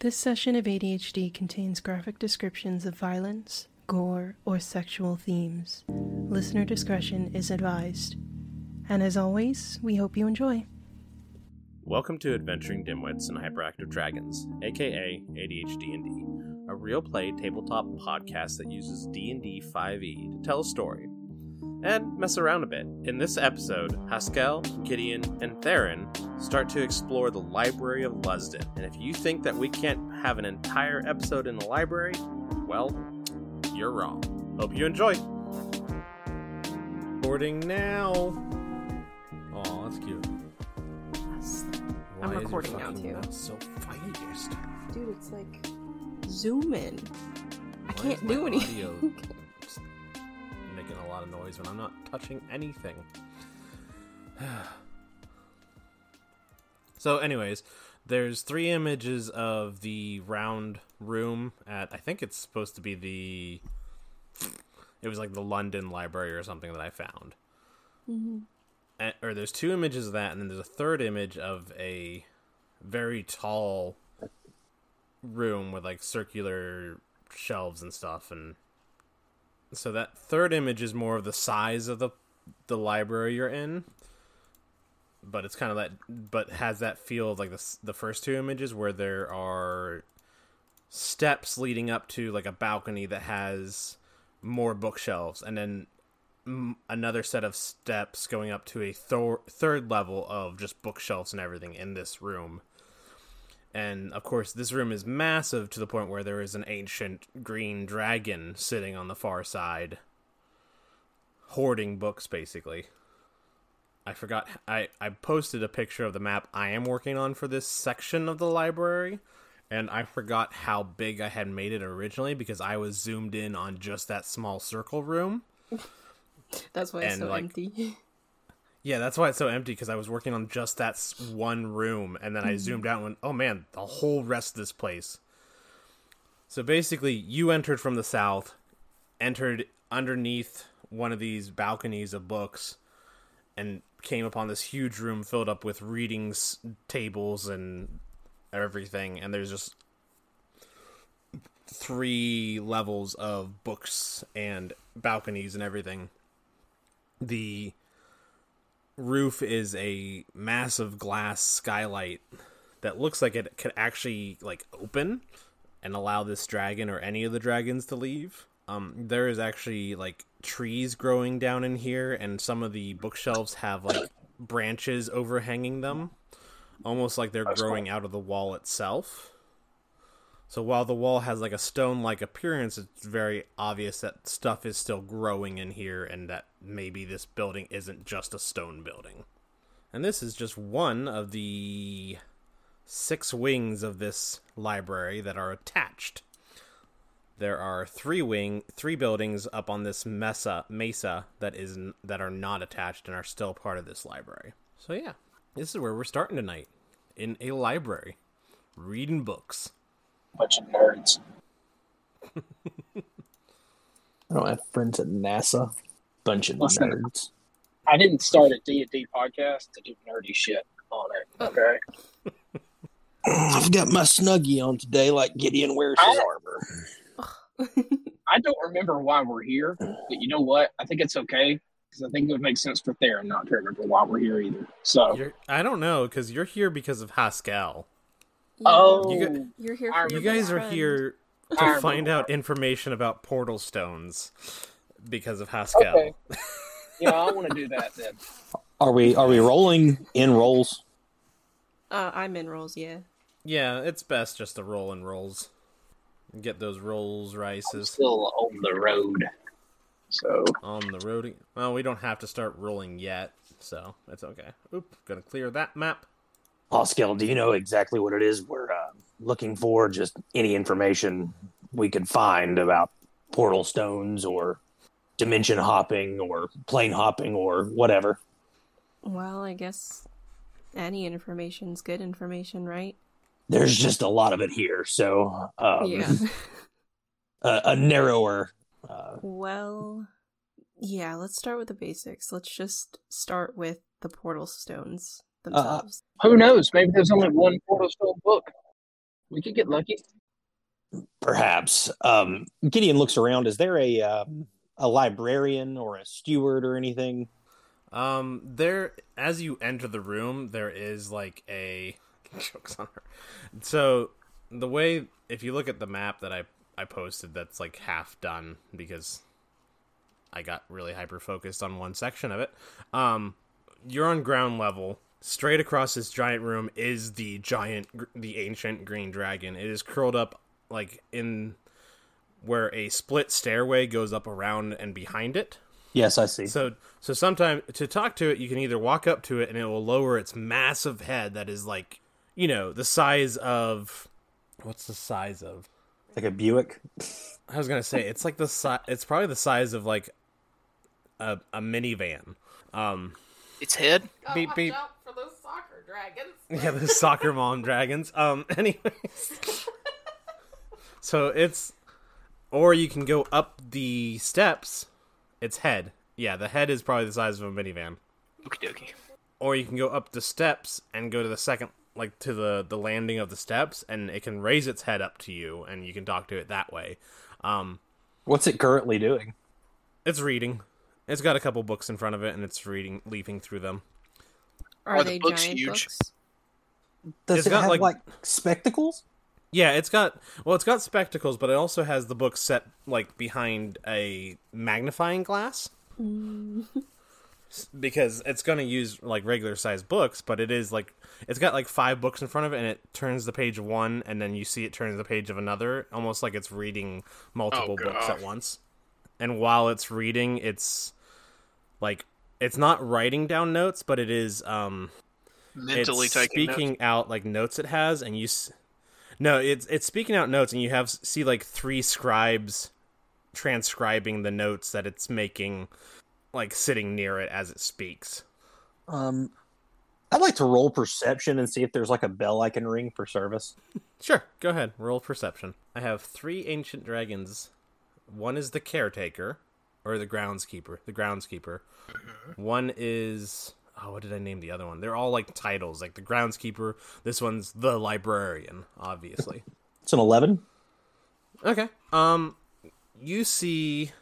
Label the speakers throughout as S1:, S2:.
S1: This session of ADHD contains graphic descriptions of violence, gore, or sexual themes. Listener discretion is advised. And as always, we hope you enjoy.
S2: Welcome to Adventuring Dimwits and Hyperactive Dragons, aka ADHD&D, a real play tabletop podcast that uses D&D 5e E to tell a story and mess around a bit. In this episode, Haskell, Gideon, and Theron start to explore the Library of Lusden. And if you think that we can't have an entire episode in the library, well, you're wrong. Hope you enjoy.
S3: Recording now. Oh, that's cute. Why is your
S4: recording now,
S3: fucking
S4: too.
S3: mouth So fast.
S4: Dude, it's like zoom in. I
S3: Why
S4: can't
S3: is my
S4: do anything.
S3: audio just making a lot of noise when I'm not touching anything. so, anyways, there's three images of the round room at I think it's supposed to be the it was like the London Library or something that I found.
S4: Mm-hmm.
S3: And, or there's two images of that, and then there's a third image of a very tall room with like circular shelves and stuff and so that third image is more of the size of the the library you're in but it's kind of that but has that feel of like the s- the first two images where there are steps leading up to like a balcony that has more bookshelves and then mm, another set of steps going up to a thor- third level of just bookshelves and everything in this room and of course, this room is massive to the point where there is an ancient green dragon sitting on the far side, hoarding books, basically. I forgot. I, I posted a picture of the map I am working on for this section of the library, and I forgot how big I had made it originally because I was zoomed in on just that small circle room.
S4: That's why it's
S3: And,
S4: so
S3: like-
S4: empty.
S3: Yeah, that's why it's so empty because I was working on just that s- one room, and then I zoomed out and went, "Oh man, the whole rest of this place." So basically, you entered from the south, entered underneath one of these balconies of books, and came upon this huge room filled up with readings tables and everything. And there's just three levels of books and balconies and everything. The roof is a massive glass skylight that looks like it could actually like open and allow this dragon or any of the dragons to leave. Um, there is actually like trees growing down in here, and some of the bookshelves have like branches overhanging them, almost like they're growing out of the wall itself. So while the wall has like a stone-like appearance, it's very obvious that stuff is still growing in here, and that maybe this building isn't just a stone building. And this is just one of the six wings of this library that are attached. There are three wing, three buildings up on this mesa, mesa that is n- that are not attached and are still part of this library. So yeah, this is where we're starting tonight, in a library, reading books.
S5: bunch of nerds.
S6: I don't have friends at NASA. Bunch of
S5: Listen.
S6: nerds.
S5: I didn't start a D and D podcast to do nerdy shit on it. Okay,
S6: I've got my snuggie on today, like Gideon wears his
S5: I-
S6: armor.
S5: I don't remember why we're here, but you know what? I think it's okay because I think it would make sense for Theron not to remember why we're here either. So,
S3: You're, I don't know because you're here because of Haskell.
S5: oh,
S3: You gu-
S4: you're here.
S5: I
S4: For
S3: You
S4: your
S3: guys are
S4: friend.
S3: here
S5: I
S3: to
S5: remember
S3: find
S5: why.
S3: out information about portal stones because of Haskell.
S5: Okay. yeah, I want to do that then.
S6: Are we are we rolling in rolls?
S4: Uh, I'm in rolls, yeah.
S3: Yeah, it's best just to roll and rolls. Get those rolls
S5: I'm
S3: rices
S5: still on the road, so
S3: on the road. Well, we don't have to start rolling yet, so that's okay. Oop, gonna clear that map.
S6: Pascal, do you know exactly what it is we're uh, looking for? Just any information we could find about portal stones or dimension hopping or plane hopping or whatever.
S4: Well, I guess any information's good information, right?
S6: There's just a lot of it here, so um,
S4: yeah.
S6: a, a narrower. Uh,
S4: well, yeah. Let's start with the basics. Let's just start with the portal stones themselves.
S5: who knows? Maybe there's only one portal stone book. We could get lucky.
S6: Perhaps. Um, Gideon looks around. Is there a uh, a librarian or a steward or anything?
S3: Um, there as you enter the room, there is like a jokes on her. So the way, if you look at the map that I I posted, that's like half done because I got really hyper focused on one section of it. Um, you're on ground level. Straight across this giant room is the giant, gr- the ancient green dragon. It is curled up like in where a split stairway goes up around and behind it.
S6: Yes, I see.
S3: So so sometimes to talk to it, you can either walk up to it and it will lower its massive head that is like you know the size of what's the size of
S6: like a Buick.
S3: I was gonna say it's like the size it's probably the size of like a a minivan. Um,
S7: Its head?
S8: Gotta
S3: Beep,
S8: watch
S3: beep.
S8: out for those soccer dragons.
S3: yeah, the soccer mom dragons. Um, anyways, so it's or you can go up the steps. Its head, yeah, the head is probably the size of a minivan.
S7: Okie dokie.
S3: or you can go up the steps and go to the second like to the the landing of the steps and it can raise its head up to you and you can talk to it that way um
S6: What's it currently doing?
S3: it's reading it's got a couple books in front of it and it's reading leafing through them
S4: Are,
S7: Are the
S4: they
S7: books
S4: giant
S7: huge?
S4: books?
S6: Does
S3: It's
S6: it
S3: got,
S6: have
S3: like-
S6: like... spectacles?
S3: yeah it's got well it's got spectacles but it also has the book set like behind a magnifying glass S- because it's going to use like regular sized books but it is like it's got like five books in front of it and it turns the page of one and then you see it turns the page of another almost like it's reading multiple
S7: Oh,
S3: books
S7: God.
S3: at once and while it's reading it's like it's not writing down notes but it is um
S7: Mentally
S3: it's
S7: taking notes.
S3: speaking out like notes it has and you s- no it's it's speaking out notes and you have see like three scribes transcribing the notes that it's making like sitting near it as it speaks
S6: Um, I'd like to roll perception and see if there's like a bell I can ring for service.
S3: sure go ahead roll perception i have three ancient dragons one is the caretaker or the groundskeeper the groundskeeper one is oh what did i name the other one they're all like titles like the groundskeeper this one's the librarian obviously
S6: It's an eleven.
S3: Okay. Um, you see,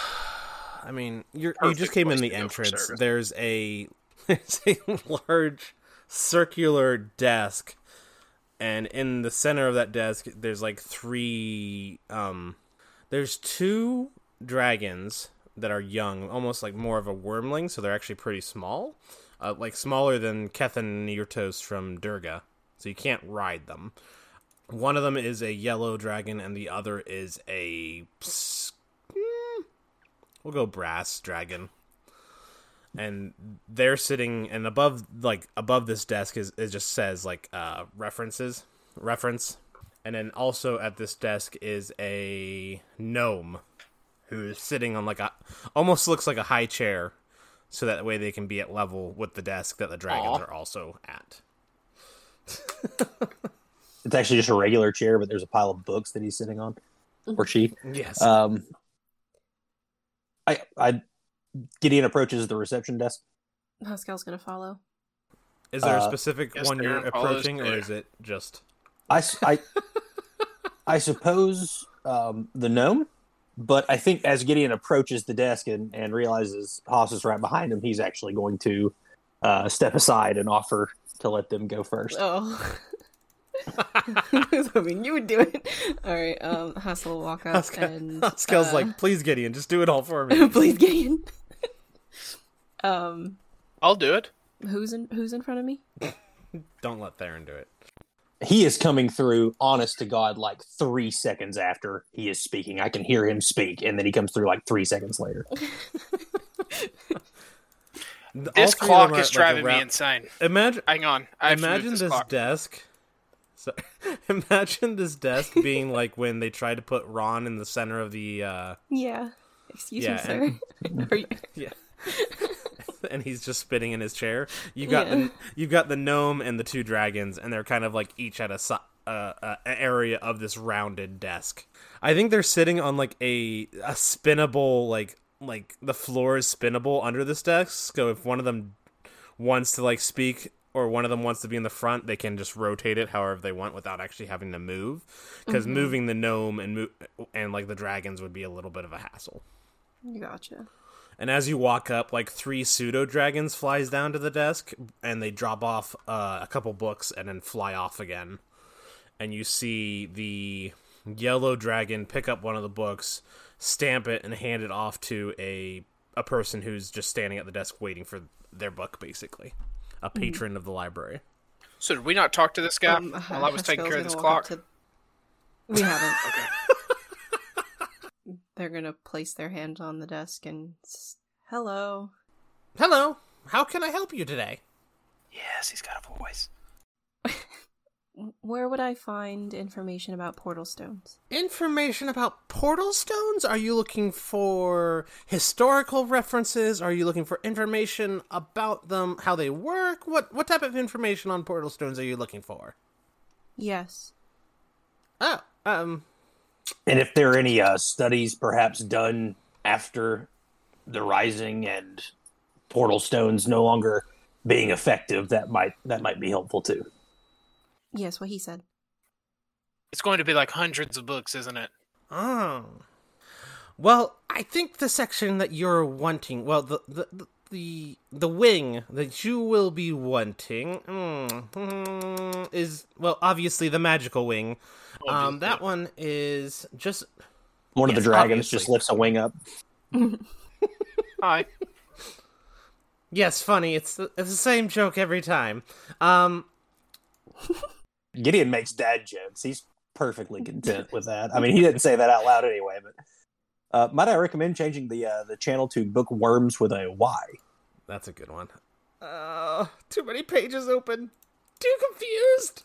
S3: I mean, you're you
S7: Perfect
S3: just came in
S7: place
S3: the
S7: to go for
S3: entrance.
S7: service.
S3: There's a there's a large circular desk, and in the center of that desk, there's like three. Um, there's two dragons that are young, almost like more of a wormling, so they're actually pretty small, uh, like smaller than Kethan Nirtos from Durga, so you can't ride them. One of them is a yellow dragon, and the other is a. s- mm, We'll go brass dragon. And they're sitting, and above, like above this desk is it just says like uh, references, reference, and then also at this desk is a gnome who is sitting on like a almost looks like a high chair, so that way they can be at level with the desk that the dragons
S7: Aw.
S3: are also at.
S6: It's actually just a regular chair, but there's a pile of books that he's sitting on,
S3: Mm-hmm.
S6: or she.
S3: Yes.
S6: Um, I, I, Gideon approaches the reception desk.
S4: Pascal's gonna follow.
S3: Is there a
S6: Uh,
S3: specific
S7: Yes,
S3: one
S7: there
S3: you're
S7: are all those
S3: approaching, or
S7: there.
S3: is it just
S6: I, s- I- I suppose um, the gnome, but I think as Gideon approaches the desk and, and realizes Haas is right behind him, he's actually going to uh, step aside and offer to let them go first.
S4: Oh. I was hoping you would do it. Alright, um, Haas will walk up and.
S3: Skell's
S4: uh,
S3: like, please, Gideon, just do it all for me.
S4: Please get in. um,
S7: I'll do it.
S4: who's in who's in front of me?
S3: Don't let Theron do it.
S6: He is coming through, honest to God, like three seconds after he is speaking. I can hear him speak, and then he comes through like three seconds later.
S7: This clock is driving me insane.
S3: Imagine,
S7: Hang on. I have to move
S3: imagine this,
S7: clock.
S3: desk. So, imagine this desk being like when they tried to put Ron in the center of the, uh,
S4: Yeah. Excuse
S3: Yeah,
S4: me, sir. Are you...
S3: and he's just spinning in his chair. You got
S4: Yeah.
S3: the, you've got the gnome and the two dragons, and they're kind of like each at a si- uh, uh, a area of this rounded desk. I think they're sitting on like a a spinnable like like the floor is spinnable under this desk. So if one of them wants to like speak or one of them wants to be in the front, they can just rotate it however they want without actually having to move. Because
S4: Mhm.
S3: moving the gnome and mo- and like the dragons would be a little bit of a hassle.
S4: You gotcha.
S3: And as you walk up, like three pseudo dragons flies down to the desk, and they drop off uh, a couple books and then fly off again. And you see the yellow dragon pick up one of the books, stamp it, and hand it off to a a person who's just standing at the desk waiting for their book, basically, a patron of the library.
S7: So did we not talk to this guy
S4: Um,
S7: while I was taking
S4: Haskell's
S7: care of
S4: gonna
S7: this
S4: walk up
S7: clock?
S4: to- We haven't. They're gonna place their hand on the desk and s- hello.
S3: Hello, how can I help you today?
S7: Yes, he's got a voice.
S4: Where would I find information about portal stones?
S3: Information about portal stones? Are you looking for historical references? Are you looking for information about them, how they work? What what type of information on portal stones are you looking for?
S4: Yes.
S3: Oh, um,
S6: And if there are any uh, studies perhaps done after the rising and portal stones no longer being effective, that might that might be helpful too.
S4: Yes, what he said.
S7: It's going to be like hundreds of books, isn't it?
S3: oh. Well, I think the section that you're wanting, well, the the the the, the wing that you will be wanting mm, mm, is well, obviously the magical wing. Um, that one is just
S6: One of
S3: Yes,
S6: the dragons
S3: obviously.
S6: just lifts a wing up.
S7: Hi.
S3: Yes, funny. It's the, it's the same joke every time. Um,
S6: Gideon makes dad jokes. He's perfectly content with that. I mean, he didn't say that out loud anyway. But uh, might I recommend changing the uh, the channel to bookworms with a Y?
S3: that's a good one. Uh, too many pages open. Too confused.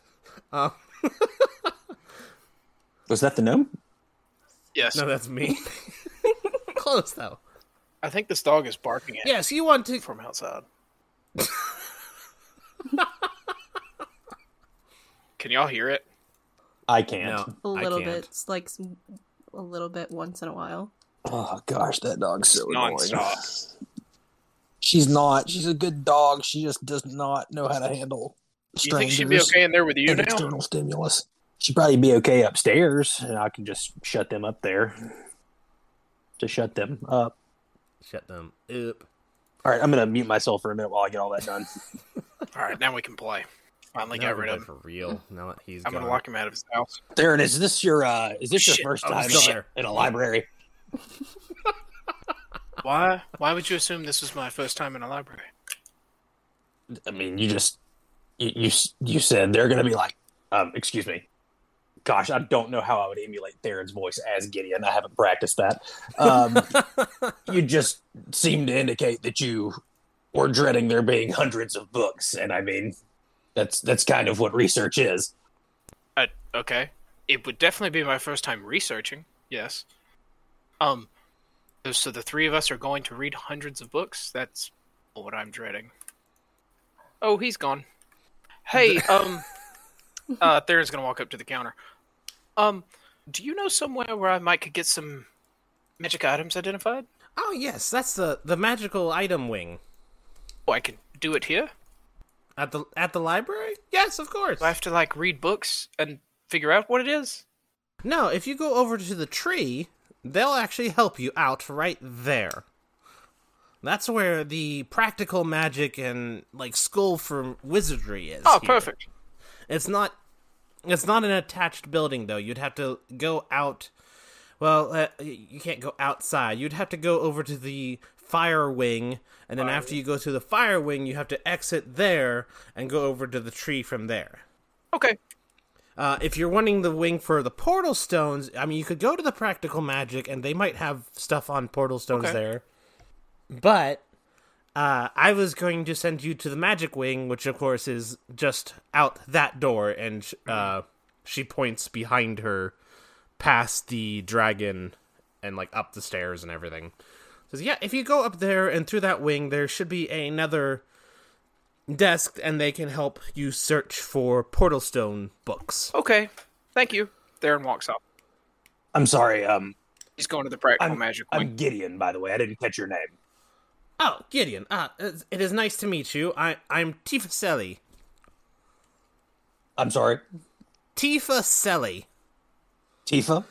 S3: Uh,
S6: Was that the gnome?
S7: Yes.
S3: no, that's me. Close though.
S7: I think this dog is barking at
S3: Yes, you want to.
S7: me from outside. Can y'all hear it?
S6: I can't.
S4: A
S3: I
S4: little
S3: can't.
S4: bit, it's like s- a little bit once in a while.
S6: Oh gosh, that dog's so annoying.
S7: Nonstop.
S6: She's not. She's a good dog. She just does not know how to handle
S7: You think
S6: strangers
S7: she'd be okay in there with you
S6: and
S7: now?
S6: external stimulus. She'd probably be okay upstairs, and I can just shut them up there. To shut them up.
S3: Shut them up.
S6: All right, I'm gonna mute myself for a minute while I get all that done.
S7: All right, now we can play. Finally
S3: Now I
S7: got
S3: can
S7: rid
S3: play
S7: of him.
S3: for real. Now that he's
S7: I'm
S3: gone.
S7: gonna lock him out of his house.
S6: Darren, is this your uh is this your
S7: Shit.
S6: first
S3: Oh,
S6: time
S3: shit.
S6: in a- in a library?
S7: Why? Why would you assume this was my first time in a library?
S6: I mean, you just you you, s- you said they're gonna be like, um, excuse me. Gosh, I don't know how I would emulate Theron's voice as Gideon. I haven't practiced that. Um, you just seem to indicate that you were dreading there being hundreds of books, and I mean, that's that's kind of what research is.
S7: Uh, okay. It would definitely be my first time researching. Yes. Um. So the three of us are going to read hundreds of books. That's what I'm dreading. Oh, he's gone. Hey, um, uh, Theron's gonna walk up to the counter. Um, do you know somewhere where I might could get some magic items identified?
S3: Oh yes, that's the the magical item wing
S7: Oh, I can do it here.
S3: at the at the library. Yes, of course.
S7: Do I have to like read books and figure out what it is?
S3: No, if you go over to the tree, they'll actually help you out right there. That's where the practical magic and like school for wizardry is.
S7: Oh,
S3: here.
S7: perfect.
S3: It's not it's not an attached building though. You'd have to go out well, uh, you can't go outside. You'd have to go over to the fire wing, and then after you go to the fire wing, you have to exit there and go over to the tree from there.
S7: Okay.
S3: Uh, if you're wanting the wing for the portal stones, I mean, you could go to the practical magic, and they might have stuff on portal stones
S7: Okay.
S3: there. But uh, I was going to send you to the magic wing, which of course is just out that door, and sh- uh, she points behind her, past the dragon, and like up the stairs and everything. Says, yeah, if you go up there and through that wing, there should be another desk and they can help you search for portal stone books.
S7: Okay. Thank you. Theron walks off.
S6: I'm sorry. Um,
S7: He's going to the practical
S6: I'm,
S7: magic wing.
S6: I'm Gideon, by the way. I didn't catch your name.
S3: Oh, Gideon, uh, it is nice to meet you. I, I'm Tifaselli.
S6: I'm sorry,
S3: Tifa Selly.
S6: Tifa.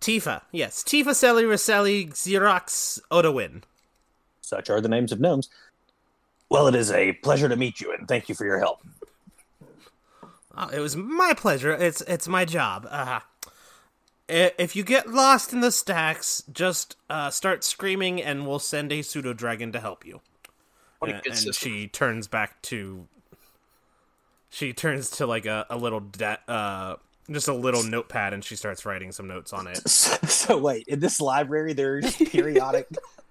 S3: Tifa, yes. Tifa Selly Raselli Xerox Odawin.
S6: Such are the names of gnomes. Well, it is a pleasure to meet you, and thank you for your help.
S3: Uh, it was my pleasure. It's it's my job. Uh, i- if you get lost in the stacks, just uh, start screaming, and we'll send a pseudo dragon to help you.
S7: What a
S3: A-
S7: good
S3: and
S7: system.
S3: she turns back to. She turns to like a, a little de- uh, just a little notepad, and she starts writing some notes on it.
S6: So, so wait, in this library, there's periodic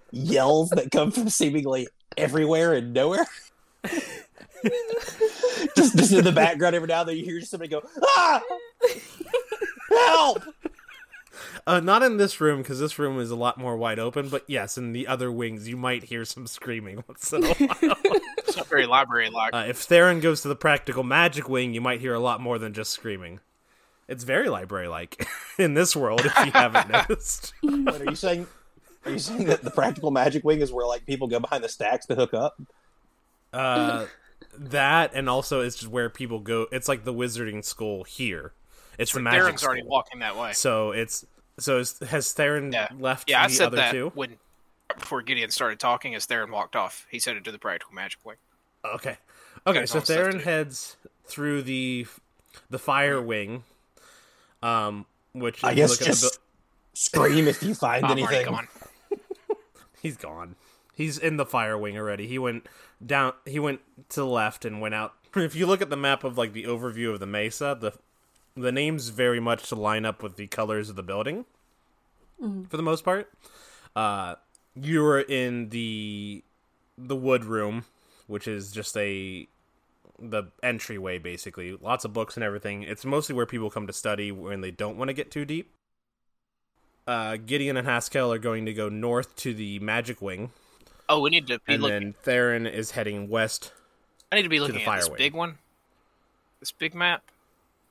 S6: yells that come from seemingly everywhere and nowhere. just, just in the background, every now and then you hear just somebody go, "Ah, help!"
S3: Uh, not in this room because this room is a lot more wide open. But yes, in the other wings, you might hear some screaming once in a while.
S7: It's not very library like.
S3: Uh, if Theron goes to the practical magic wing, you might hear a lot more than just screaming. It's very library like in this world, if you haven't noticed.
S6: But are you saying? Are you saying that the practical magic wing is where like people go behind the stacks to hook up?
S3: Uh, that and also it's just where people go. It's like the wizarding school here. It's the magic.
S7: Darren's already
S3: school.
S7: walking that way.
S3: So it's so is, has Theron
S7: Yeah.
S3: left
S7: Yeah, I
S3: the
S7: said
S3: other
S7: that
S3: two?
S7: when before Gideon started talking as Theron walked off. He said it to the practical magic wing.
S3: Okay. Okay,
S7: There's
S3: so
S7: all stuff
S3: Theron
S7: to do.
S3: heads through the the fire wing, um, which
S6: I
S3: if you
S6: guess
S3: look
S6: just
S3: at the bu-
S6: scream if you find
S7: I'm already
S6: anything.
S7: gone.
S3: He's gone. He's in the fire wing already. He went down. He went to the left and went out. If you look at the map of like the overview of the mesa, the the names very much to line up with the colors of the building, for the most part. Uh, you were in the the wood room, which is just a the entryway basically. Lots of books and everything. It's mostly where people come to study when they don't want to get too deep uh, Gideon and Haskell are going to go north to the magic wing,
S7: Oh, we need to be
S3: and
S7: looking.
S3: then Theron is heading west.
S7: I need to be looking
S3: the
S7: at this
S3: fire wing.
S7: big one. This big map.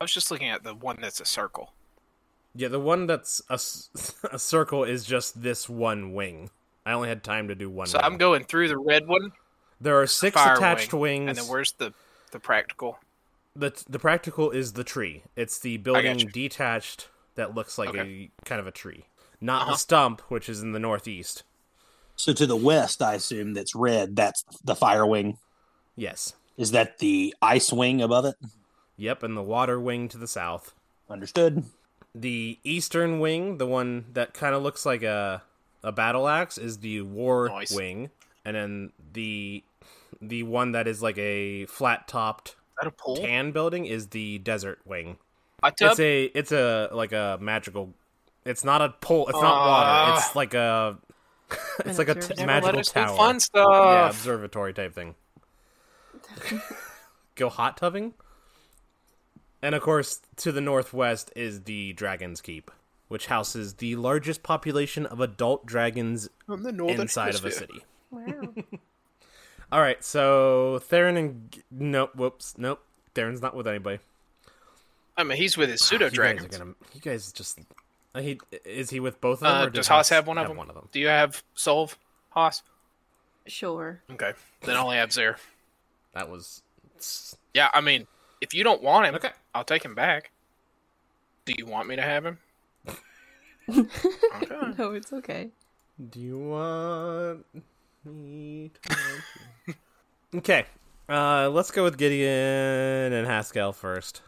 S7: I was just looking at the one that's a circle.
S3: Yeah, the one that's a, s- a circle is just this one wing. I only had time to do one.
S7: So
S3: wing.
S7: I'm going through the red one,
S3: there are six
S7: fire
S3: attached
S7: wing,
S3: wings.
S7: and then where's the the practical?
S3: the the practical is the tree. It's the building
S7: you.
S3: detached that looks like
S7: Okay. Uh-huh.
S3: a kind of a tree, not the stump, which is in the northeast.
S6: So to the west, I assume that's red. That's the fire wing.
S3: Yes.
S6: Is that the ice wing above it?
S3: Yep, and the water wing to the south.
S6: Understood.
S3: The eastern wing, the one that kind of looks like a a battle axe, is the war
S7: Nice.
S3: wing, and then the the one that is like a flat topped
S7: Is that a pool?
S3: tan building is the desert wing.
S7: Hot tub?
S3: It's a it's a like a magical. It's not a pole. It's
S7: Ah.
S3: not water. It's like a it's like a t-
S1: observatory.
S7: Let
S3: magical
S7: us do
S3: tower.
S7: fun
S3: Yeah,
S7: stuff.
S3: observatory type thing. Go hot tubbing. And of course, to the northwest is the Dragon's Keep, which houses the largest population of adult dragons
S7: From the northern
S3: inside of a
S7: hemisphere.
S3: city. All right, so Theron and G- nope, whoops, nope. Theron's not with anybody.
S7: I mean, he's with his pseudo
S3: You
S7: dragons.
S3: guys, are gonna, you guys just uh, he is he with both of them?
S7: Uh,
S3: or
S7: does Haas have one of
S3: have
S7: them?
S3: One of them.
S7: Do you have solve, Haas?
S4: Sure.
S7: Okay, then only have Zare.
S3: That was
S7: Yeah, I mean, if you don't want him,
S3: Okay.
S7: I'll take him back. Do you want me to have him? okay.
S4: No, it's okay.
S3: Do you want me to? okay, uh, let's go with Gideon and Haskell first.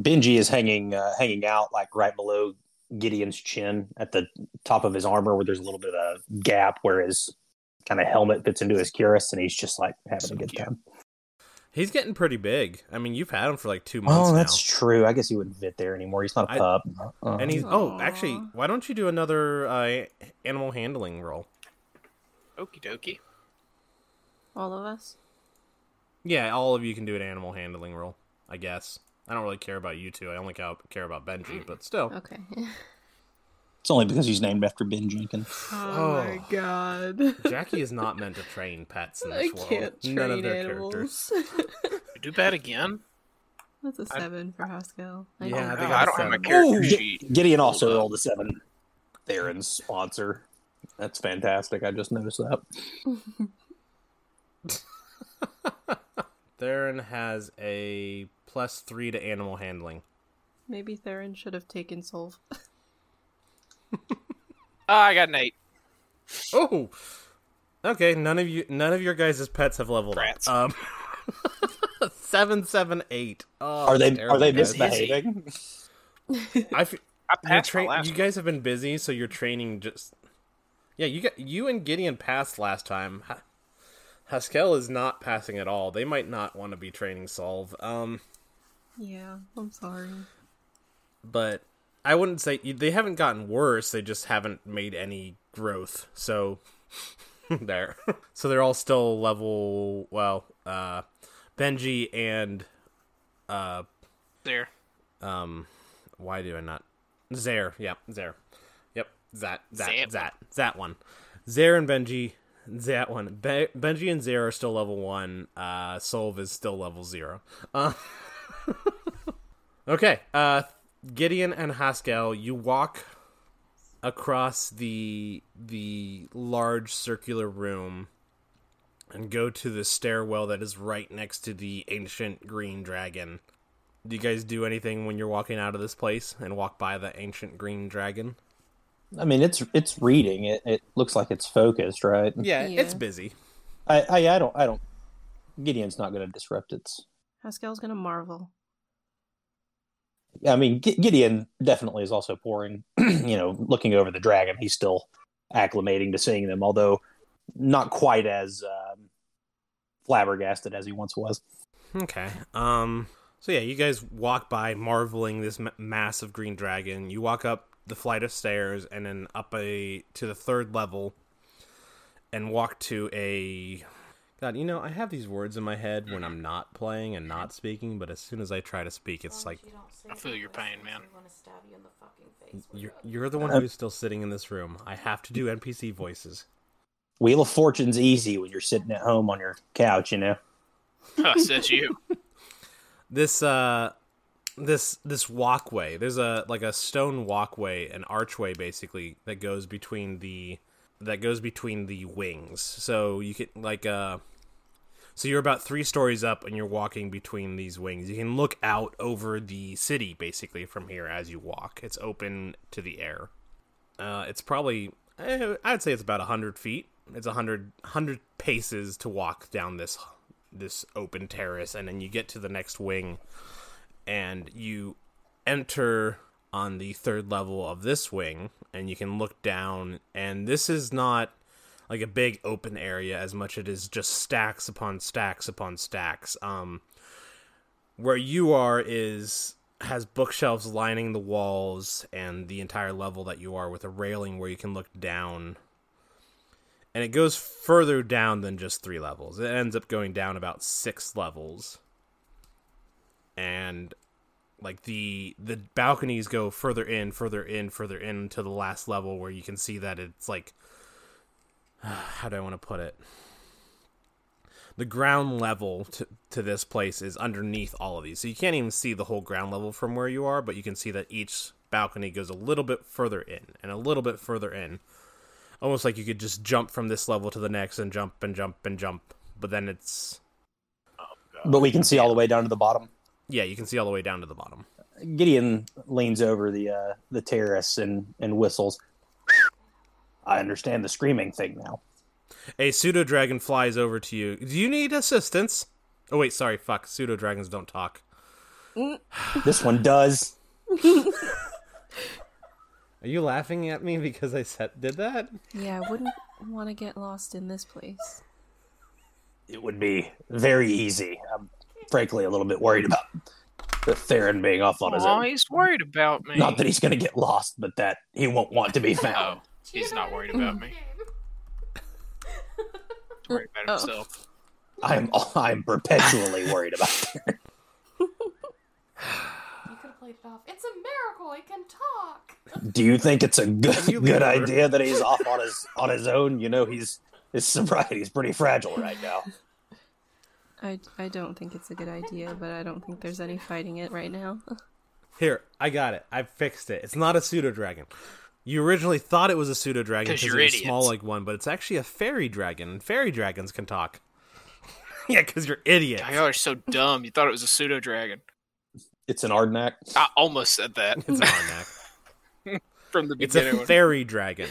S6: Benji is hanging uh, hanging out like right below Gideon's chin at the top of his armor where there's a little bit of a gap where his kind of helmet fits into his cuirass and he's just like having
S7: So
S6: a good
S7: cute.
S6: time.
S3: He's getting pretty big. I mean, you've had him for like two months
S6: Oh,
S3: now.
S6: that's true. I guess he wouldn't fit there anymore. He's not
S3: I-
S6: a pup. Uh,
S3: And he's oh, actually,
S4: Aw.
S3: why don't you do another uh, animal handling roll?
S7: Okie dokie.
S4: All of us.
S3: Yeah, all of you can do an animal handling roll. I guess I don't really care about you two. I only ca- care about Benji, but still.
S4: Okay.
S3: Oh
S6: it's only because he's named after Ben Jenkins.
S3: Oh.
S4: god.
S3: Jackie is not meant to train pets in
S4: I
S3: this world.
S4: can't train
S3: None of their characters.
S4: animals.
S7: You do that again?
S4: That's a seven for Haskell. I
S3: Yeah,
S4: know.
S3: I think
S7: I
S3: I'm
S7: don't have my
S3: seven.
S7: character
S6: Ooh,
S7: sheet.
S6: Gideon also rolled a seven. Theron's sponsor. That's fantastic. I just noticed that.
S3: Theron has a plus three to animal handling.
S4: Maybe Theron should have taken solve.
S7: Ah, I got an eight.
S3: Oh, okay. None of you, none of your guys' pets have leveled
S7: Brats.
S3: up. Um, seven, seven, eight. Oh,
S6: are they
S3: that's
S6: are they
S3: terrible, guys.
S7: It's easy.
S6: misbehaving?
S3: I f-
S7: I
S3: Your
S7: passed
S3: tra-
S7: my last
S3: you guys have been busy, so your training just. Yeah, you got you and Gideon passed last time. Ha- Haskell is not passing at all. They might not want to be training solve. Um,
S4: yeah, I'm sorry.
S3: but I wouldn't say they haven't gotten worse. They just haven't made any growth. So there, so they're all still level. Well, uh, Benji and
S7: there.
S3: um, why do I not? Zare, yeah, Zare, yep, that that
S7: Zap.
S3: that that one. Zare and Benji, that one. Be- Benji and Zare are still level one. Uh, Solve is still level zero. Uh, okay, uh, Gideon and Haskell, you walk across the the large circular room and go to the stairwell that is right next to the ancient green dragon. Do you guys do anything when you're walking out of this place and walk by the ancient green dragon?
S6: I mean, it's it's reading. It it looks like it's focused, right?
S3: Yeah,
S4: Yeah.
S3: it's busy.
S6: I I, I don't I don't. Gideon's not going to disrupt its.
S4: Haskell's gonna marvel.
S6: I mean, G- Gideon definitely is also pouring. you know, looking over the dragon, he's still acclimating to seeing them, although not quite as um, flabbergasted as he once was.
S3: Okay. Um. So yeah, you guys walk by, marveling this m- massive green dragon. You walk up the flight of stairs and then up a to the third level, and walk to a. God, you know, I have these words in my head when I'm not playing and not speaking, but as soon as I try to speak, it's like
S7: I feel your pain, man.
S3: you're, you're the one who's still sitting in this room. I have to do NPC voices.
S6: Wheel of Fortune's easy when you're sitting at home on your couch, you know.
S7: Huh, says you.
S3: this uh this this walkway there's a like a stone walkway an archway basically that goes between the that goes between the wings so you can like uh so you're about three stories up and you're walking between these wings you can look out over the city basically from here as you walk it's open to the air uh it's probably eh, i'd say it's about 100 feet it's 100 100 paces to walk down this this open terrace and then you get to the next wing and you enter on the third level of this wing and you can look down and this is not like a big open area as much it is just stacks upon stacks upon stacks um where you are is has bookshelves lining the walls and the entire level that you are with a railing where you can look down and it goes further down than just three levels. It ends up going down about six levels, and like the the balconies go further in, further in, further in to the last level where you can see that it's like how do I want to put it? The ground level to, to this place is underneath all of these, so you can't even see the whole ground level from where you are, but you can see that each balcony goes a little bit further in and a little bit further in almost like you could just jump from this level to the next and jump and jump and jump but then it's
S6: But we can see all the way down to the bottom.
S3: yeah you can see all the way down to the bottom
S6: Gideon leans over the uh, the terrace and, and whistles. I understand the screaming thing now.
S3: a pseudo dragon flies over to you do you need assistance oh wait sorry fuck pseudo dragons don't talk
S6: This one does.
S3: are you laughing at me because i said did that
S4: Yeah, I wouldn't want to get lost in this place.
S6: It would be very easy. I'm frankly a little bit worried about the Theron being off on his
S7: Oh,
S6: own.
S7: he's worried about me.
S6: Not that he's going to get lost, but that he won't want to be found.
S7: Oh, he's not worried about me. He's worried about
S4: Oh.
S7: himself.
S6: I'm I'm perpetually worried about Theron.
S8: You could have played it off. It's a miracle. He can talk.
S6: Do you think it's a good
S3: You leave
S6: good
S3: her.
S6: idea that he's off on his on his own? You know, he's his sobriety is pretty fragile right now.
S4: I, I don't think it's a good idea, but I don't think there's any fighting it right now.
S3: Um, here i got it i fixed it it's not a pseudo dragon you originally thought it was a pseudo dragon
S7: 'Cause
S3: because
S7: you're
S3: it was small
S7: idiots.
S3: like one but it's actually a fairy dragon and fairy dragons can talk yeah because you're idiots
S7: God, Y'all are so dumb. You thought it was a pseudo dragon.
S6: It's an Ardnak.
S7: I almost said that
S3: It's an Arnak.
S7: from the
S3: It's a
S7: beginning.
S3: fairy dragon.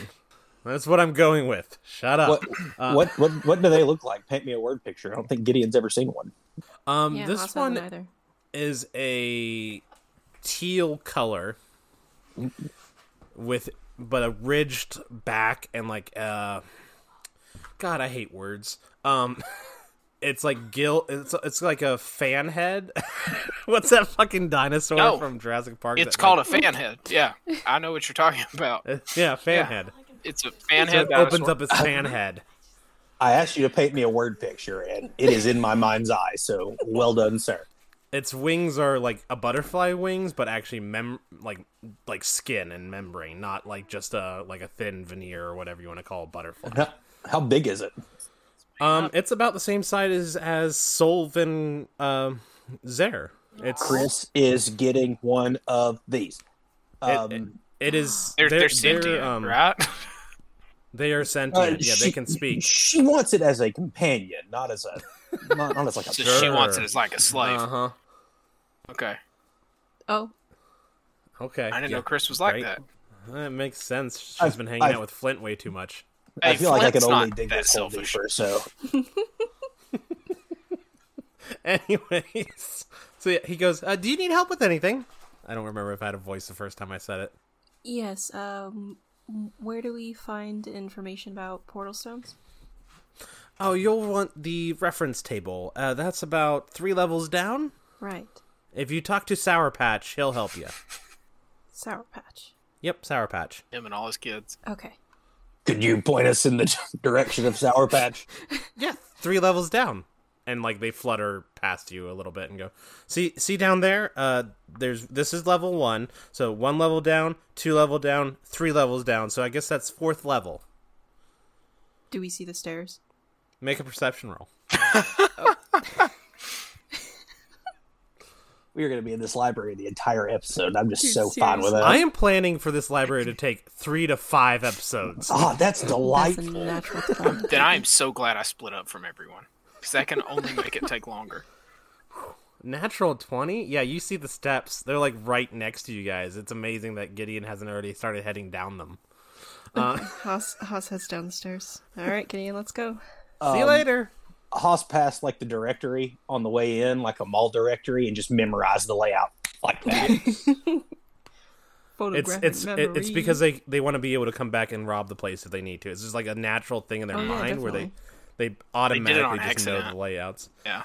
S3: That's what I'm going with. Shut up.
S6: What,
S3: Uh,
S6: what what what do they look like? Paint me a word picture. I don't think Gideon's ever seen one.
S3: Um,
S4: yeah,
S3: this
S4: Haas hasn't
S3: one
S4: either.
S3: is a teal color with but a ridged back and like uh god i hate words um it's like gill it's it's like a fan head what's that fucking dinosaur
S7: No.
S3: from jurassic park
S7: It's called a fan head. Yeah, I know what you're talking about.
S3: a yeah fan
S7: Yeah.
S3: head
S7: It's a fan
S3: So
S7: head.
S3: it opens
S7: dinosaur.
S3: up its fan head
S6: I asked you to paint me a word picture, and it is in my mind's eye. So well done, sir.
S3: its wings are like a butterfly wings but actually mem like like skin and membrane not like just a like a thin veneer or whatever you want to call a butterfly
S6: How, how big is it?
S3: Um, it's about the same size as, as Solvin um, Zare. It's
S6: Chris is getting one of these. Um,
S3: it is
S7: They're, they're,
S3: they're-
S7: sentient,
S3: they're, um,
S7: right?
S3: They are sentient.
S6: uh,
S3: yeah,
S6: she-
S3: they can speak.
S6: She wants it as a companion, not as a not, not as like a
S7: So she wants it
S3: Sure.
S7: as like a slave.
S3: Uh huh.
S7: Okay,
S4: Oh,
S3: Okay.
S7: I didn't
S3: yeah.
S7: know Chris was like
S3: Right.
S7: that.
S3: That makes sense. She's
S6: I've-
S3: been hanging
S6: I've-
S3: out with Flint way too much.
S6: I
S7: Hey,
S6: feel like I
S7: Flint's
S6: can only
S7: not
S6: dig
S7: that
S6: this hole
S7: selfish.
S6: deeper. So
S3: Anyways, so yeah, he goes. Uh, Do you need help with anything? I don't remember if I had a voice the first time I said it.
S4: yes. Um, where do we find information about portal stones?
S3: Oh, you'll want the reference table. Uh, that's about three levels down.
S4: Right,
S3: If you talk to Sour Patch, he'll help you.
S4: Sour Patch.
S3: Yep, Sour Patch.
S7: Him and all his kids.
S4: Okay.
S6: could you point us in the direction of Sour Patch?
S3: Yeah, three levels down. And like they flutter past you a little bit and go, see, see down there. Uh, there's this is level one, so one level down, two level down, three levels down. So I guess that's fourth level.
S4: Do we see the stairs?
S3: Make a perception roll.
S6: We are going to be in this library the entire episode. and I'm just
S4: Dude,
S6: so fine with that.
S3: I am planning for this library to take three to five episodes.
S6: Ah, that's
S4: That's
S6: delightful.
S4: a natural plan.
S7: Then I am so glad I split up from everyone because that can only make it take longer.
S3: Natural twenty. Yeah, you see the steps. They're like right next to you guys. It's amazing that Gideon hasn't already started heading down them.
S4: Haas, Haas heads down the stairs. All right, Gideon, let's go.
S3: see you
S6: Um,
S3: later.
S6: Haas passed like the directory on the way in, like a mall directory, and just memorized the layout like that.
S3: It's
S4: Photographic
S3: it's it- it's
S4: memory.
S3: because they they want to be able to come back and rob the place if they need to. It's just like a natural thing in their
S4: Oh, yeah,
S3: mind where they
S4: definitely.
S3: they
S7: They did it
S3: automatically
S7: on
S3: just know
S7: accident.
S3: the layouts.
S7: Yeah.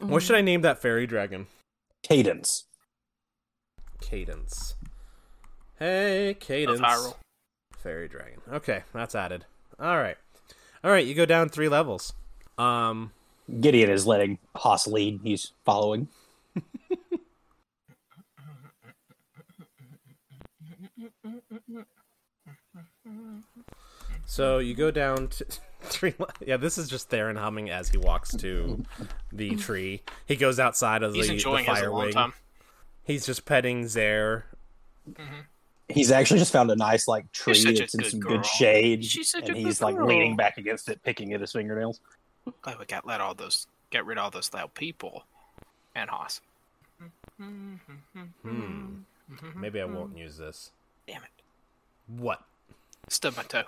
S4: Mm-hmm.
S3: What should I name that fairy dragon?
S6: Cadence.
S3: Cadence. Hey, Cadence.
S7: Viral.
S3: Fairy dragon. Okay, that's added. All right, all right. You go down three levels. Um,
S6: Gideon is letting Haas lead. He's following.
S3: so you go down to three. le- Yeah, this is just Theron humming as he walks to the tree. He goes outside of
S7: He's
S3: the, the
S7: enjoying his
S3: fire
S7: alone
S3: wing.
S7: time.
S3: He's just petting Zare
S6: He's actually just found a nice like tree
S7: She's such a
S6: that's in
S7: good
S6: some
S7: girl.
S6: good shade,
S7: She's such a
S6: and
S7: good
S6: he's like
S7: girl.
S6: leaning back against it, picking at his fingernails.
S7: Glad we got let all those get rid of all those loud people. And Haas.
S3: Hmm.
S7: Mm-hmm.
S3: Maybe I won't use this.
S7: Damn it.
S3: What?
S7: Stub my toe.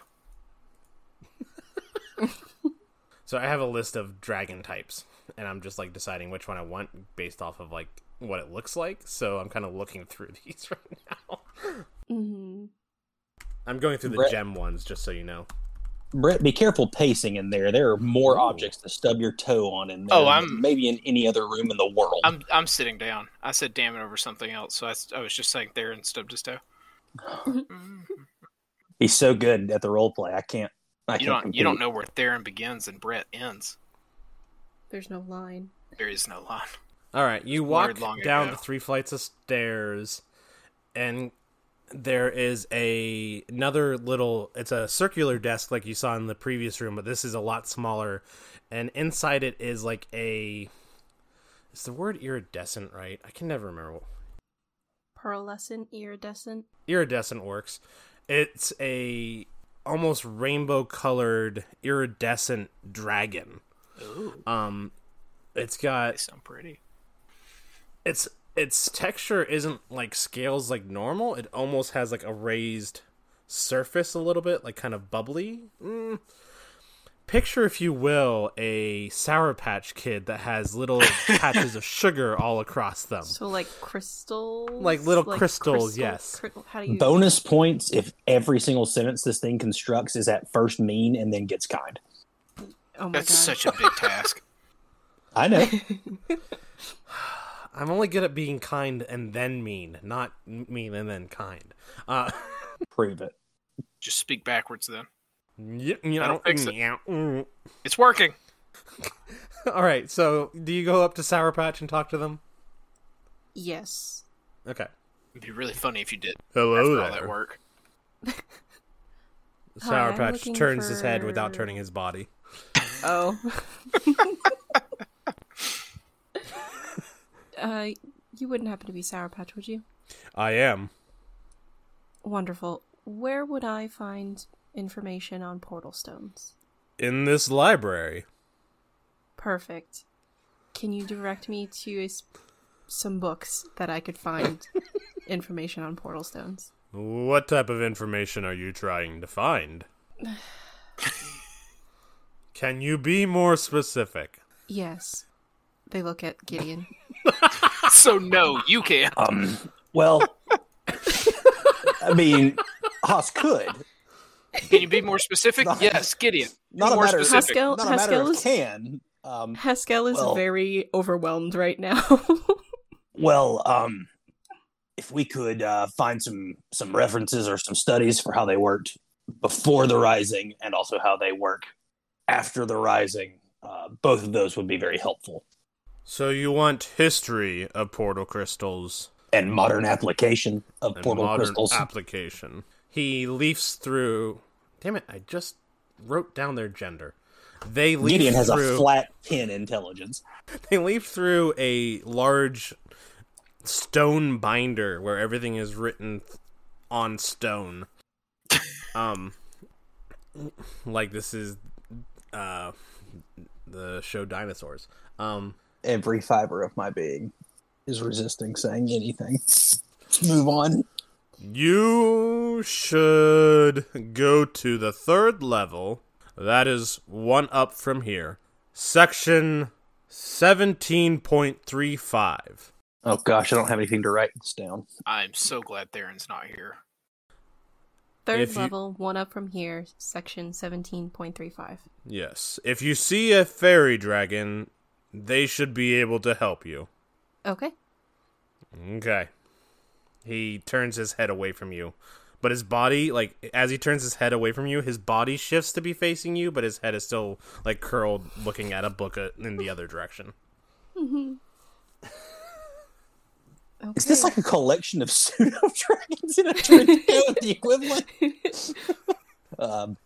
S3: So I have a list of dragon types, and I'm just like deciding which one I want based off of like what it looks like. So I'm kind of looking through these right now.
S4: Mhm.
S3: I'm going through the
S6: Brett-
S3: gem ones just so you know.
S6: Brett, be careful pacing in there. There are more
S3: Ooh.
S6: objects to stub your toe on in there.
S7: Oh,
S6: than
S7: I'm-
S6: maybe in any other room in the world.
S7: I'm I'm sitting down. I said damn it over something else, so I, s- I was just saying there and stubbed his toe.
S6: He's so good at the role play. I can't. I
S7: You
S6: can't
S7: don't you don't
S6: compete.
S7: know where Theron begins and Brett ends.
S4: There's no line.
S7: There is no line.
S3: All right, you
S7: Explored
S3: walk
S7: long
S3: down
S7: ago.
S3: the three flights of stairs, and there is a another little. It's a circular desk like you saw in the previous room, but this is a lot smaller, and inside it is like a. Is the word iridescent right? I can never remember. What,
S4: Pearlescent, iridescent.
S3: iridescent works. It's a almost rainbow colored iridescent dragon.
S7: Ooh,
S3: Um, it's got
S7: they sound pretty.
S3: it's its texture isn't like scales like normal. It almost has like a raised surface a little bit, like kind of bubbly. Mm. Picture, if you will, a Sour Patch Kid that has little patches of sugar all across them.
S4: So like crystals,
S3: Like little crystals, yes.
S4: cri- how do you
S6: Bonus points if every single sentence this thing constructs is at first mean and then gets kind.
S4: Oh my
S7: That's
S4: god.
S7: such a big task.
S6: I know.
S3: I'm only good at being kind and then mean, not m- mean and then kind. Uh,
S6: Prove it.
S7: Just speak backwards then.
S3: yeah, yeah,
S7: That'll fix it.
S3: yeah, mm.
S7: It's working.
S3: All right, so do you go up to Sour Patch and talk to them?
S4: yes.
S3: Okay.
S7: It'd be really funny if you did.
S3: Hello
S7: after all that work.
S3: Sour
S4: Hi, I'm
S3: Patch
S4: looking
S3: turns his head without
S4: for-
S3: turning his body.
S4: Oh. uh, you wouldn't happen to be Sour Patch, would you?
S3: I am.
S4: Wonderful. Where would I find information on portal stones?
S3: In this library.
S4: Perfect. Can you direct me to a s some books that I could find information on portal stones?
S3: What type of information are you trying to find? Can you be more specific?
S4: Yes. They look at Gideon.
S7: so no, you can't.
S6: Um, well, I mean, Haas could.
S7: Can you be more specific?
S6: Not-
S7: yes, Gideon. Be
S6: Not a
S7: more
S6: matter of-
S7: specific.
S4: Haskell,
S6: Not a matter
S4: Haskell,
S6: of
S4: is,
S6: can. Um,
S4: Haskell is
S6: Well-
S4: very overwhelmed right now.
S6: well, um, if we could uh, find some some references or some studies for how they worked before the rising and also how they work after the rising, uh, both of those would be very helpful.
S3: So you want history of portal crystals
S6: And modern application of
S3: and
S6: portal
S3: modern
S6: crystals.
S3: application. He leafs through. Damn it! I just wrote down their gender. They leaf
S6: Gideon has
S3: through.
S6: a flat pin intelligence.
S3: they leaf through a large stone binder where everything is written on stone. um, like this is uh the show dinosaurs. Um,
S6: Every fiber of my being is resisting saying anything. Let's move on.
S3: You should go to the third level. That is one up from here. Section 17.35.
S6: Oh gosh, I don't have anything to write this down.
S7: I'm so glad Theron's not here.
S4: Third
S3: If you-
S4: level, one up from here, section 17.35.
S3: Yes. If you see a fairy dragon, they should be able to help you.
S4: Okay.
S3: Okay. He turns his head away from you. But his body, like, as he turns his head away from you, his body shifts to be facing you, but his head is still, like, curled, looking at a book uh, in the other direction.
S4: Mm-hmm. okay.
S6: Is this like a collection of pseudo dragons in a drink with the equivalent? um,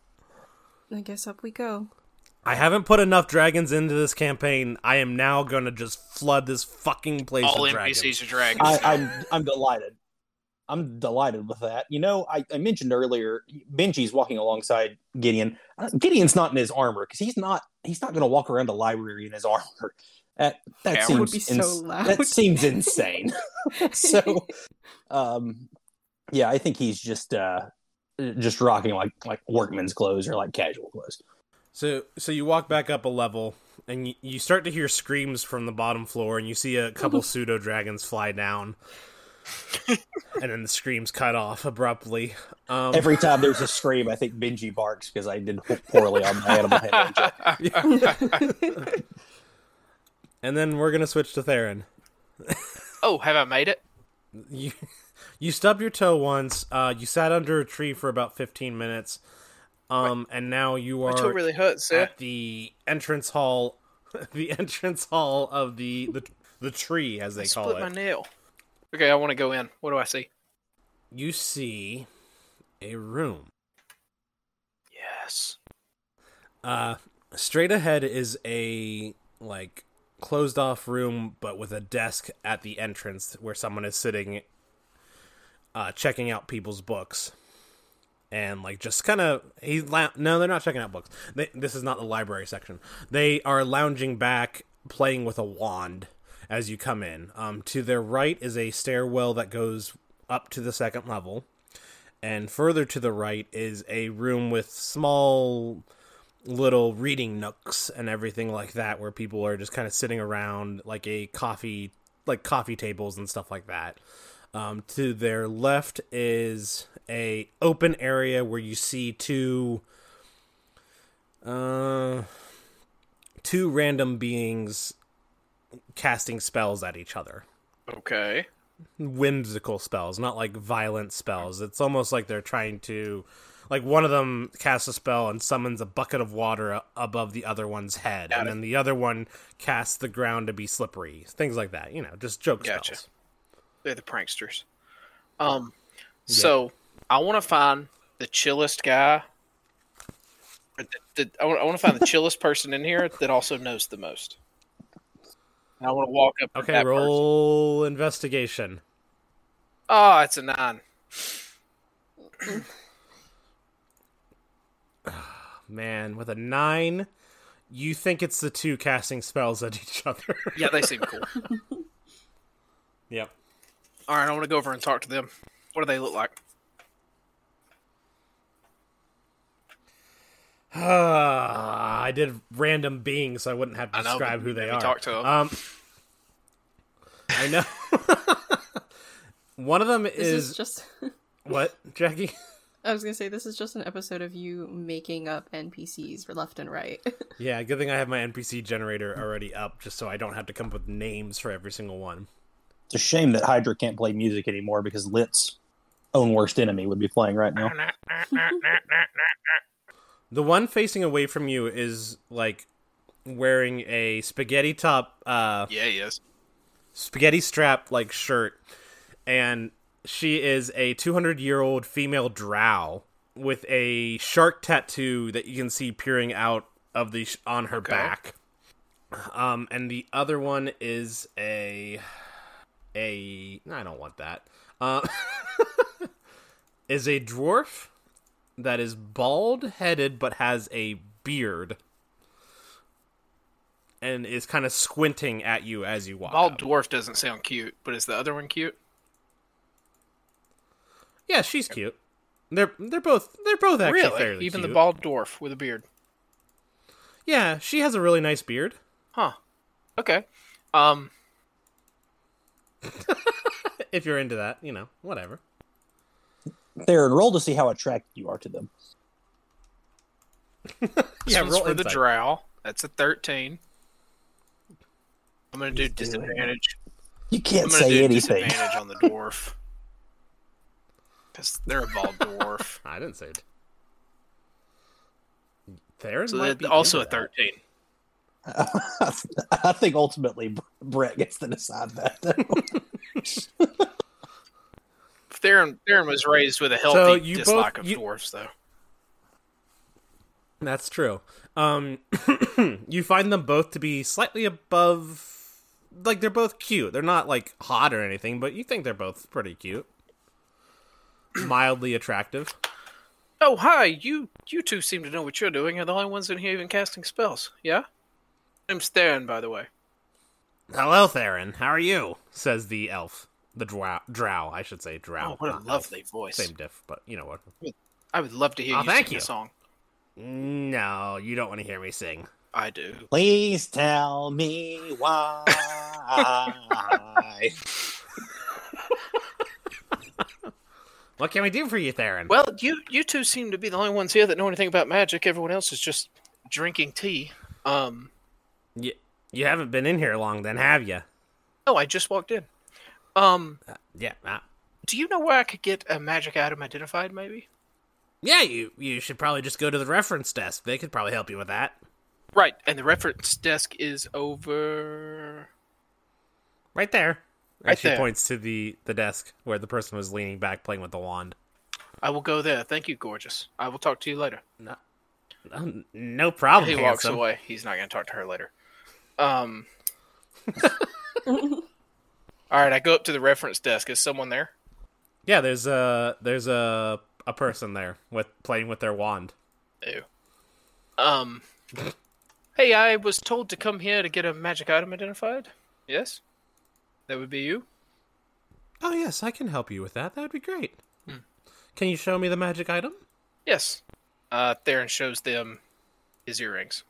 S4: I guess up we go.
S3: I haven't put enough dragons into this campaign. I am now gonna just flood this fucking place
S7: All
S3: with dragons.
S7: NPCs are dragons.
S6: I,
S7: now.
S6: I'm I'm delighted. I'm delighted with that. You know, I, I mentioned earlier Benji's walking alongside Gideon. Uh, Gideon's not in his armor because he's not he's not going to walk around a library in his armor. That that
S7: That
S6: seems
S4: would be so
S6: ins-
S4: loud.
S6: That seems insane. so um yeah i think he's just uh just rocking like like workman's clothes or like casual clothes
S3: So, so you walk back up a level, and you, you start to hear screams from the bottom floor, and you see a couple pseudo dragons fly down, and then the screams cut off abruptly. Um,
S6: every time there's a scream i think benji barks because i did poorly on my animal handling check.
S3: and then we're gonna switch to Theron.
S7: oh, have I made it?
S3: You, you stubbed your toe once. Uh, you sat under a tree for about fifteen minutes, um, and now you are.
S7: My toe really hurts, sir.
S3: at the entrance hall the entrance hall of the the, the tree as they
S7: I
S3: call
S7: split
S3: it
S7: my nail. Okay, I want to go in. What do I see?
S3: you see a room
S7: Yes.
S3: uh straight ahead is a like closed off room but with a desk at the entrance where someone is sitting uh checking out people's books and like just kind of he la- no they're not checking out books they, this is not the library section they are lounging back playing with a wand as you come in. Um, to their right is a stairwell that goes up to the second level, and further to the right is a room with small little reading nooks and everything like that where people are just kind of sitting around like a coffee like coffee tables and stuff like that um, to their left is a open area where you see two uh, two random beings casting spells at each other
S7: Okay.
S3: whimsical spells, not like violent spells. It's almost like they're trying to, like one of them casts a spell and summons a bucket of water a- above the other one's head,
S7: Got
S3: and
S7: it.
S3: then the other one casts the ground to be slippery. Things like that, you know, just joke
S7: Gotcha.
S3: spells.
S7: They're the pranksters. Um, so I want to find the chillest guy. or The, the, I want to find the chillest person in here that also knows the most. And I want to walk up. to
S3: Okay,
S7: that Person.
S3: roll investigation.
S7: Oh, it's a nine.
S3: Man, with a nine, you think it's the two casting spells at each other.
S7: Yeah, they seem cool.
S3: yep.
S7: All right, I want to go over and talk to them. What do they look like?
S3: Ah, I did random beings, so I wouldn't have to
S7: I know,
S3: describe
S7: but
S3: who they
S7: we
S3: are.
S7: talked to 'em.
S3: Um, I know. One of them
S4: This
S3: is,
S4: is just.
S3: what Jackie?
S4: I was gonna say this is just an episode of you making up NPCs left and right.
S3: Yeah, good thing I have my NPC generator already up, just so I don't have to come up with names for every single one.
S6: It's a shame that Hydra can't play music anymore because Lit's own worst enemy would be playing right now.
S3: The one facing away from you is like wearing a spaghetti top uh,
S7: Yeah, he is.
S3: spaghetti strap like shirt and she is a 200 year old female drow with a shark tattoo that you can see peering out of the sh- on her back um and the other one is a a i don't want that uh is a dwarf that is bald headed but has a beard and is kind of squinting at you as you walk
S7: Bald
S3: up.
S7: dwarf doesn't sound cute, but is the other one cute?
S3: Yeah, she's cute. They're they're both they're both actually fairly
S7: Even
S3: cute.
S7: the bald dwarf with a beard.
S3: Yeah, she has a really nice beard.
S7: Huh. Okay. Um.
S3: If you're into that, you know, whatever.
S6: There, roll to see how attracted you are to them.
S7: This
S3: yeah,
S7: one's for the
S3: insight.
S7: drow. That's a thirteen. I'm gonna do disadvantage.
S6: You
S7: I'm
S6: can't
S7: gonna
S6: say
S7: do
S6: anything.
S7: disadvantage on the dwarf. Because they're a bald dwarf.
S3: I didn't say it. Theron
S7: So
S3: might
S7: that
S3: be
S7: also a
S3: into that.
S7: thirteen.
S6: I think ultimately Brett gets to decide that. though.
S7: Theron Theron was raised with a healthy
S3: you both-
S7: dislike of
S3: you-
S7: dwarfs though.
S3: That's true. Um, you find them both to be slightly above, like they're both cute. They're not like hot or anything, but you think they're both pretty cute, mildly attractive.
S7: Oh hi, you you two seem to know what you're doing. You're the only ones in here even casting spells, yeah? I'm Theron, by the way.
S3: Hello, Theron. How are you? Says the elf, the drow. Drow, I should say drow.
S7: Oh, what a
S3: not elf.
S7: lovely voice.
S3: Ah, Same diff, but you know what?
S7: I would love to hear
S3: Oh,
S7: you
S3: thank
S7: sing
S3: you.
S7: a song.
S3: No, you don't want to hear me sing.
S7: I do.
S6: Please tell me why.
S3: What can we do for you, Theron?
S7: Well, you you two seem to be the only ones here that know anything about magic. Everyone else is just drinking tea. Um,
S3: you, you haven't been in here long, then, have you?
S7: oh, I just walked in. Um,
S3: Yeah, uh,
S7: do you know where I could get a magic item identified? Maybe.
S3: yeah. You you should probably just go to the reference desk. They could probably help you with that.
S7: Right, and the reference desk is over.
S3: Right there. And
S7: Right
S3: she
S7: there.
S3: points to the the desk where the person was leaning back playing with the wand.
S7: I will go there. Thank you, gorgeous. I will talk to you later.
S3: Oh, no problem.
S7: he walks
S3: handsome.
S7: away. He's not going to talk to her later. Um. All right, I go up to the reference desk. Is someone there?
S3: Yeah, there's a there's a a person there with playing with their wand.
S7: Ew. Um. Hey, I was told to come here to get a magic item identified. Yes. That would be you.
S3: Oh, yes, I can help you with that. That would be great. Can you show me the magic item?
S7: Yes. Uh, Theron shows them his earrings.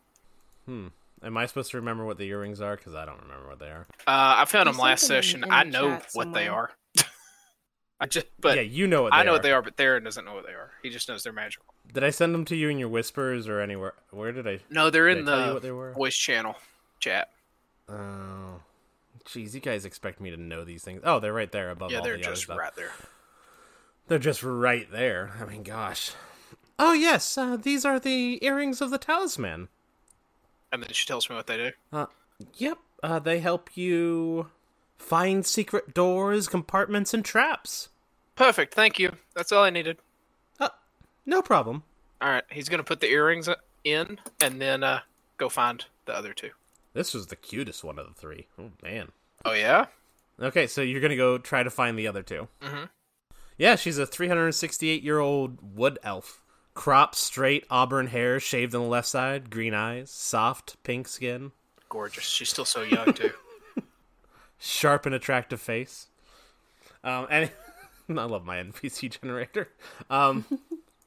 S3: Am I supposed to remember what the earrings are? Because I don't remember what they are.
S7: Uh, I found
S4: There's
S7: them last
S4: something in-
S7: session.
S4: in
S7: I
S4: the
S7: know what
S4: chat
S7: they
S4: somewhere.
S7: are. I just, but
S3: yeah, you know what they
S7: I know
S3: are.
S7: what they are, but Theron doesn't know what they are. He just knows they're magical.
S3: Did I send them to you in your whispers or anywhere? Where did I?
S7: No, they're
S3: Did
S7: in
S3: I tell you what
S7: the
S3: they were?
S7: voice channel chat.
S3: Oh, jeez, you guys expect me to know these things? Oh, they're right there above
S7: yeah,
S3: all
S7: they're
S3: the other
S7: just
S3: stuff.
S7: right there.
S3: They're just right there. I mean, gosh. Oh yes, uh, these are the earrings of the talisman.
S7: And then she tells me what they do.
S3: Yep, uh, they help you find secret doors, compartments, and traps.
S7: Perfect. Thank you. That's all I needed.
S3: Uh, no problem.
S7: All right. He's gonna put the earrings uh, in and then uh, go find the other two.
S3: This was the cutest one of the three. Oh man.
S7: Oh yeah.
S3: Okay, so you're gonna go try to find the other 2
S7: Mhm.
S3: Yeah, she's a 368 year old wood elf. Crop straight, auburn hair, shaved on the left side, green eyes, soft pink skin,
S7: Gorgeous. She's still so young too.
S3: sharp and attractive face. Um, and I love my NPC generator. Um,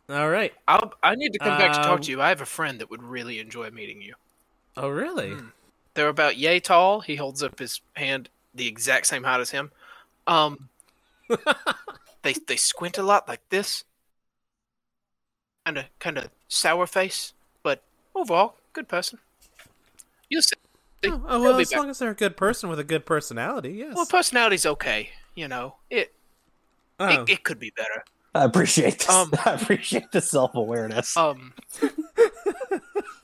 S3: all right.
S7: I'll, I need to come back to talk
S3: Um,
S7: to you. I have a friend that would really enjoy meeting you.
S3: Oh, really?
S7: Hmm. They're about yay tall. He holds up his hand the exact same height as him. Um, they they squint a lot like this, and a kind of sour face, but overall good person. You'll see.
S3: Oh, oh,
S7: They'll
S3: well,
S7: be
S3: as
S7: back.
S3: long as they're a good person with a good personality, yes.
S7: Well, personality's okay. You know, it
S3: Oh.
S7: it, it could be better.
S6: I appreciate this.
S7: Um,
S6: I appreciate the self awareness.
S7: Um,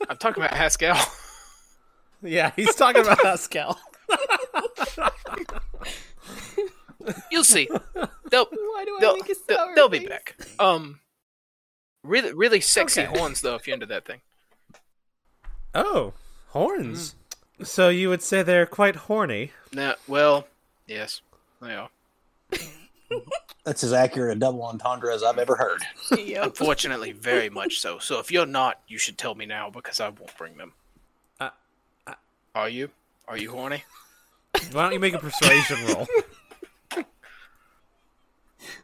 S7: I'm talking about Haskell.
S3: yeah, he's talking about us, Cal.
S7: You'll see. They'll
S4: Why do I
S7: they'll,
S4: make a
S7: they'll,
S4: sour
S7: they'll be
S4: face?
S7: back. Um, really really sexy
S3: Okay.
S7: horns though. If you're into that thing.
S3: Oh, horns.
S7: Hmm.
S3: So you would say they're quite horny.
S7: No, well, yes, they are.
S6: That's as accurate a double entendre as I've ever heard.
S4: Yep.
S7: Fortunately, very much so. So if you're not, you should tell me now because I won't bring them.
S3: Uh,
S7: are you? Are you horny?
S3: Why don't you make a persuasion roll?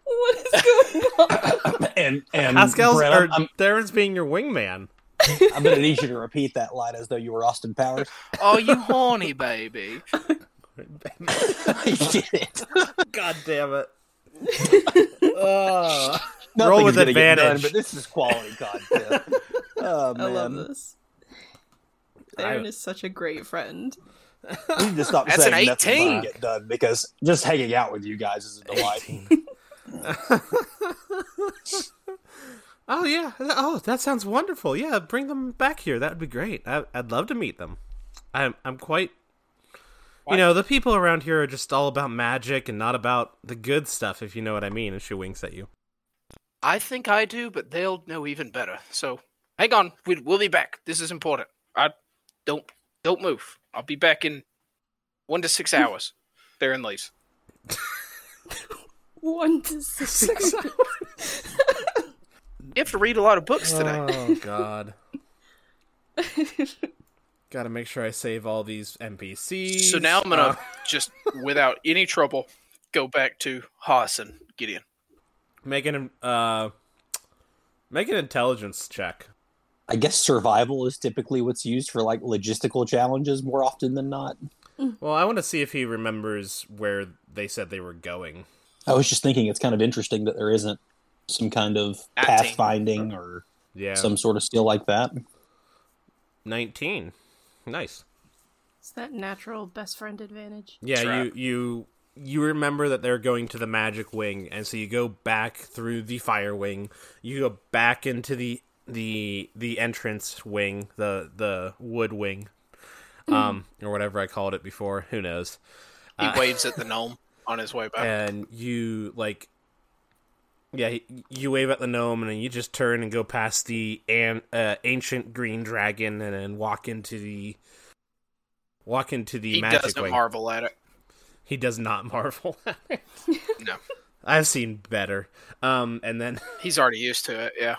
S4: What is going on?
S6: And and
S3: Pascal's
S6: Brett,
S3: or
S6: I'm, I'm,
S3: Darren's being your wingman.
S6: I'm gonna need you to repeat that line as though you were Austin Powers.
S7: Are you horny, baby?
S6: You did it.
S3: God damn it.
S6: Nothing
S3: Roll
S6: is
S3: with
S6: gonna get done,
S3: advantage.
S6: but this is quality content. Oh
S4: I love
S6: man,
S4: this. Theron is such a great friend.
S6: we need to stop
S7: That's an
S6: saying nothing's gonna
S7: 18.
S6: Get done because just hanging out with you guys is a delight.
S3: Oh yeah. Oh, that sounds wonderful. Yeah, bring them back here. That would be great. I, I'd love to meet them. I'm I'm quite. You know, the people around here are just all about magic and not about the good stuff, if you know what I mean. And she winks at you.
S7: I think I do, but they'll know even better. So hang on, we, we'll be back. This is important. I don't don't move. I'll be back in one to six hours. They're in leaves.
S4: One to six.
S7: You have to read a lot of books today.
S3: Oh God. Got to make sure I save all these NPCs.
S7: So now I'm gonna
S3: Uh,
S7: just without any trouble go back to Haas and Gideon.
S3: make an uh, make an intelligence check.
S6: I guess survival is typically what's used for like logistical challenges more often than not.
S3: Well, I want to see if he remembers where they said they were going.
S6: I was just thinking it's kind of interesting that there isn't some kind of
S7: Acting.
S6: pathfinding or
S3: Yeah,
S6: some sort of skill like that.
S3: nineteen. Nice.
S4: It's that natural best friend advantage.
S3: Yeah,
S7: Trap.
S3: you you you remember that they're going to the magic wing, and so you go back through the fire wing. You go back into the the the entrance wing, the the wood wing, um, or whatever I called it before. Who knows?
S7: He waves at the gnome on his way back.
S3: and you like yeah you wave at the gnome and then you just turn and go past the an, uh, ancient green dragon and then walk into the walk into the
S7: he
S3: magic
S7: doesn't
S3: wing
S7: marvel at it.
S3: he does not marvel
S7: No,
S3: i've seen better um and then
S7: he's already used to it. Yeah,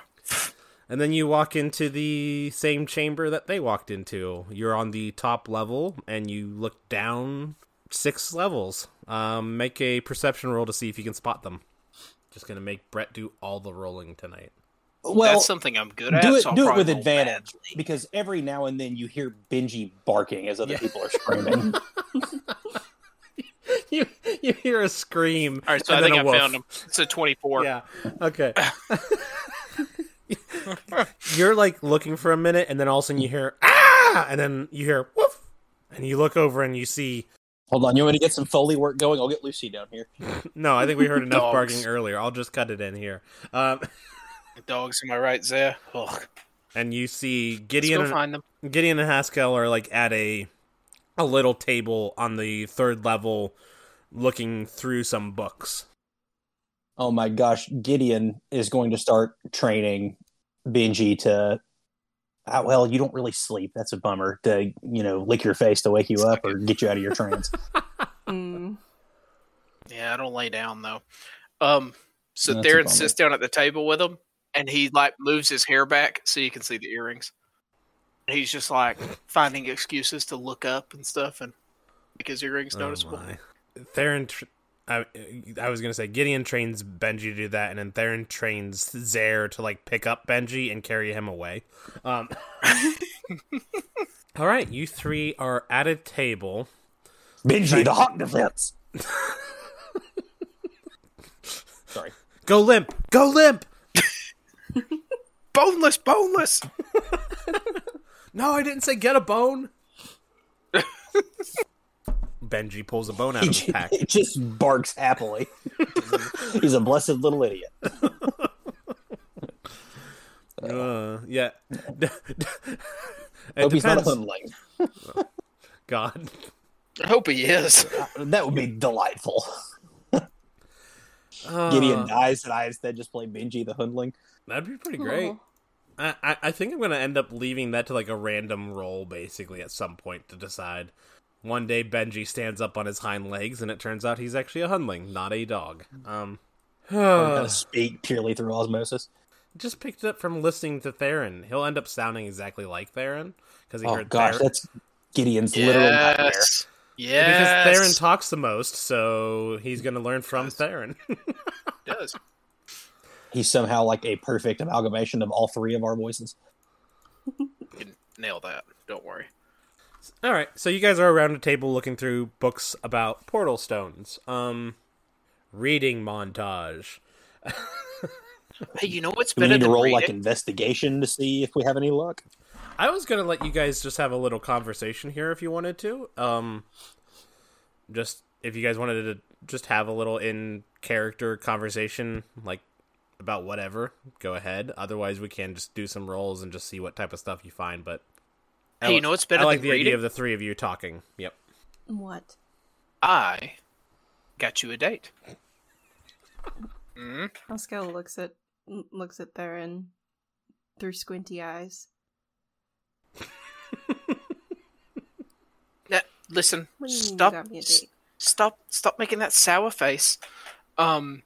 S3: and then you walk into the same chamber that they walked into you're on the top level and you look down six levels. Um, make a perception roll to see if you can spot them. Just gonna make Brett do all the rolling tonight.
S6: Well,
S7: That's something I'm good at.
S6: do it,
S7: so I'll
S6: do it
S7: probably
S6: with
S7: roll
S6: advantage
S7: badly.
S6: because every now and then you hear Benji barking as other people are screaming.
S3: you you hear a scream.
S7: All right, so
S3: and
S7: I
S3: then
S7: think
S3: a
S7: I
S3: woof.
S7: found him. It's a 24.
S3: Yeah. Okay. You're like looking for a minute, and then all of a sudden you hear ah, and then you hear woof, and you look over and you see.
S6: Hold on, you want me to get some foley work going? I'll get Lucy down here.
S3: No, I think we heard enough
S7: Dogs.
S3: barking earlier. I'll just cut it in here. Um,
S7: The dogs, am I right, Zaya? Ugh.
S3: and you see
S7: Let's
S3: Gideon
S7: go
S3: and
S7: find them.
S3: Gideon and Haskell are like at a a little table on the third level looking through some books.
S6: Oh my gosh, Gideon is going to start training Benji to. ah, well, you don't really sleep. That's a bummer to you know lick your face to wake you up or get you out of your trance.
S4: Mm.
S7: Yeah, I don't lay down though. Um, so
S6: That's a
S7: Darren
S6: bummer.
S7: sits down at the table with him, and he like moves his hair back so you can see the earrings. And he's just like finding excuses to look up and stuff and make his earrings noticeable.
S3: Oh my. Theron, tr- I, I was gonna say Gideon trains Benji to do that, and then Theron trains Zare to like pick up Benji and carry him away. Um, all right, you three are at a table.
S6: Benji, the hawk defense. Sorry.
S3: Go limp, go limp.
S7: boneless, boneless.
S3: No, I didn't say get a bone. Benji pulls a bone out of his
S6: He,
S3: pack.
S6: just barks happily. He's a blessed little idiot.
S3: Uh, yeah. it
S6: Hope he's not
S3: depends.
S6: a hundling.
S3: God.
S7: I hope he is.
S6: Uh, That would be delightful.
S3: Uh,
S6: Gideon dies, and I instead just play Benji the hundling.
S3: That'd be pretty great. I, I, I think I'm gonna end up leaving that to like a random roll basically at some point to decide. One day Benji stands up on his hind legs and it turns out he's actually a hundling, not a dog. Um
S6: I'm
S3: uh,
S6: gonna speak purely through osmosis.
S3: just picked it up from listening to Theron. He'll end up sounding exactly like Theron because he
S6: Oh
S3: heard
S6: gosh,
S3: Theron.
S6: that's Gideon's literal nightmare.
S7: yes.
S3: Because
S7: Yes.
S3: Theron talks the most, so he's gonna learn from
S7: Yes.
S3: Theron.
S7: does.
S6: He's somehow like a perfect amalgamation of all three of our voices.
S7: You can nail that. Don't worry.
S3: All right, so you guys are around a table looking through books about portal stones. Um, reading montage.
S7: Hey, you know what's
S6: Do we
S7: better
S6: need to
S7: than
S6: roll
S7: reading?
S6: like investigation to see if we have any luck?
S3: I was gonna let you guys just have a little conversation here if you wanted to. Um, just if you guys wanted to just have a little in character conversation, like about whatever, go ahead. Otherwise, we can just do some rolls and just see what type of stuff you find. But I
S7: Hey, you
S3: li-
S7: know what's better
S3: I like
S7: than
S3: the idea
S7: reading?
S3: of the three of you talking. Yep.
S4: What?
S7: I got you a date. Mm,
S4: Pascal looks at l- looks at Theron through squinty eyes.
S7: Now, listen,
S4: What do you mean
S7: stop,
S4: you got me a
S7: s-
S4: date?
S7: stop, stop making that sour face. Um,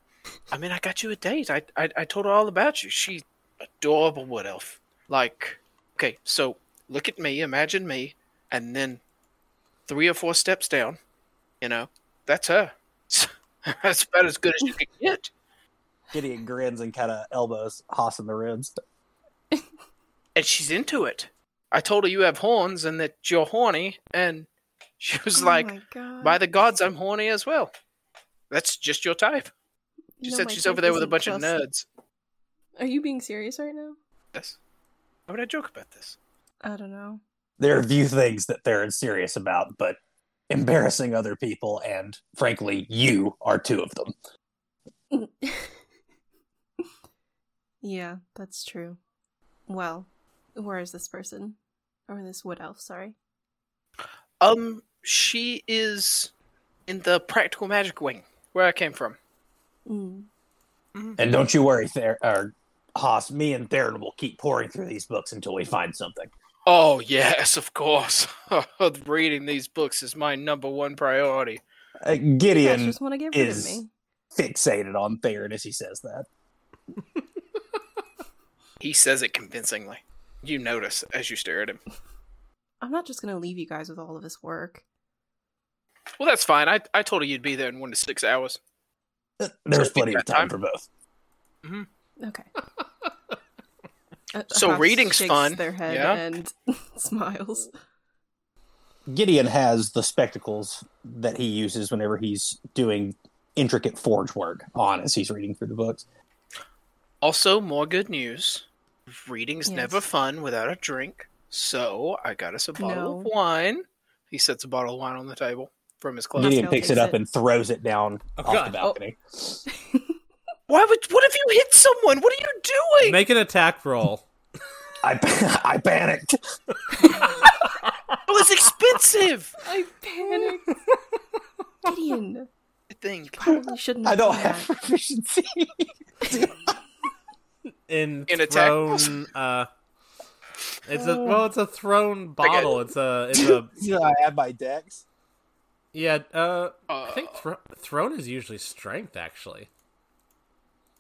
S7: I mean, I got you a date. I, I, I told her all about you. She's adorable wood elf. Like, okay, so look at me, imagine me, and then three or four steps down, you know, that's her. that's about as good as you can get.
S6: Gideon grins and kind of elbows Haas in the ribs.
S7: and she's into it. I told her you have horns and that you're horny, and she was
S4: Oh
S7: like,
S4: my God.
S7: "By the gods, I'm horny as well." That's just your type. She
S4: You know
S7: said
S4: my
S7: she's
S4: type
S7: over there with a
S4: isn't
S7: bunch of
S4: just-
S7: nerds.
S4: Are you being serious right now?
S7: Yes. Why would I joke about this?
S4: I don't know.
S6: There are few things that they're serious about, but embarrassing other people and, frankly, you are two of them.
S4: yeah, that's true. Well, where is this person? Or this wood elf, sorry.
S7: Um, she is in the practical magic wing where I came from.
S4: Mm.
S6: And don't you worry, Ther- or Haas, me and Theron will keep pouring through these books until we find something.
S7: Oh yes, of course. Reading these books is my number one priority.
S6: Uh,
S4: You
S6: Gideon
S4: guys just want to get rid
S6: is-
S4: of me.
S6: fixated on Theron as he says that.
S7: He says it convincingly. You notice as you stare at him.
S4: I'm not just going to leave you guys with all of this work.
S7: Well, that's fine. I, I told her you'd be there in one to six hours.
S6: There's
S7: So we
S6: plenty of
S7: got
S6: time
S7: time.
S6: for both.
S4: Okay. Uh,
S7: So
S4: Haas
S7: reading's
S4: shakes
S7: fun,
S4: Their head
S7: yeah?
S4: and smiles.
S6: Gideon has the spectacles that he uses whenever he's doing intricate forge work on as he's reading through the books.
S7: Also, more good news. Reading's
S4: Yes.
S7: never fun without a drink. So I got us a bottle
S4: No.
S7: of wine. He sets a bottle of wine on the table from his closet.
S6: Gideon
S4: Pascal
S6: picks it
S4: takes
S6: up
S4: it.
S6: and throws it down
S3: Oh,
S6: off the
S3: God.
S6: balcony.
S7: Why would? What if you hit someone? What are you doing?
S3: Make an attack roll.
S6: I, I panicked.
S7: It was expensive.
S4: I panicked. Gideon,
S7: I think
S4: probably shouldn't.
S6: I don't
S4: done
S6: have
S4: that.
S6: proficiency.
S3: In,
S7: In attack?
S3: thrown. Uh, it's a well. It's a thrown bottle. It's a. It's a.
S6: you know, I have my dex.
S3: Yeah. Uh, I
S7: Uh,
S3: think thro- thrown is usually strength. Actually.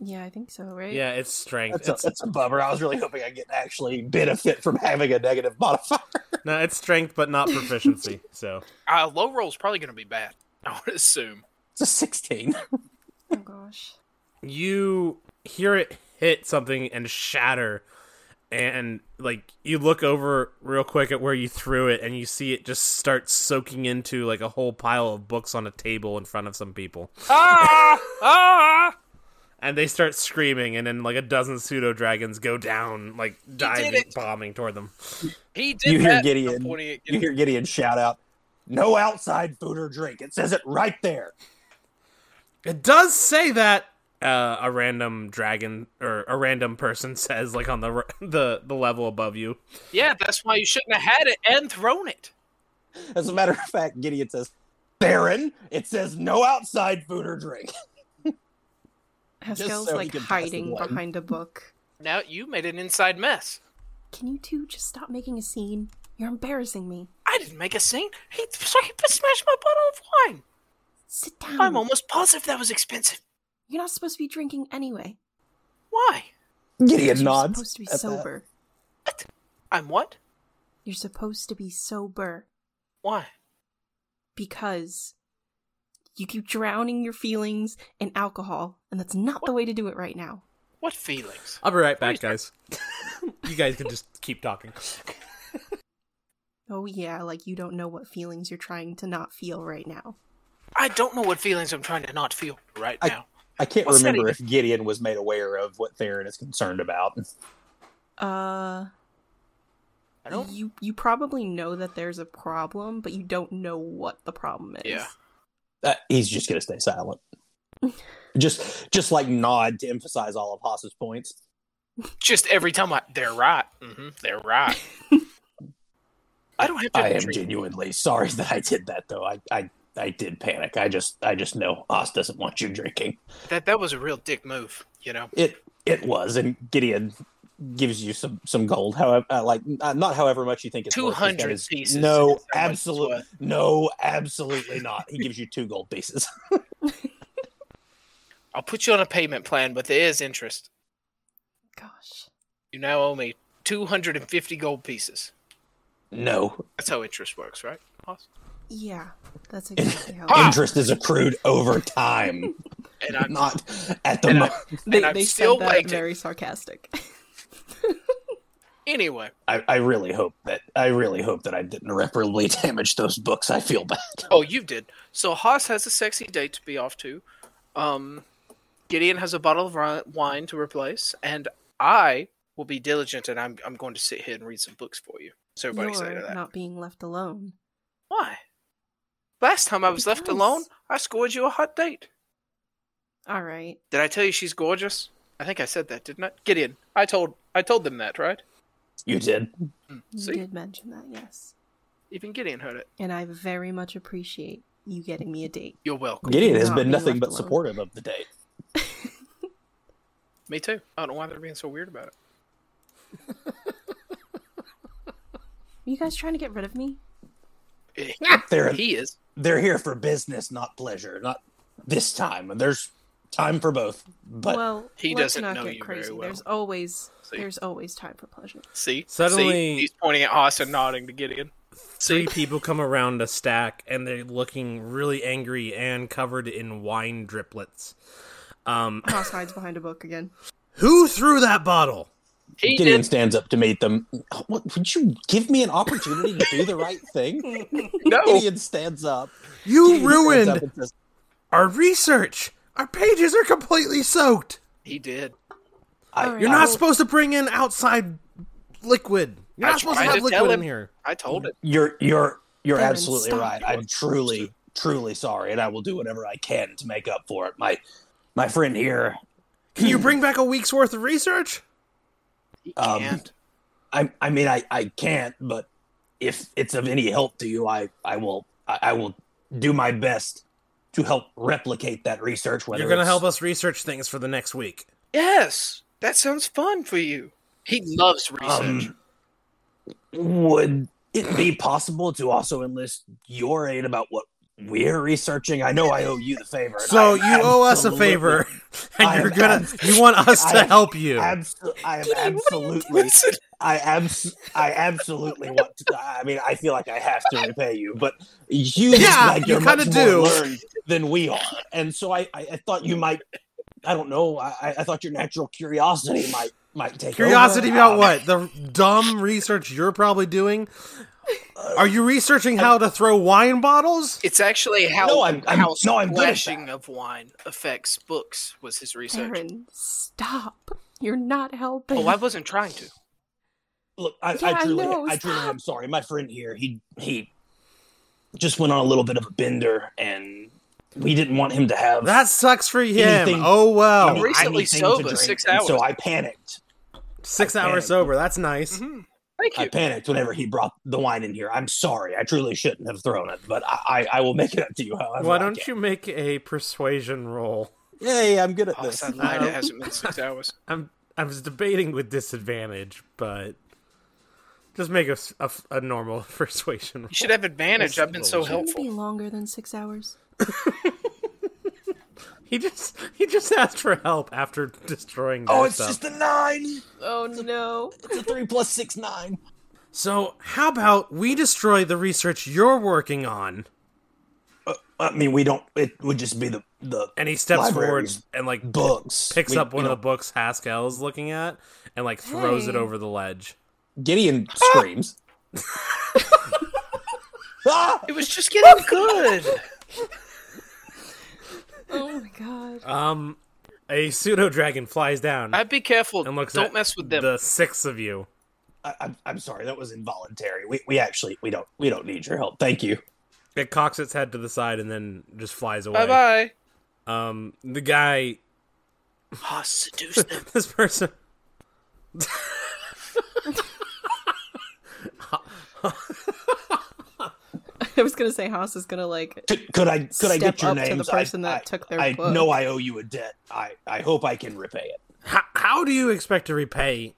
S4: Yeah, I think so. Right?
S3: Yeah, it's strength.
S6: That's a,
S3: It's
S6: that's a bummer. I was really hoping I get actually benefit from having a negative modifier.
S3: no, it's strength, but not proficiency. So
S7: uh, low roll's probably going to be bad. I would assume.
S6: It's a 16.
S4: Oh gosh.
S3: you hear it hit something and shatter, and like you look over real quick at where you threw it, and you see it just start soaking into like a whole pile of books on a table in front of some people.
S7: Ah! ah!
S3: and they start screaming, and then like a dozen pseudo dragons go down, like diving,
S7: it.
S3: bombing toward them.
S7: He did
S6: You hear
S7: that.
S6: Gideon.
S7: I'm pointing at
S6: You hear Gideon shout out, no outside food or drink. It says it right there.
S3: It does say that uh, a random dragon or a random person says, like on the r- the the level above you.
S7: Yeah, that's why you shouldn't have had it and thrown it.
S6: As a matter of fact, Gideon says, Theron, it says no outside food or drink.
S4: Pascal's
S6: so he
S4: like
S6: can pass the
S4: hiding
S6: wine.
S4: behind a book.
S7: Now you made an inside mess.
S4: Can you two just stop making a scene? You're embarrassing me.
S7: I didn't make a scene. He, so he smashed my bottle of wine.
S4: Sit down.
S7: I'm almost positive that was expensive.
S4: You're not supposed to be drinking anyway.
S7: Why?
S6: Gideon
S4: You're
S6: nods.
S4: supposed to be
S6: at that.
S4: sober.
S7: What? I'm what?
S4: You're supposed to be sober
S7: Why?
S4: because you keep drowning your feelings in alcohol, and that's not the way to do it right now.
S7: What feelings?
S3: I'll be right back, guys. you guys can just keep talking.
S4: Oh, yeah, like you don't know what feelings you're trying to not feel right now.
S7: I don't know what feelings I'm trying to not feel right
S6: I-
S7: now.
S6: I can't
S7: What's that
S6: remember if Gideon was made aware of what Theron is concerned about.
S4: Uh,
S7: I don't.
S4: you you probably know that there's a problem, but you don't know what the problem is.
S7: Yeah.
S6: Uh, he's just going to stay silent. just just like nod to emphasize all of Haas's points.
S7: Just every time I, they're right. hmm they're right. I don't have to.
S6: I am
S7: drink.
S6: genuinely sorry that I did that though. I, I I did panic. I just I just know Haas doesn't want you drinking.
S7: That that was a real dick move. You know.
S6: It it was and Gideon gives you some some gold. However, uh, like uh, not however much you think it's worth, because that
S7: 200
S6: is-
S7: pieces is how
S6: No,
S7: much it's
S6: absolutely,
S7: worth.
S6: no, absolutely not. He gives you two gold pieces.
S7: I'll put you on a payment plan, but there is interest.
S4: Gosh.
S7: You now owe me 250 gold pieces.
S6: No,
S7: That's how interest works, right? Awesome.
S4: Yeah, that's exactly how.
S7: Ah!
S6: interest is accrued over time,
S7: And I'm
S6: not at the
S7: And I-
S6: moment.
S4: They,
S7: And I'm
S4: they
S7: still
S4: said that
S7: waiting.
S4: very sarcastic.
S7: anyway.
S6: I, I really hope that I really hope that I didn't irreparably damage those books. I feel bad.
S7: Oh, you did. So Haas has a sexy date to be off to. Um, Gideon has a bottle of ri- wine to replace, and I will be diligent, and I'm I'm going to sit here and read some books for you. So everybody excited
S4: You're
S7: to that?
S4: not being left alone.
S7: Why? Last time I was left
S4: Because-
S7: alone, I scored you a hot date.
S4: All right.
S7: Did I tell you she's gorgeous? I think I said that, didn't I? Gideon, I told I told them that, right?
S6: You did.
S4: You
S7: See?
S4: did mention that, yes.
S7: Even Gideon heard it.
S4: And I very much appreciate you getting me a date.
S7: You're welcome.
S6: Gideon has
S4: Not
S6: been
S4: be
S6: nothing
S4: left
S6: but
S4: alone.
S6: supportive of the date.
S7: Me too. I don't know why they're being so weird about it.
S4: Are you guys trying to get rid of me?
S7: Eh,
S6: They're
S7: he is.
S6: they're here for business, not pleasure. Not this time. There's time for both. But
S4: well,
S7: He
S4: let's
S7: doesn't
S4: not
S7: know
S4: get
S7: you very
S4: crazy.
S7: well.
S4: There's always
S7: See?
S4: there's always time for pleasure.
S7: See,
S3: Suddenly-
S7: See? he's pointing at Haas and nodding to Gideon.
S3: three people come around a stack and they're looking really angry and covered in wine driplets. Um,
S4: House hides behind a book again.
S3: who threw that bottle?
S7: He
S9: Gideon
S7: did.
S9: stands up to meet them. What, would you give me an opportunity to do the right thing?
S7: No.
S9: Gideon stands up.
S3: You
S9: Gideon stands up
S3: ruined
S9: and says,
S3: our research. Our pages are completely soaked.
S7: He did.
S9: I-
S4: All
S3: You're
S4: right.
S3: not supposed to bring in outside liquid. You're
S7: I
S3: not supposed to
S7: tried
S3: have
S7: to tell
S3: liquid in
S7: him.
S3: here.
S7: I told it.
S9: You're you're you're
S4: Devin,
S9: absolutely
S4: stop.
S9: right. I'm truly truly sorry, and I will do whatever I can to make up for it. My my friend here,
S3: Can you bring back a week's worth of research?
S7: He
S9: Um,
S7: can't.
S9: I I mean I I can't, but if it's of any help to you, I I will I, I will do my best to help replicate that research. Whether
S3: You're going to
S9: it's-
S3: help us research things for the next week.
S7: Yes. That sounds fun for you. He loves research.
S9: Um, would it be possible to also enlist your aid about what we're researching? I know I owe you the favor. and
S3: So
S9: I
S3: you
S9: am
S3: owe us a
S9: absolutely-
S3: favor,
S9: I
S3: and
S9: am
S3: you're gonna
S9: abs-
S3: you want us to
S9: I am
S3: help you.
S9: Abso- I am
S4: Gideon, what are you
S9: absolutely, I abs- I absolutely want. To, I mean, I feel like I have to repay you, but you look
S3: Yeah,
S9: like
S3: you
S9: you're much
S3: kinda
S9: more
S3: do.
S9: learned than we are, and so I, I, I thought you might. I don't know. I, I- I thought your natural curiosity might might take
S3: Curiosity
S9: over.
S3: about
S9: Um,
S3: what the dumb research you're probably doing. Are you researching how to throw wine bottles?
S7: It's actually how
S9: No, I'm- I'm-
S7: how
S9: no, I'm good at
S7: splashing of wine affects books was his research.
S4: Aaron, stop. You're not helping.
S7: Oh, I wasn't trying to.
S9: Look, I,
S4: Yeah,
S9: I
S4: I
S9: truly,
S4: know,
S9: I, truly
S4: stop.
S9: am sorry. My friend here, he he just went on a little bit of a bender, and we didn't want him to have
S3: That sucks for him.
S9: Anything-
S3: oh
S9: I
S3: well,
S9: mean,
S7: I'm recently
S9: anything to
S7: sober,
S9: drink,
S7: six
S9: and So
S7: hours.
S9: I panicked.
S3: six
S9: I
S3: hours
S9: panicked.
S3: sober. That's nice.
S7: Mhm. Thank
S9: I
S7: you.
S9: panicked whenever he brought the wine in here. I'm sorry. I truly shouldn't have thrown it, but I, I, I will make it up to you. However
S3: Why
S9: I
S3: don't you
S9: can.
S3: make a persuasion roll?
S9: Yay, I'm good at
S7: Oh,
S9: this.
S7: so I lied.
S3: Um,
S7: It hasn't been six hours.
S3: I'm I was debating with disadvantage, but just make a, s- a f- a normal persuasion roll.
S7: You should have advantage. I've been so
S4: Shouldn't it be
S7: helpful.
S4: longer than six hours.
S3: He just he just asked for help after destroying.
S9: Oh,
S3: that
S9: it's
S3: stuff.
S9: just a nine.
S4: Oh no.
S9: It's a three plus six nine.
S3: So, how about we destroy the research you're working on?
S9: I mean, we don't. It would just be the the
S3: And he steps forward
S9: Libraries.
S3: and like
S9: books.
S3: picks
S9: We-
S3: up one
S9: you
S3: of the
S9: know,
S3: books Haskell is looking at and like throws it
S4: Hey.
S3: over the ledge.
S9: Gideon screams. ah!
S7: It was just getting good.
S4: Oh my god.
S3: Um, a pseudo dragon flies down
S7: I'd be careful.
S3: and looks
S7: Don't
S3: at
S7: mess with them.
S3: the six of you.
S9: I, I'm, I'm sorry. That was involuntary. We, we actually we don't we don't need your help. Thank you.
S3: It cocks its head to the side and then just flies away.
S7: Bye bye.
S3: Um, the guy,
S7: Ah, seduce them.
S3: this person.
S4: I was gonna say Haas is gonna like
S9: Could, could I could I
S4: Step
S9: get your
S4: up to the
S9: names?
S4: person
S9: I,
S4: that
S9: I-
S4: took their
S9: I
S4: book.
S9: know I owe you a debt. I, I hope I can repay it.
S3: How, how do you expect to repay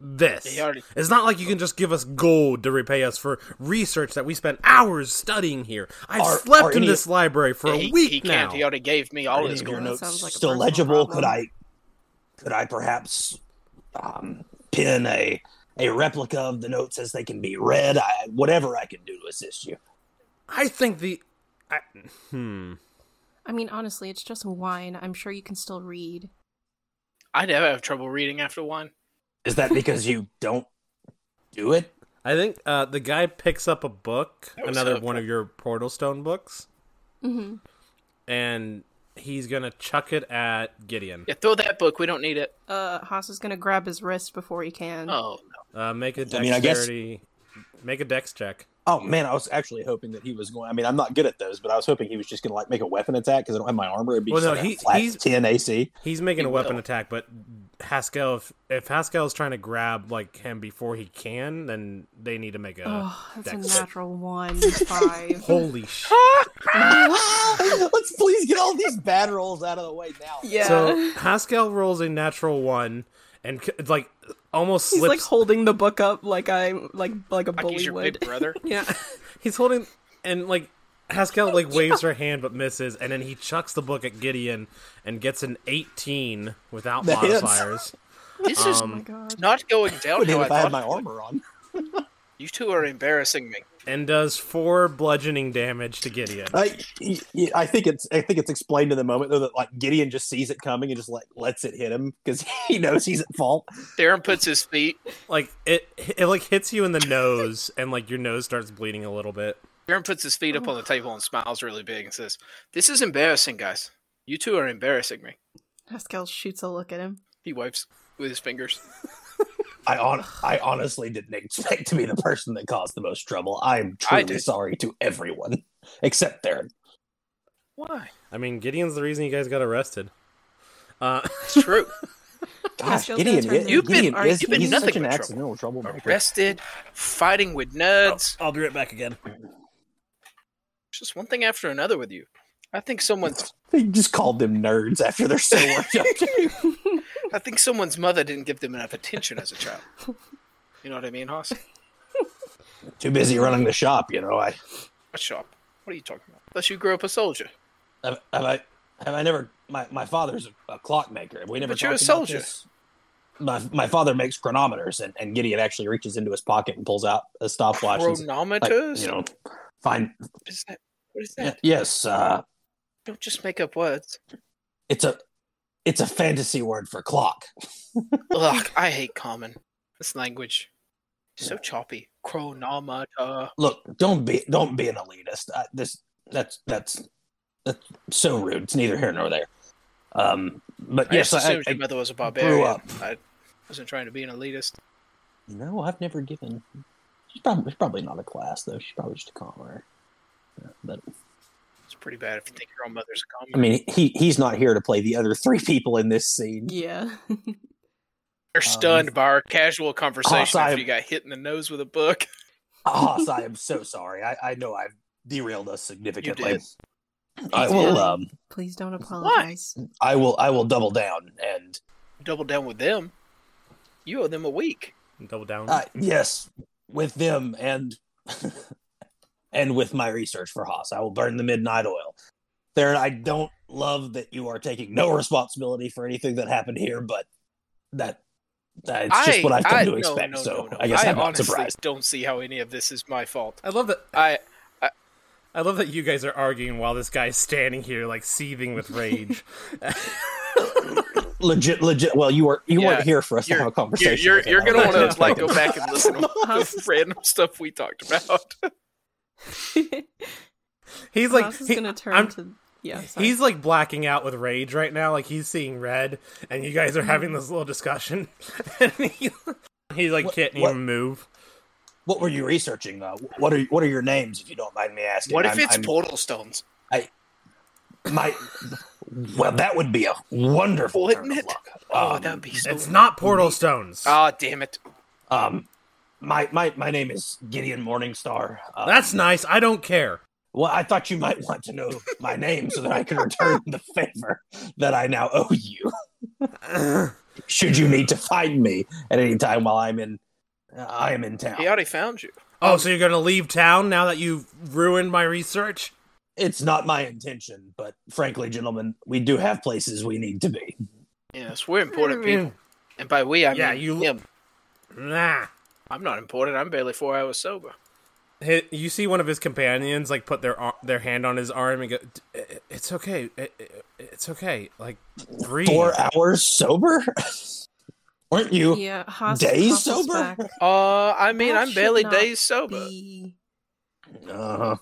S3: this?
S7: He already-
S3: It's not like you can just give us gold to repay us for research that we spent hours studying here. I've
S9: Are-
S3: slept
S9: are
S3: in
S9: any-
S3: this library for
S7: he,
S3: a week
S7: he
S3: now.
S7: can't. He already gave me all
S9: Are any
S7: his
S9: of your
S7: gold.
S4: That
S9: notes
S4: sounds like a
S9: still
S4: personal
S9: legible?
S4: problem.
S9: Could I could I perhaps um, pin a a replica of the notes as they can be read? I, whatever I can do to assist you.
S3: I think the. I, hmm.
S4: I mean honestly, it's just wine. I'm sure you can still read.
S7: I never have trouble reading after one.
S9: Is that because you don't do it?
S3: I think uh, the guy picks up a book,
S7: That was
S3: another
S7: helpful.
S3: one of your Portal Stone books,
S4: Mm-hmm.
S3: and he's gonna chuck it at Gideon.
S7: Yeah, throw that book. We don't need it.
S4: Uh Haas is gonna grab his wrist before he can.
S7: Oh,
S3: Uh, make a
S9: I mean, I guess-
S3: dexterity. Make a dex check.
S9: Oh man, I was actually hoping that he was going. I mean, I'm not good at those, but I was hoping he was just going to like make a weapon attack because I don't have my armor. It'd be
S3: Well,
S9: just
S3: no,
S9: like a
S3: he-
S9: flat
S3: he's-
S9: 10 AC.
S3: He's making a
S7: He
S3: weapon
S7: will.
S3: attack, but Haskell, if, if Haskell's trying to grab like him before he can, then they need to make a.
S4: Oh, that's a
S3: dex.
S4: natural one five.
S3: Holy shit!
S9: Let's please get all these bad rolls out of the way now.
S4: yeah.
S3: So Haskell rolls a natural one, and c- like almost
S4: He's
S3: slips.
S4: like holding the book up like I'm like like a
S7: like he's
S4: bully
S7: your
S4: would.
S7: big brother.
S3: Yeah, he's holding and like Haskell like waves her hand but misses, and then he chucks the book at Gideon and gets an eighteen without
S9: That hits.
S3: modifiers.
S7: This is
S4: Oh my god.
S7: not going down
S9: Would
S7: how
S9: even
S7: I
S9: if I
S7: thought.
S9: had my armor on.
S7: You two are embarrassing me.
S3: and does four bludgeoning damage to Gideon.
S6: I, y- I think it's I think it's explained in the moment though that like Gideon just sees it coming and just like lets it hit him because he knows he's at fault.
S7: Darren puts his feet.
S3: Like it, it like hits you in the nose, and like your nose starts bleeding a little bit.
S7: Darren puts his feet up on the table and smiles really big and says, "This is embarrassing, guys. You two are embarrassing me."
S4: Haskell shoots a look at him.
S7: He wipes with his fingers.
S6: I on, I honestly didn't expect to be the person that caused the most trouble. I'm truly
S7: did.
S6: sorry to everyone except Darren.
S7: Why?
S3: I mean, Gideon's the reason you guys got arrested. Uh,
S7: It's true.
S6: Gosh,
S4: Still
S6: Gideon,
S4: turns
S6: is-
S7: You've been-
S6: Gideon
S7: alright,
S6: is-
S7: you've been
S6: he's
S7: nothing
S6: such an
S7: but trouble.
S6: accidental troublemaker.
S7: Arrested, fighting with nerds.
S3: I'll be right back again.
S7: Just one thing after another with you. I think someone's.
S6: They just called them nerds after they're so worked up.
S7: I think someone's mother didn't give them enough attention as a child. You know what I mean, Hoss?
S6: Too busy running the shop, you know. I
S7: What shop? What are you talking about? Unless you grew up a soldier.
S6: have, have I have I never my, my father's a clockmaker. Have we never
S7: But you're a
S6: talked about
S7: soldier.
S6: this? My my father makes chronometers, and, and Gideon actually reaches into his pocket and pulls out a stopwatch. and s- like,
S7: Chronometers?
S6: you know, find
S7: What is that? What is that?
S6: y- yes, uh,
S7: Don't just make up words.
S6: it's a it's a fantasy word for clock.
S7: Ugh, I hate common. This language. So choppy. Chronometer.
S6: Look, don't be don't be an elitist. I, this that's that's that's so rude. It's neither here nor there. Um, but
S7: I
S6: yes,
S7: just
S6: I,
S7: assumed
S6: I,
S7: your mother was a barbarian.
S6: up.
S7: I wasn't trying to be an elitist.
S6: No, I've never given. She's probably, she's probably not a class though. She's probably just a commoner. Yeah, But
S7: It's pretty bad if you think your own mother's a common.
S6: I mean, he he's not here to play the other three people in this scene.
S4: Yeah.
S7: They're stunned by our casual conversation
S6: Hoss, um, I-
S7: after you got hit in the nose with a book.
S6: Haas, I am so sorry. I, I know I've derailed us significantly.
S7: did.
S6: I
S4: It's
S6: will
S4: fine.
S6: um
S4: Please don't apologize.
S6: I will I will double down and
S7: Double down with them. You owe them a week.
S3: Double down.
S6: uh, yes with them and and with my research for Haas. I will burn the midnight oil. Theron, I don't love that you are taking no responsibility for anything that happened here, but that that's
S7: I-
S6: just what I've come
S7: I-
S6: to
S7: no,
S6: expect.
S7: no,
S6: so
S7: no, no.
S6: I guess am not
S7: honestly
S6: surprised.
S7: don't see how any of this is my fault.
S3: I love that.
S7: I
S3: I love that you guys are arguing while this guy's standing here like seething with rage.
S6: Legit, legit. Well, you were you
S7: Yeah,
S6: weren't here for us to
S7: you're-
S6: have a
S7: you're
S6: conversation.
S7: you're,
S6: with him.
S7: you're gonna
S6: I
S7: want to
S6: don't
S7: like
S6: know.
S7: go back and listen to all the random stuff we talked about.
S3: He's like
S4: Like, Ross is
S3: he-
S4: gonna turn
S3: I'm-
S4: to yeah. Sorry.
S3: he's like blacking out with rage right now. Like he's seeing red, and you guys are having this little discussion. and he, he like
S6: What-
S3: can't
S6: what-
S3: even move.
S6: What were you researching though? What are what are your names, if you don't mind me asking?
S7: What if
S6: I'm-
S7: it's
S6: I'm-
S7: portal stones?
S6: my? Well, that would be a wonderful.
S7: Wouldn't
S6: turn of
S7: it?
S6: luck.
S7: Oh,
S6: Um,
S7: that'd be so.
S3: It's not portal stones.
S6: Uh,
S7: Ah, damn it!
S6: Um, my my my name is Gideon Morningstar. Um,
S3: That's nice. I don't care.
S6: well. I thought you might want to know my name so that I can return the favor that I now owe you. Should you need to find me at any time while I'm in, I am in town.
S7: He already found you.
S3: Oh, so you're gonna leave town now that you've ruined my research?
S6: It's not my intention, but frankly, gentlemen, we do have places we need to be.
S7: Yes, we're important
S6: Mm-hmm.
S7: people, and by we I
S3: Yeah,
S7: mean
S3: you-
S7: him.
S3: Nah.
S7: I'm not important. I'm barely four hours sober.
S3: Hi you see one of his companions like put their ar- their hand on his arm and go, "D- i- "It's okay, I- I- it's okay." Like breathe.
S6: Four hours sober? Weren't you?
S4: yeah. Haas,
S6: Days
S4: Haas is
S6: sober?
S4: back.
S7: Uh, I mean,
S4: That
S7: I'm
S4: should
S7: barely
S4: not
S7: days sober.
S4: Be-
S6: Uh-huh.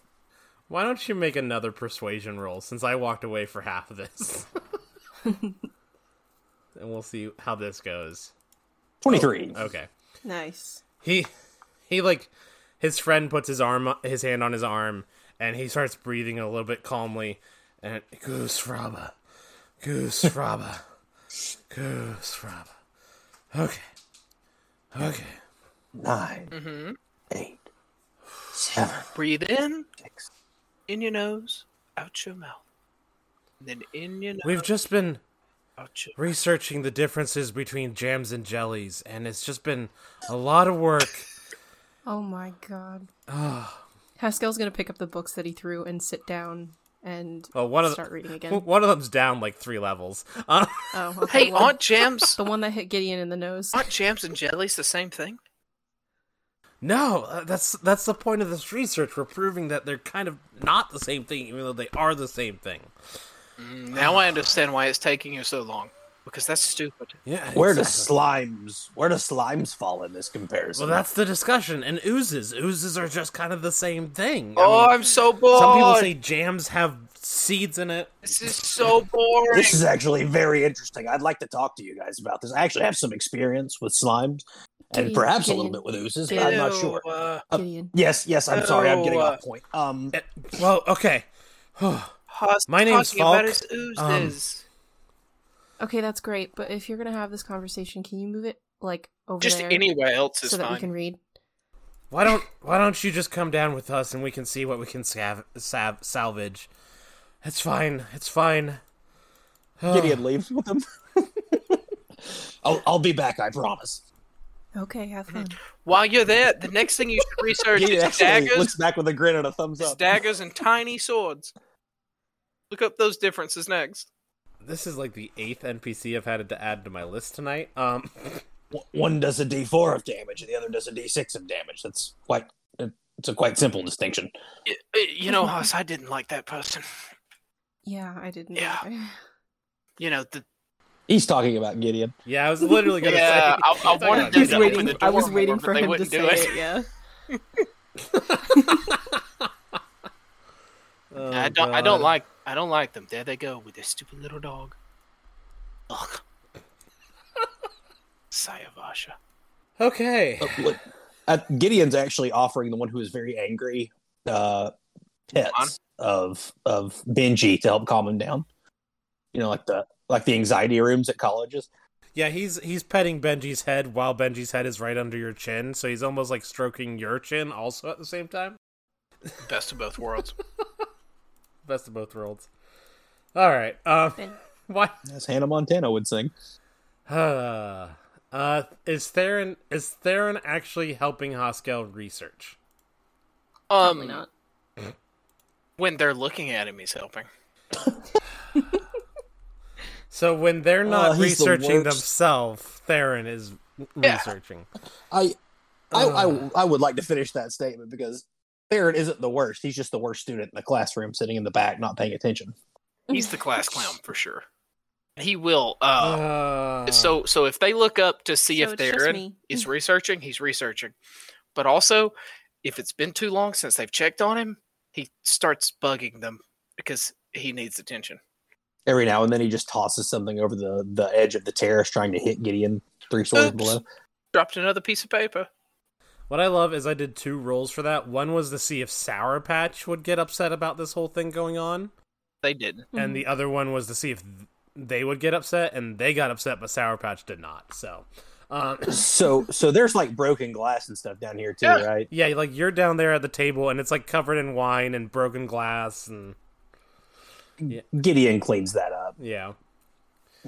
S3: Why don't you make another persuasion roll since I walked away for half of this? and we'll see how this goes.
S6: Twenty-three.
S7: uh,
S3: Okay.
S4: nice.
S3: He he like his friend puts his arm his hand on his arm and he starts breathing a little bit calmly and goose fraba. Goose fraba. Goose fraba. Okay. Okay.
S6: Nine,
S7: Mm-hmm.
S6: eight, seven,
S7: Breathe in,
S6: six.
S7: in your nose, out your mouth, and then in your nose,
S3: We've just been
S7: out your.
S3: researching the differences between jams and jellies and it's just been a lot of work. Oh,
S4: Oh my god.
S3: Ugh.
S4: Haskell's gonna pick up the books that he threw and sit down and
S3: Well, Oh, one of the-
S4: start reading again.
S3: W- One of them's down like three levels. Uh,
S4: oh, okay,
S7: Hey,
S4: well,
S7: Aunt Jams,
S4: the one that hit Gideon in the nose.
S7: aren't jams and jellies the same thing?
S3: No, uh, that's that's the point of this research. We're proving that they're kind of not the same thing, even though they are the same thing.
S7: Now I understand why it's taking you so long. Because that's stupid.
S3: Yeah.
S6: Where do
S3: exactly.
S6: slimes? Where do slimes fall in this comparison?
S3: Well, that's the discussion. And oozes, oozes are just kind of the same thing. I
S7: Oh,
S3: mean,
S7: I'm so bored.
S3: some people say jams have seeds in it.
S7: this is so boring.
S6: This is actually very interesting. I'd like to talk to you guys about this. I actually have some experience with slimes and
S4: Gideon,
S6: perhaps a
S4: Gideon,
S6: little bit with oozes, but I'm not
S7: Ew,
S6: sure.
S7: uh,
S4: Gideon.
S6: Yes, yes, I'm sorry. I'm getting
S7: Ew.
S6: off point. Um,
S3: And- Eh, well, okay.
S7: Hus-
S3: My name's
S7: talking about
S3: Falk.
S7: his
S3: Um,
S7: oozes.
S4: Okay, that's great, but if you're gonna have this conversation, can you move it like over
S7: Just
S4: there
S7: anywhere else is
S4: so that
S7: fine.
S4: we can read?
S3: Why don't Why don't you just come down with us and we can see what we can sav- sav- salvage? It's fine. It's fine.
S6: Gideon, leave with them. I'll, I'll be back. I promise.
S4: Okay, have
S7: Mm-hmm.
S4: fun.
S7: While you're there, the next thing you should research
S6: Gideon
S7: is
S6: actually
S7: daggers,
S6: looks back with a grin and a thumbs
S7: is
S6: up.
S7: daggers and tiny swords. Look up those differences next.
S3: This is like the eighth NPC I've had to add to my list tonight. Um,
S6: W- One does a D4 of damage, and the other does a D6 of damage. That's quite. It's a quite simple distinction.
S7: Y- y- You know, Haas, I didn't like that person.
S4: Yeah, I didn't.
S7: Yeah. Um,
S4: either.
S7: You know, the,
S6: He's talking about Gideon.
S3: yeah, I was literally gonna
S7: yeah,
S3: say.
S7: I, I wanted you
S4: was
S7: to open the
S4: waiting.
S7: door
S4: I was
S7: more,
S4: waiting
S7: but
S4: for
S7: they
S4: him to
S7: wouldn't
S4: say
S7: do
S4: it. Yeah.
S3: Oh,
S7: I don't. I don't
S3: God.
S7: like. I don't like them. There they go with their stupid little dog. Ugh. Sayavasha.
S3: Okay.
S6: Uh, look, uh, Gideon's actually offering the one who is very angry uh, pets of uh, of Benji to help calm him down. You know, like the like the anxiety rooms at colleges.
S3: Yeah, he's he's petting Benji's head while Benji's head is right under your chin, so he's almost like stroking your chin also at the same time.
S7: Best of both worlds.
S3: Best of both worlds. All right. Um,
S4: Ben.
S3: why?
S6: As Hannah Montana would sing.
S3: Uh, uh, is Theron is Theron actually helping Haskell research?
S4: Probably
S7: Um,
S4: not.
S7: when they're looking at him, he's helping.
S3: So when they're not
S6: Oh, he's the
S3: researching
S6: worst.
S3: themselves, Theron is
S7: Yeah.
S3: researching.
S6: I I,
S7: Uh.
S3: Ugh.
S6: I I would like to finish that statement because Barrett isn't the worst. He's just the worst student in the classroom, sitting in the back, not paying attention.
S7: He's the class clown for sure. He will. Uh,
S3: Uh,
S7: so so if they look up to see
S4: So
S7: if
S4: it's just
S7: Darren
S4: me.
S7: is researching, he's researching. But also, if it's been too long since they've checked on him, he starts bugging them because he needs attention.
S6: Every now and then, he just tosses something over the the edge of the terrace, trying to hit Gideon three stories
S7: Oops.
S6: below.
S7: Dropped another piece of paper.
S3: What I love is I did two rolls for that. One was to see if Sour Patch would get upset about this whole thing going on,
S7: They didn't.
S3: and the other one was to see if th- they would get upset, and they got upset, but Sour Patch did not. So, um,
S6: So so there's like broken glass and stuff down here too,
S7: Yeah.
S6: right?
S3: yeah, like you're down there at the table, and it's like covered in wine and broken glass, and
S6: Gideon cleans that up.
S3: yeah.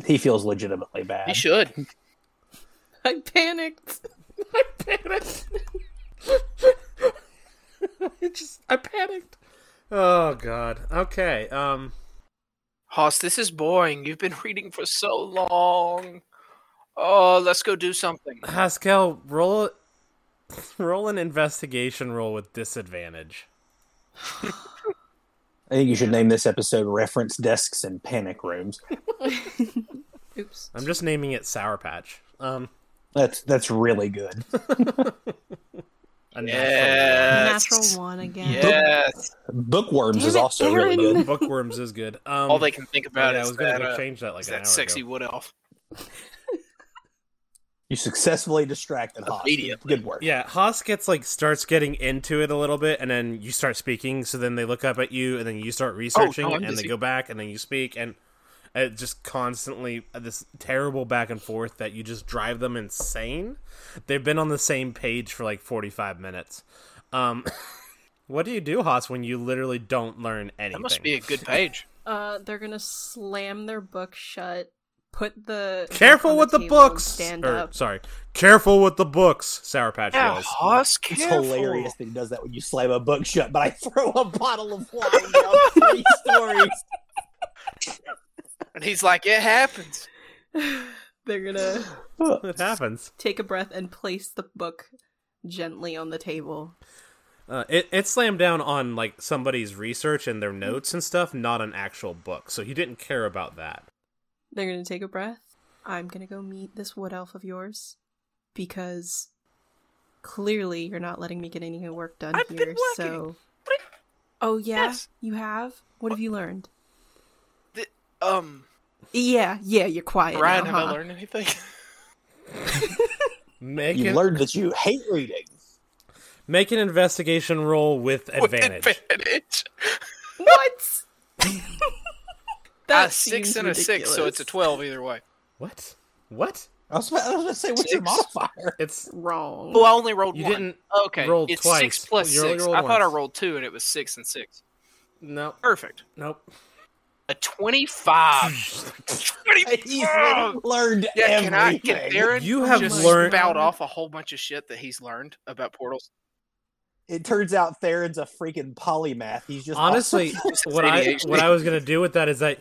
S6: He feels legitimately
S7: He
S6: bad.
S7: should.
S4: I panicked.
S3: It just I panicked. Oh God. Okay. Um.
S7: Hoss, this is boring. You've been reading for so long. Oh, let's go do something.
S3: Haskell, roll roll an investigation roll with disadvantage.
S6: I think you should name this episode "Reference Desks and Panic Rooms."
S4: Oops.
S3: I'm just naming it Sour Patch. Um
S6: That's that's really good.
S3: a
S7: Yes.
S4: Natural one again.
S7: Yes.
S6: Bookworms
S4: Damn
S6: is
S4: it,
S6: also really
S4: Aaron.
S6: good.
S3: natural- Bookworms is good. Um,
S7: All they can think about
S3: yeah, I
S7: is
S3: was gonna
S7: that,
S3: go
S7: uh,
S3: change that like
S7: is
S3: an
S7: that
S3: hour
S7: sexy
S3: ago.
S7: wood elf.
S6: You successfully distracted Hoss.
S7: Immediately.
S6: Good work.
S3: Yeah, Haas gets like starts getting into it a little bit, and then you start speaking. So then they look up at you, and then you
S7: Oh,
S3: start researching,
S7: I'm
S3: and they
S7: busy.
S3: go back, and then you speak, and it just constantly uh, this terrible back and forth that you just drive them insane. They've been on the same page for like forty five minutes. Um, what do you do, Haas, when you literally don't learn anything?
S7: That must be a good page.
S4: Uh, they're gonna slam their book shut. Put the book
S3: Careful
S4: on
S3: with the
S4: table and
S3: books.
S4: Stand
S3: Or,
S4: up.
S3: Sorry, careful with the books. Sour Patch
S7: Yeah,
S3: rolls.
S7: Haas,
S6: It's
S7: careful.
S6: hilarious
S7: Oh.
S6: that he does that when you slam a book shut, but I throw a bottle of wine down three stories.
S7: And he's like, it happens.
S4: they're gonna
S3: It happens.
S4: take a breath and place the book gently on the table.
S3: Uh, it it slammed down on like somebody's research and their notes and stuff, not an actual book. So he didn't care about that.
S4: They're gonna take a breath. I'm gonna go meet this wood elf of yours because clearly you're not letting me get any work done
S7: I've been
S4: here. So,
S7: working. What?
S4: oh yeah,
S7: Yes.
S4: you have. What have you learned?
S7: Th- um,
S4: Yeah, yeah, you're quiet.
S7: Brian,
S4: now,
S7: have
S4: huh?
S7: I learned anything?
S3: Make
S9: You
S3: an,
S9: learned that you hate reading.
S3: make an investigation roll with advantage.
S7: With advantage.
S4: What?
S7: A
S4: that
S7: Uh, six
S4: seems
S7: and a six, so it's a
S4: ridiculous.
S7: twelve either way.
S3: what? What?
S9: I was about I was about to say, what's your modifier?
S3: It's
S4: Wrong.
S7: Well, Oh, I only rolled
S3: You
S7: one.
S3: didn't
S7: Okay,
S3: roll
S7: it's
S3: twice.
S7: six plus
S3: You only
S7: six.
S3: rolled
S7: I thought I
S3: once.
S7: rolled two, and it was six and six.
S3: no,
S7: Perfect.
S3: nope.
S7: A twenty-five.
S9: He's
S7: 25!
S9: learned
S7: Yeah,
S9: everything.
S7: can I get Darren?
S3: You have
S7: just
S3: learned-
S7: spout off a whole bunch of shit that he's learned about portals.
S9: It turns out Theron's a freaking polymath. He's just
S3: Honestly, what I
S7: ADHD.
S3: what I was gonna do with that is that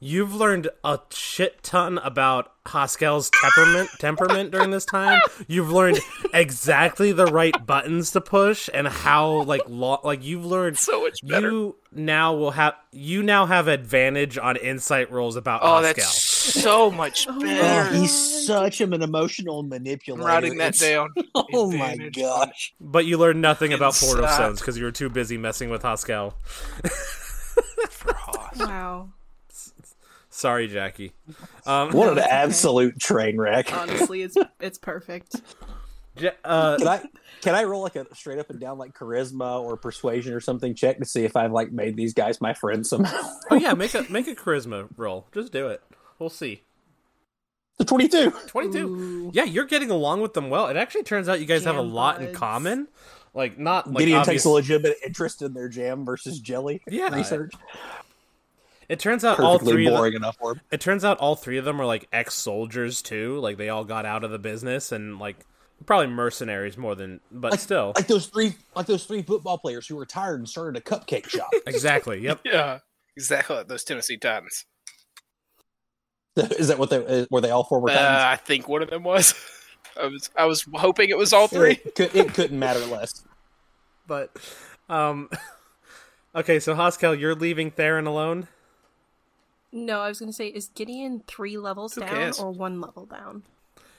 S3: you've learned a shit ton about Haskell's temperament temperament during this time. You've learned exactly the right buttons to push and how like lo- like you've learned
S7: So much better.
S3: You now will have you now have advantage on insight rolls about
S7: oh,
S3: Haskell.
S7: that's so much
S9: Oh,
S7: better.
S9: he's such an emotional manipulator.
S7: I'm writing that
S9: It's-
S7: down.
S9: Oh my
S7: Advantage.
S9: gosh!
S3: But you learned nothing about portal
S7: Insight.
S3: stones because you were too busy messing with Haskell.
S4: wow.
S3: Sorry, Jackie. Um,
S9: What an
S4: it's okay.
S9: absolute train wreck!
S4: Honestly, it's it's perfect.
S3: Ja- uh,
S9: Can I can I roll like a straight up and down like charisma or persuasion or something check to see if I've like made these guys my friends somehow?
S3: oh yeah, make a make a charisma roll. Just do it. We'll see.
S9: The twenty two.
S3: 22.
S4: Ooh.
S3: Yeah, you're getting along with them well. It actually turns out you guys have a
S4: Jam
S3: lot in
S4: buds.
S3: common. Like not like
S9: Gideon
S3: obvious-
S9: takes a legitimate interest in their jam versus jelly
S3: Yeah.
S9: research.
S3: It turns out all
S9: Perfectly
S3: three of them,
S9: boring enough for him.
S3: it turns out all three of them are like ex-soldiers too. Like they all got out of the business and like probably mercenaries more than but still.
S9: Like those three, like those three football players who retired and started a cupcake shop.
S3: exactly. Yep.
S7: Yeah, exactly. like Those Tennessee Titans.
S9: Is that what they were? They all former
S7: Uh,
S9: Titans.
S7: I think one of them was. I was I was hoping it was all three.
S9: It, could, it couldn't matter less.
S3: But um Okay, so Haskell, you're leaving Theron alone?
S4: No, I was gonna say, is Gideon three levels
S7: Who
S4: down
S7: cares?
S4: or one level down?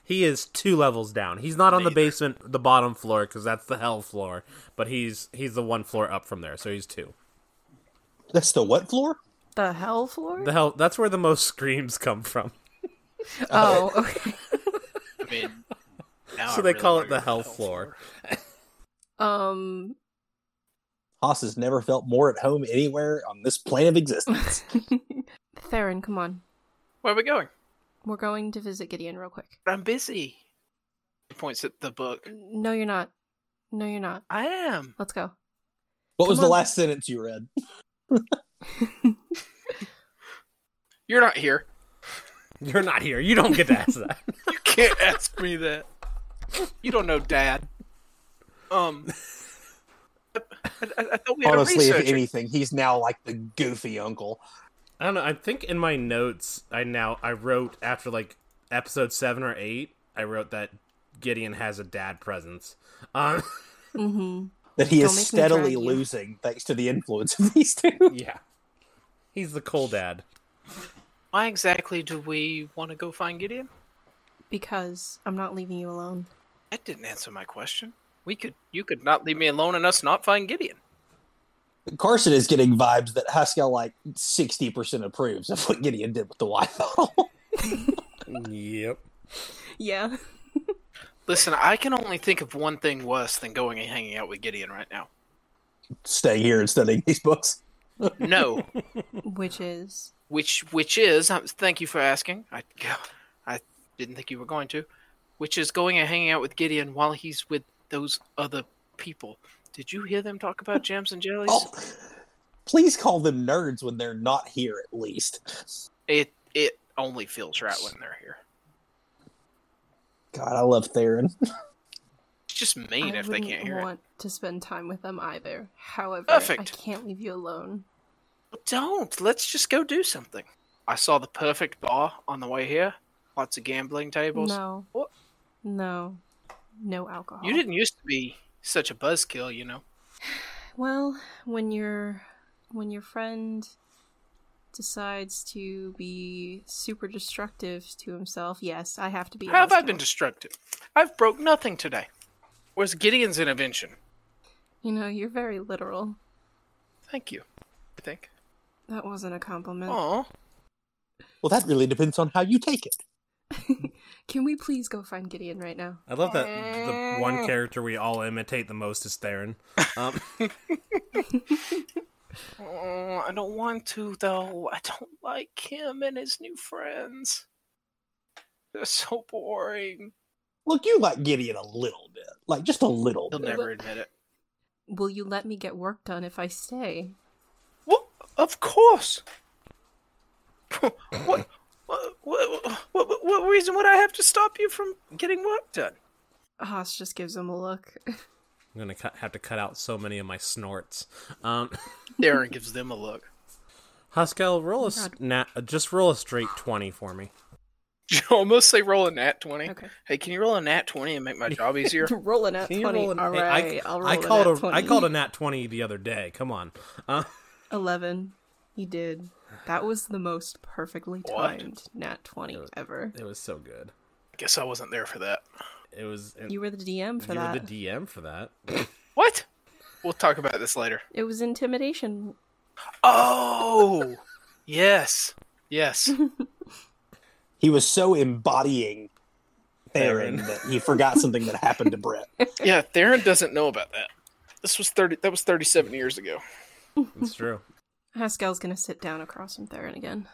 S3: He is two levels down. He's not on the
S7: Neither.
S3: basement, the bottom floor cuz that's the hell floor, but he's he's the one floor up from there, so he's two.
S9: That's the what floor?
S4: The hell floor?
S3: The hell that's where the most screams come from.
S4: oh, okay.
S7: I mean, now
S3: So
S7: I
S3: they
S7: really
S3: call
S7: wanna
S3: it
S7: go
S3: the
S7: to
S3: hell floor.
S4: Um,
S9: Haas has never felt more at home anywhere on this plane of existence.
S4: Theron, come on.
S7: Where are we going?
S4: We're going to visit Gideon real quick.
S7: I'm busy. He points at the book.
S4: No, you're not. No, you're not.
S7: I am.
S4: Let's go.
S9: What was
S4: Come
S9: the
S4: on.
S9: last sentence you read?
S7: You're not here.
S3: You're not here. You don't get to ask that.
S7: You can't ask me that. You don't know Dad. Um, I, I, I thought we had
S9: Honestly,
S7: a
S9: if
S7: researcher.
S9: anything, he's now like the goofy uncle.
S3: I don't know. I think in my notes, I now I wrote after like episode seven or eight, I wrote that Gideon has a dad presence. Um,
S4: Mm-hmm.
S9: That he
S4: Don't
S9: is
S4: make me drag
S9: steadily
S4: you.
S9: losing thanks to the influence of these two.
S3: yeah, he's the cool dad.
S7: Why exactly do we want to go find Gideon?
S4: Because I'm not leaving you alone.
S7: That didn't answer my question. We could, you could not leave me alone and us not find Gideon.
S9: Carson is getting vibes that Haskell like sixty percent approves of what Gideon did with the wife.
S3: Yep.
S4: Yeah.
S7: Listen, I can only think of one thing worse than going and hanging out with Gideon right now.
S9: Stay here and studying these books.
S7: No,
S4: Which is
S7: which which is um, thank you for asking. I I didn't think you were going to. Which is going and hanging out with Gideon while he's with those other people. Did you hear them talk about jams and jellies?
S9: Oh, please call them nerds when they're not here. At least,
S7: It it only feels right when they're here.
S9: God, I love Theron.
S7: It's just mean
S4: I
S7: if they
S4: wouldn't
S7: can't hear
S4: want to spend time with them either. However, I
S7: Perfect.
S4: can't leave you alone.
S7: it. Don't. Let's just go do something. I saw the perfect bar on the way here. Lots of gambling tables.
S4: No.
S7: What?
S4: No. no alcohol.
S7: You didn't used to be such a buzzkill, you know.
S4: Well, when your when your friend decides to be super destructive to himself, yes, I have to be. a
S7: How have I
S4: buzzkill.
S7: been destructive? I've broke nothing today. Where's Gideon's intervention?
S4: you know, you're very literal.
S7: Thank you. I think.
S4: That wasn't a compliment.
S7: Oh,
S6: Well, that really depends on how you take it.
S4: Can we please go find Gideon right now?
S3: I love that the one character we all imitate the most is Theron. Um,
S7: I don't want to though. I don't like him and his new friends. They're so boring.
S6: Look, you like Gideon a little bit, like just a little
S7: He'll
S6: bit.
S7: never admit it.
S4: Will you let me get work done if I stay?
S7: Well, of course. what, what, what, what, what, what reason would I have to stop you from getting work done?
S4: Haas just gives him a look.
S3: I'm gonna cut, have to cut out so many of my snorts. Um,
S7: Darren gives them a look.
S3: Haskell, roll a s- na- uh, just roll a straight twenty for me.
S7: You almost say roll a nat 20.
S4: Okay.
S7: Hey, can you roll a nat 20 and make my job easier?
S4: Rolling at
S3: Can you
S4: twenty.
S3: roll an-
S4: All
S3: hey, I-
S4: right, I, will roll
S3: I
S4: a
S3: called
S4: nat
S3: a
S4: 20.
S3: I called a nat twenty the other day. Come on. Uh,
S4: eleven. You did. That was the most perfectly
S7: What?
S4: timed nat twenty ever.
S3: it was so good.
S7: Guess I wasn't there for that.
S3: It was. It,
S4: You were the DM for
S3: you
S4: that.
S3: were the DM for that.
S7: What? We'll talk about this later.
S4: It was intimidation.
S7: Oh! yes. Yes.
S6: He was so embodying Theron
S3: Theron.
S6: that he forgot something that happened to Brett.
S7: Yeah, Theron doesn't know about that. This was 30 that was 37 years ago.
S3: It's true.
S4: Haskell's gonna sit down across from Theron again.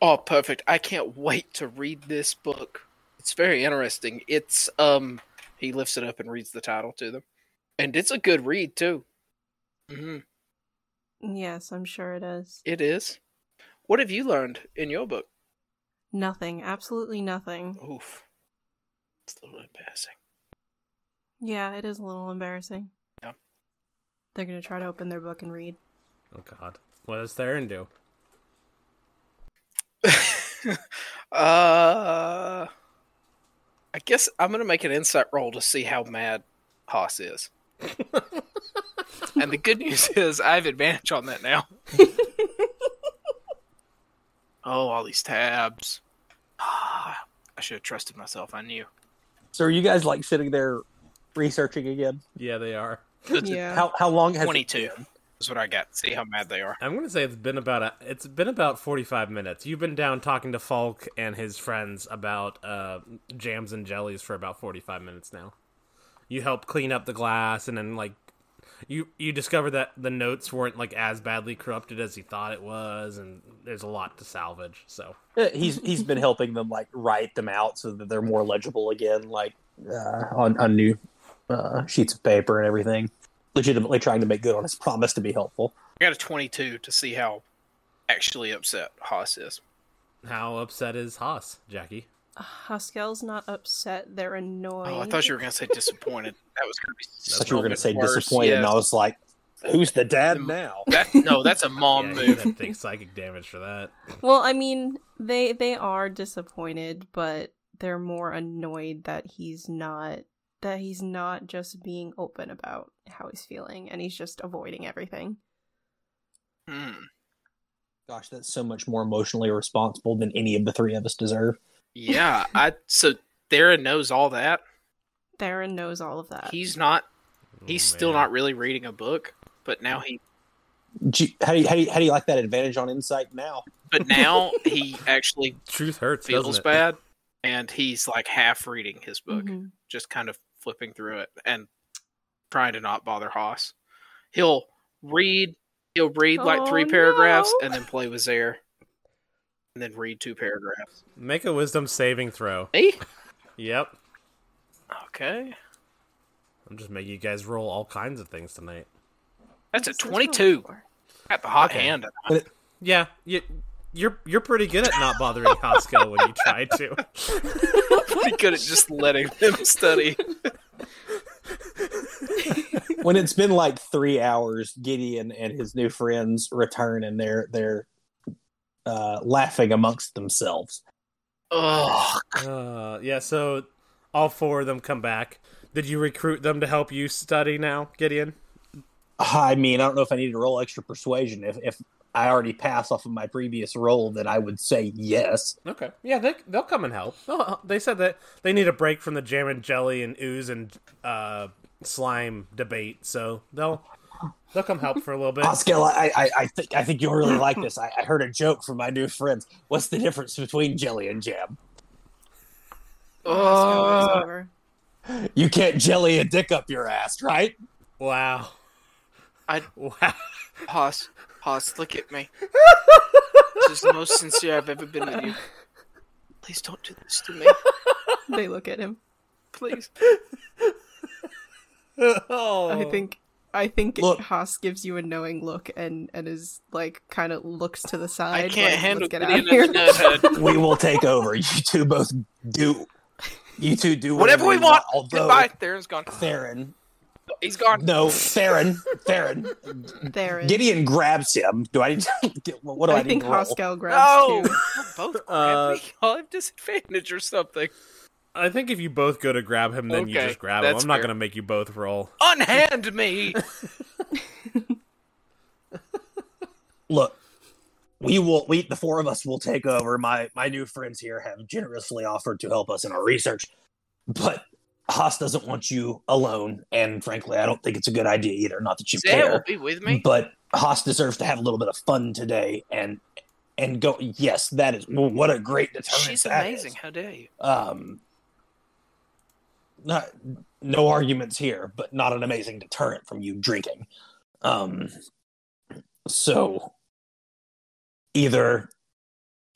S7: Oh, perfect. I can't wait to read this book. It's very interesting. It's um he lifts it up and reads the title to them. And it's a good read too. hmm
S4: Yes, I'm sure it is.
S7: It is. What have you learned in your book?
S4: Nothing. Absolutely nothing.
S7: Oof. It's a little embarrassing.
S4: Yeah, it is a little embarrassing.
S7: Yeah.
S4: They're gonna try to open their book and read.
S3: Oh God. What does Theron do?
S7: uh I guess I'm gonna make an insight roll to see how mad Haas is. and the good news is I have advantage on that now. oh, all these tabs. Ah, I should have trusted myself. I knew.
S6: So, are you guys like sitting there researching again?
S3: Yeah, they are.
S4: yeah.
S6: How how long has it
S7: Twenty-two
S6: been?
S7: is what I got. See how mad they are.
S3: I'm gonna say it's been about a, it's been about 45 minutes. You've been down talking to Falk and his friends about uh, jams and jellies for about 45 minutes now. You help clean up the glass, and then like you you discover that the notes weren't like as badly corrupted as he thought it was, and there's a lot to salvage. So
S6: Uh, He's he's been helping them like write them out so that they're more legible again, like uh, on on new uh, sheets of paper and everything. Legitimately trying to make good on his promise to be helpful.
S7: I got a twenty-two to see how actually upset Haas is.
S3: how upset is Haas, Jackie?
S4: Haskell's not upset. They're annoyed.
S7: Oh, I thought you were gonna say disappointed. That was gonna be.
S6: I
S7: So
S6: thought you were going to
S7: much
S6: say
S7: worse.
S6: disappointed, and
S7: Yes.
S6: I was like, "Who's the dad now?"
S7: That, no, that's a mom
S3: Yeah, you
S7: move.
S3: have to take psychic damage for that.
S4: Well, I mean, they they are disappointed, but they're more annoyed that he's not that he's not just being open about how he's feeling and he's just avoiding everything.
S7: Hmm.
S6: Gosh, that's so much more emotionally responsible than any of the three of us deserve.
S7: Yeah, I so Theron knows all that.
S4: Theron knows all of that.
S7: He's not. He's
S3: Oh,
S7: still
S3: man.
S7: not really reading a book, but now he.
S6: Do you- how do you, how do you, how do you like that advantage on insight now?
S7: But now he actually
S3: Truth hurts.
S7: feels
S3: doesn't it?
S7: bad, and he's like half reading his book,
S4: Mhm.
S7: just kind of flipping through it and trying to not bother Haas. He'll read. He'll read like three
S4: Oh,
S7: paragraphs
S4: no.
S7: and then play with Zare, and then read two paragraphs.
S3: Make a wisdom saving throw.
S7: Me?
S3: Yep.
S7: Okay,
S3: I'm just making you guys roll all kinds of things tonight.
S7: that's a
S4: What's this roll
S7: twenty-two.
S4: for?
S7: Got the hot
S3: Okay.
S7: hand.
S3: Yeah, you, you're you're pretty good at not bothering Costco when you try to.
S7: Pretty good at just letting them study.
S6: when it's been like three hours, Gideon and his new friends return, and they're they're uh, laughing amongst themselves.
S7: Oh
S3: Uh, yeah, so All four of them come back. Did you recruit them to help you study now, Gideon?
S6: I mean, I don't know if I need to roll extra persuasion. If if I already pass off of my previous roll, then I would say yes.
S3: Okay. Yeah, they they'll come and help. They'll, Oh, uh, they said that they need a break from the jam and jelly and ooze and uh, slime debate, so they'll they'll come help for a little bit.
S6: Pascal, I, I, I think I think you'll really like this. I, I heard a joke from my new friends. What's the difference between jelly and jam?
S3: Uh,
S7: Oh,
S4: It's over.
S6: You can't jelly a dick up your ass, right?
S3: Wow.
S7: I-
S3: wow.
S7: pause, pause. Look at me. this is the most sincere I've ever been with you. Please don't do this to me.
S4: They look at him.
S7: Please.
S3: oh.
S4: I think I think
S6: Look.
S4: Haas gives you a knowing look and and is like kind of looks to the side.
S7: I can't
S4: like,
S7: handle
S4: Let's get
S7: Gideon
S4: out of
S7: as a
S4: here.
S7: nerd head.
S6: We will take over. You two both do. You two do
S7: Whatever we
S6: you
S7: want.
S6: Although
S7: Goodbye. Theron's gone.
S6: Theron,
S7: He's gone.
S6: no, Theron, Theron.
S4: Theron.
S6: Gideon grabs him. Do I? What do I,
S4: I
S6: need
S4: think
S6: to roll?
S4: Haskell grabs
S7: No.
S4: too.
S7: We're both
S3: Uh,
S7: uh, we all have disadvantage or something.
S3: I think if you both go to grab him, then you
S7: Okay,
S3: just grab him. I'm
S7: that's
S3: not
S7: fair.
S3: going to make you both roll.
S7: Unhand me.
S6: look we will we the four of us will take over my my new friends here have generously offered to help us in our research but haas doesn't want you alone and frankly i don't think it's a good idea either not that you
S7: Zaya will
S6: care
S7: be with me.
S6: but haas deserves to have a little bit of fun today and and go yes that is what a great deterrent
S7: She's
S6: that
S7: amazing.
S6: is.
S7: How dare you?
S6: um not no arguments here but not an amazing deterrent from you drinking um so either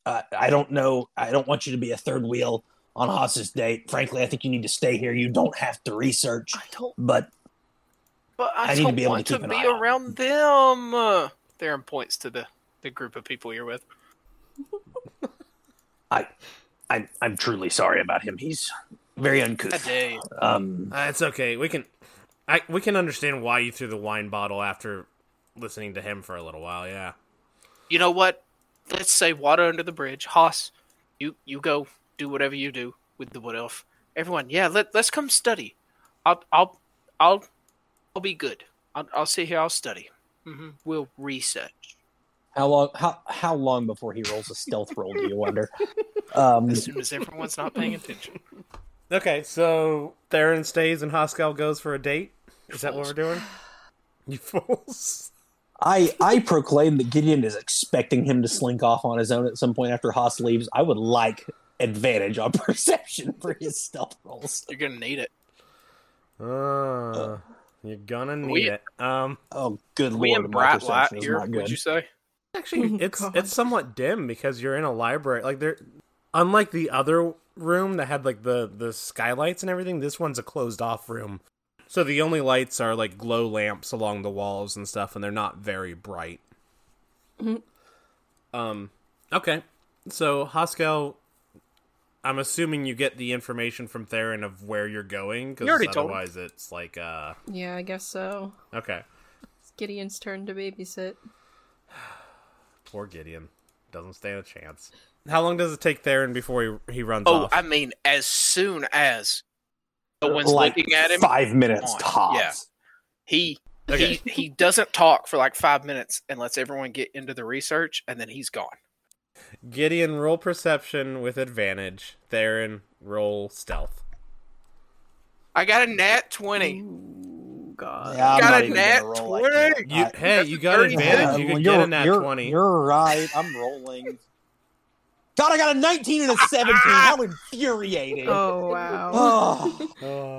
S6: uh, i don't know i don't want you to be a third wheel on haas's date frankly i think you need to stay here you don't have to research
S7: I don't.
S6: but
S7: But I,
S6: I need to
S7: don't
S6: be able
S7: want
S6: to
S7: to,
S6: keep an
S7: be
S6: eye out.
S7: around them. Uh, Theron points to the the group of people you're with.
S6: i'm i'm truly sorry about him he's very
S7: How
S6: uncouth
S7: dare you?
S6: um
S3: Uh, it's okay. We can, I we can understand why you threw the wine bottle after listening to him for a little while. Yeah.
S7: You know what? Let's say water under the bridge. Haas, you you go do whatever you do with the wood elf. Everyone, yeah, let let's come study. I'll I'll I'll I'll be good. I'll I'll sit here. I'll study. hmm We'll research
S6: how long how how long before he rolls a stealth roll do you wonder um
S7: as soon as everyone's not paying attention.
S3: Okay, so Theron stays and Haskell goes for a date. Is that what
S7: Fools.
S3: we're doing? You fools.
S6: I I proclaim that Gideon is expecting him to slink off on his own at some point after Haas leaves. I would like advantage on perception for his stealth rolls.
S7: You're gonna need it.
S3: Uh, you're gonna need
S7: We-
S3: it. Um,
S6: Oh, good
S7: We
S6: lord!
S7: in
S6: my
S7: bright light
S6: perception is
S7: here.
S6: not
S7: Would
S6: good.
S7: you say?
S3: actually, it's
S4: God.
S3: it's somewhat dim because you're in a library. Like there, unlike the other room that had like the the skylights and everything, this one's a closed off room. So the only lights are like glow lamps along the walls and stuff, and they're not very bright. Um. Okay. So Haskell, I'm assuming you get the information from Theron of where you're going
S7: You already told him.
S3: otherwise it's like uh.
S4: Yeah, I guess so.
S3: Okay.
S4: It's Gideon's turn to babysit.
S3: Poor Gideon doesn't stand a chance. How long does it take Theron before he he runs
S7: Oh,
S3: off?
S7: I mean, as soon as no one's
S6: Uh, like
S7: looking at him,
S6: five minutes
S7: on.
S6: tops.
S7: Yeah. he
S3: Okay.
S7: he he doesn't talk for like five minutes and lets everyone get into the research, and then he's gone.
S3: Gideon roll perception with advantage. Theron roll stealth.
S7: I got a nat twenty.
S4: Ooh, God.
S6: Yeah, I'm
S7: Got
S6: not
S7: a
S6: even
S7: nat
S6: gonna roll like that.
S7: 20!
S3: You,
S6: I-
S3: hey, you got
S7: dirty
S3: advantage.
S6: Uh,
S3: You
S6: well,
S3: could
S6: you're-
S3: get in that
S6: you're-
S3: twenty.
S6: You're right. I'm rolling. God, I got a 19 and a 17. How infuriating!
S4: Oh wow.
S6: Oh.
S3: Oh.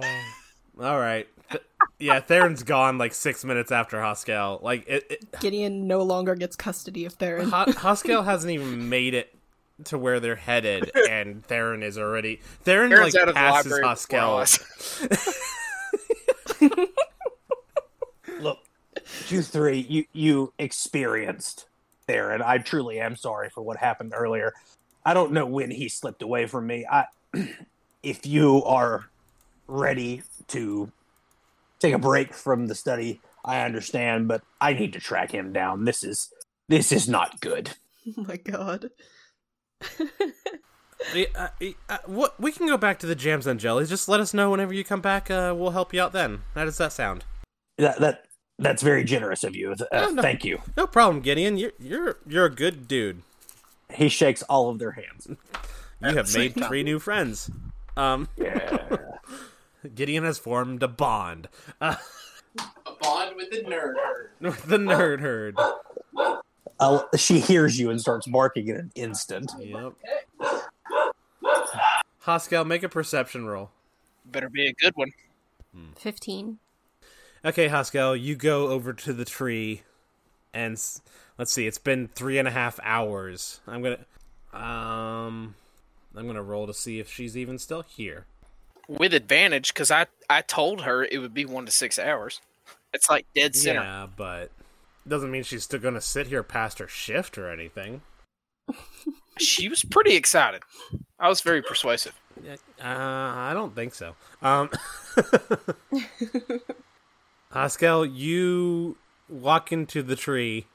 S3: All right. Th- yeah, Theron's gone like six minutes after Haskell. Like it, it,
S4: Gideon no longer gets custody of Theron.
S3: Ha- Haskell hasn't even made it to where they're headed, and Theron is already Theron
S7: Aaron's
S3: like
S7: out of the
S3: passes
S7: library. before
S3: Haskell.
S7: us.
S6: look, you three, you you experienced there, and I truly am sorry for what happened earlier. I don't know when he slipped away from me. I, if you are ready to take a break from the study, I understand, but I need to track him down. This is this is not good.
S4: Oh my god.
S3: I- I- I- I- what we can go back to the jams and jellies. Just let us know whenever you come back. Uh, we'll help you out then. How does that sound?
S6: That that that's very generous of you. Uh,
S3: Oh, no.
S6: Thank you.
S3: No problem, Gideon. You're you're you're a good dude.
S6: He shakes all of their hands.
S3: You have made three new friends. Um,
S6: Yeah.
S3: Gideon has formed a bond. Uh,
S10: A bond with the nerd.
S3: with the nerd herd.
S6: Uh, she hears you and starts barking in an instant.
S3: Yep. Haskell, make a perception roll.
S7: Better be a good one.
S4: 15.
S3: Okay, Haskell, you go over to the tree, and s- let's see. It's been three and a half hours. I'm gonna, um, I'm gonna roll to see if she's even still here.
S7: With advantage, because I, I told her it would be one to six hours. It's like dead center.
S3: Yeah, but doesn't mean she's still gonna sit here past her shift or anything.
S7: She was pretty excited. I was very persuasive.
S3: Uh, I don't think so. Um, Haskell, you walk into the tree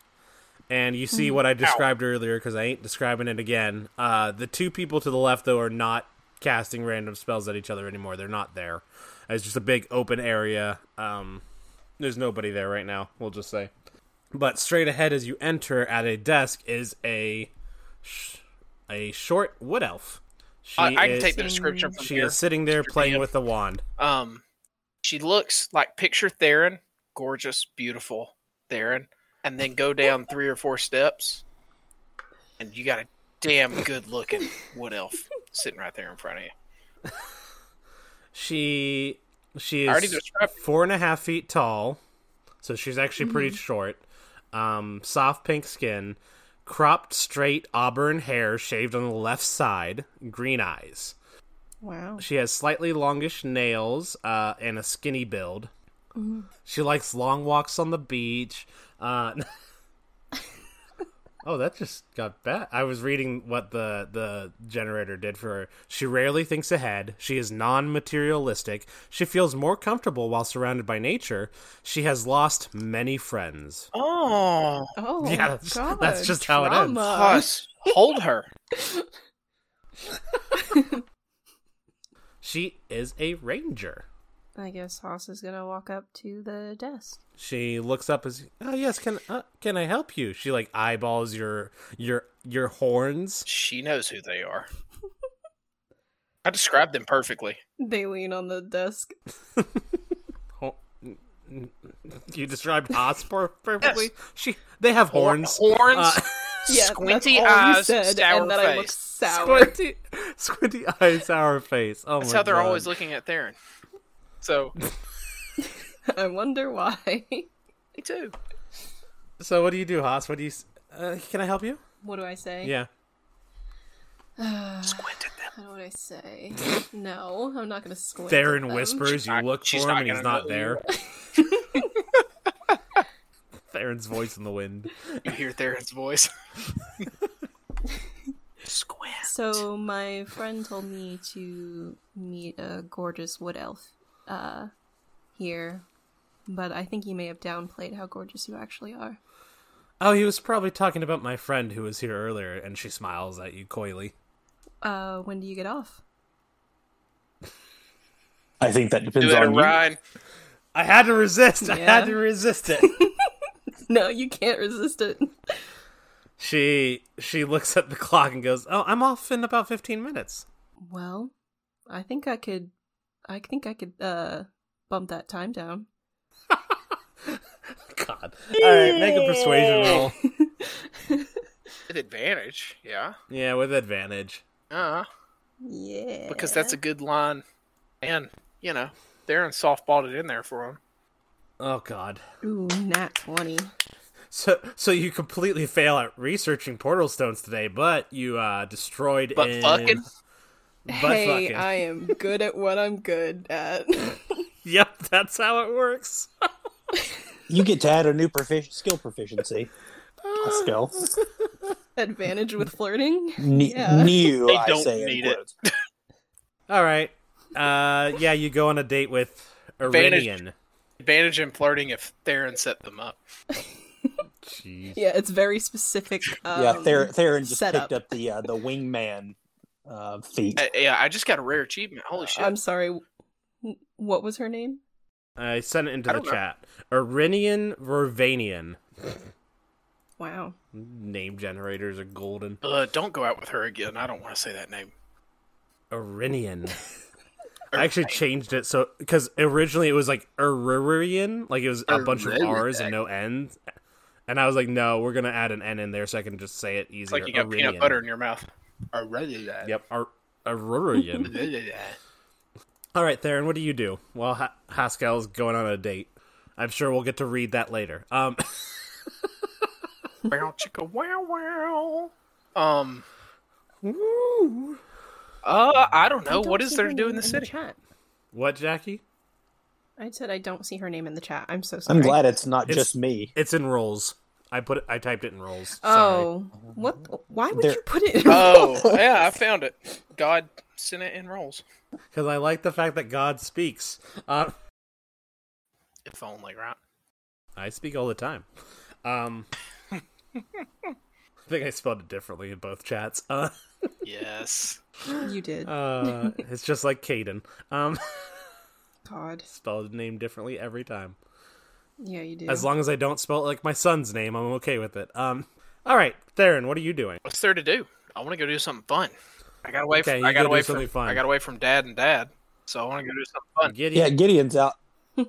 S3: and you see
S7: Mm.
S3: what I described earlier because I ain't describing it again. Uh, the two people to the left, though, are not casting random spells at each other anymore. They're not there. It's just a big open area. Um, there's nobody there right now, we'll just say. But straight ahead as you enter at a desk is a sh- a short wood elf. She
S7: I, I can
S3: is-
S7: take the description from
S3: she
S7: here.
S3: is sitting there playing with a wand.
S7: Um, she looks like picture Theron, gorgeous, beautiful Theron, and then go down three or four steps, and you got a damn good looking wood elf sitting right there in front of you.
S3: She she
S7: I already
S3: is
S7: described.
S3: four and a half feet tall, so she's actually pretty short. Um, soft pink skin, cropped straight auburn hair shaved on the left side, green eyes.
S4: Wow.
S3: She has slightly longish nails uh, and a skinny build. She likes long walks on the beach. Uh, oh, that just got bad. I was reading what the the generator did for her. She rarely thinks ahead. She is non-materialistic. She feels more comfortable while surrounded by nature. She has lost many friends.
S7: Oh,
S4: Oh,
S3: Yeah, that's-
S4: God.
S3: that's just how it ends.
S4: Drama.
S7: us hold her.
S3: She is a ranger.
S4: I guess Haas is gonna walk up to the desk.
S3: She looks up as, "Oh yes, can uh, can I help you?" She like eyeballs your your your horns.
S7: She knows who they are. I described them perfectly.
S4: They lean on the desk.
S3: Ho- You described Haas per- perfectly. She they have horns.
S7: horns,
S3: Uh,
S4: Yeah,
S7: squinty
S4: that's all you
S7: eyes,
S4: said,
S7: sour
S4: and that I look
S7: face.
S4: sour.
S3: squinty, squinty eyes, sour face. Oh
S7: That's
S3: my
S7: how they're
S3: God.
S7: always looking at Theron. So
S4: I wonder why.
S7: me too.
S3: So what do you do, Haas? What do you? s- Uh, can I help you?
S4: what do I say?
S3: Yeah.
S7: Squint at them.
S4: How do I say? no, I'm not gonna squint. at
S3: Theron
S4: them.
S3: whispers. You
S7: not-
S3: look for
S7: she's
S3: him,
S7: not
S3: and he's
S7: gonna
S3: not
S7: know
S3: there. Theron's voice in the wind.
S7: You hear Theron's voice. Squint.
S4: So my friend told me to meet a gorgeous wood elf uh, here, but I think you may have downplayed how gorgeous you actually are.
S3: Oh, he was probably talking about my friend who was here earlier, and she smiles at you coyly.
S4: Uh, when do you get off?
S6: I think that
S7: Do
S6: depends
S7: it,
S6: on you.
S7: Ryan.
S3: I had to resist. I
S4: Yeah.
S3: had to resist it.
S4: No, you can't resist it.
S3: she she looks at the clock and goes, "Oh, I'm off in about 15 minutes."
S4: Well, I think I could. I think I could uh bump that time down.
S3: God. All right, make a persuasion roll.
S7: With advantage, yeah.
S3: Yeah, with advantage.
S7: Uh,
S4: Yeah.
S7: because that's a good line. And, you know, Theron softballed it in there for him.
S3: Oh God.
S4: ooh nat twenty.
S3: So so you completely fail at researching portal stones today, but you uh destroyed
S7: But
S3: in-
S7: fucking-
S3: But
S4: hey,
S3: fucking.
S4: I am good at what I'm good at.
S3: Yep, that's how it works.
S6: You get to add a new profic- skill proficiency. Skill.
S4: Advantage with flirting.
S6: Ne-
S4: Yeah.
S6: New.
S7: They
S6: I
S7: don't
S6: say in
S7: need it.
S6: quotes.
S3: All right. Uh yeah, you go on a date with
S7: Advantage.
S3: Irinian.
S7: Advantage in flirting if Theron set them up.
S3: Jeez.
S4: Yeah, it's very specific. Um,
S6: Yeah, Theron, Theron just
S4: Set
S6: picked
S4: up.
S6: up the uh, the wingman uh, feat.
S7: Uh, yeah, I just got a rare achievement. Holy shit!
S4: Oh, I'm sorry. w- What was her name?
S3: I sent it into
S7: I
S3: the
S7: don't know.
S3: chat. Irinian Vervanian.
S4: Wow.
S3: Name generators are golden.
S7: uh, don't go out with her again. I don't want to say that name.
S3: Irinian. I actually changed it so because originally it was like Irinian, like it was a bunch of R's and no N's, and I was like, no, we're gonna add an N in there so I can just say it
S7: It's
S3: easier.
S7: like you got
S3: Irinian.
S7: peanut butter in your mouth. I really
S3: Oh, Yep, Ir- Irinian. All right, Theron, what do you do? Well, ha- Haskell's going on a date. I'm sure we'll get to read that later. Um,
S7: Wow, chicka, wow, wow. Um. Uh, I don't know.
S4: I don't
S7: what is
S4: see
S7: there
S4: her
S7: to do in
S4: name
S7: the city?
S4: chat?
S3: what, Jackie?
S4: I said I don't see her name in the chat. I'm so sorry.
S6: I'm glad it's not
S3: It's-
S6: just me.
S3: It's in rolls. I put it. I typed it in rolls. Sorry.
S4: Oh, what? the- Why would
S6: There-
S4: you put it? in
S7: Oh, yeah, I found it. God sent it in rolls.
S3: because I like the fact that God speaks. Uh,
S7: If only, right?
S3: I speak all the time. Um, I think I spelled it differently in both chats. Uh,
S7: Yes.
S4: You did.
S3: uh, it's just like Caden. Um,
S4: God.
S3: spelled his name differently every time.
S4: Yeah, you did.
S3: As long as I don't spell it like my son's name, I'm okay with it. Um, all right, Theron, what are you doing?
S7: What's there to do? I want to go do something fun. I got away
S3: Okay,
S7: from.
S3: you
S7: I got
S3: go do
S7: away
S3: something
S7: from.
S3: fun.
S7: I got away from dad and dad. So I want to go do something fun.
S3: Gideon.
S6: Yeah, Gideon's out.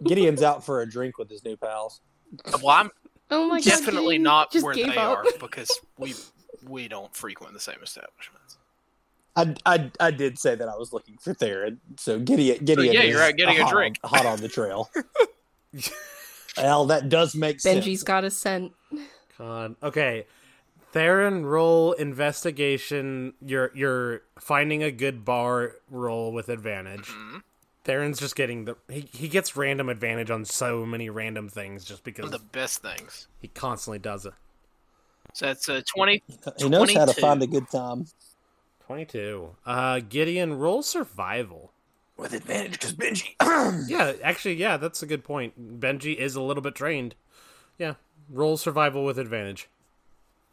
S6: Gideon's out for a drink with his new pals.
S7: Well, I'm
S4: oh my God.
S7: definitely
S4: Gideon
S7: not
S4: just
S7: where
S4: gave
S7: they
S4: up.
S7: are because we we don't frequent the same establishments.
S6: I, I, I did say that I was looking for Theron, so Gideon Gideon
S7: yeah,
S6: is
S7: you're right, getting a
S6: hot
S7: drink.
S6: on, hot on the trail. well, that does make sense.
S4: Benji's got a scent.
S3: God. Okay. Theron, roll investigation. You're you're finding a good bar roll with advantage.
S6: Mm-hmm.
S7: Mhm.
S3: Theron's just getting the he, he gets random advantage on so many random things just
S7: One
S3: because
S7: of the best things.
S3: he constantly does it.
S7: So that's uh, twenty.
S6: He knows how to
S7: 22.
S6: find a good time
S3: Twenty two. Uh, Gideon, roll survival.
S6: with advantage because Benji.
S3: Yeah, actually, yeah, that's a good point. Benji is a little bit trained. Yeah, roll survival with advantage.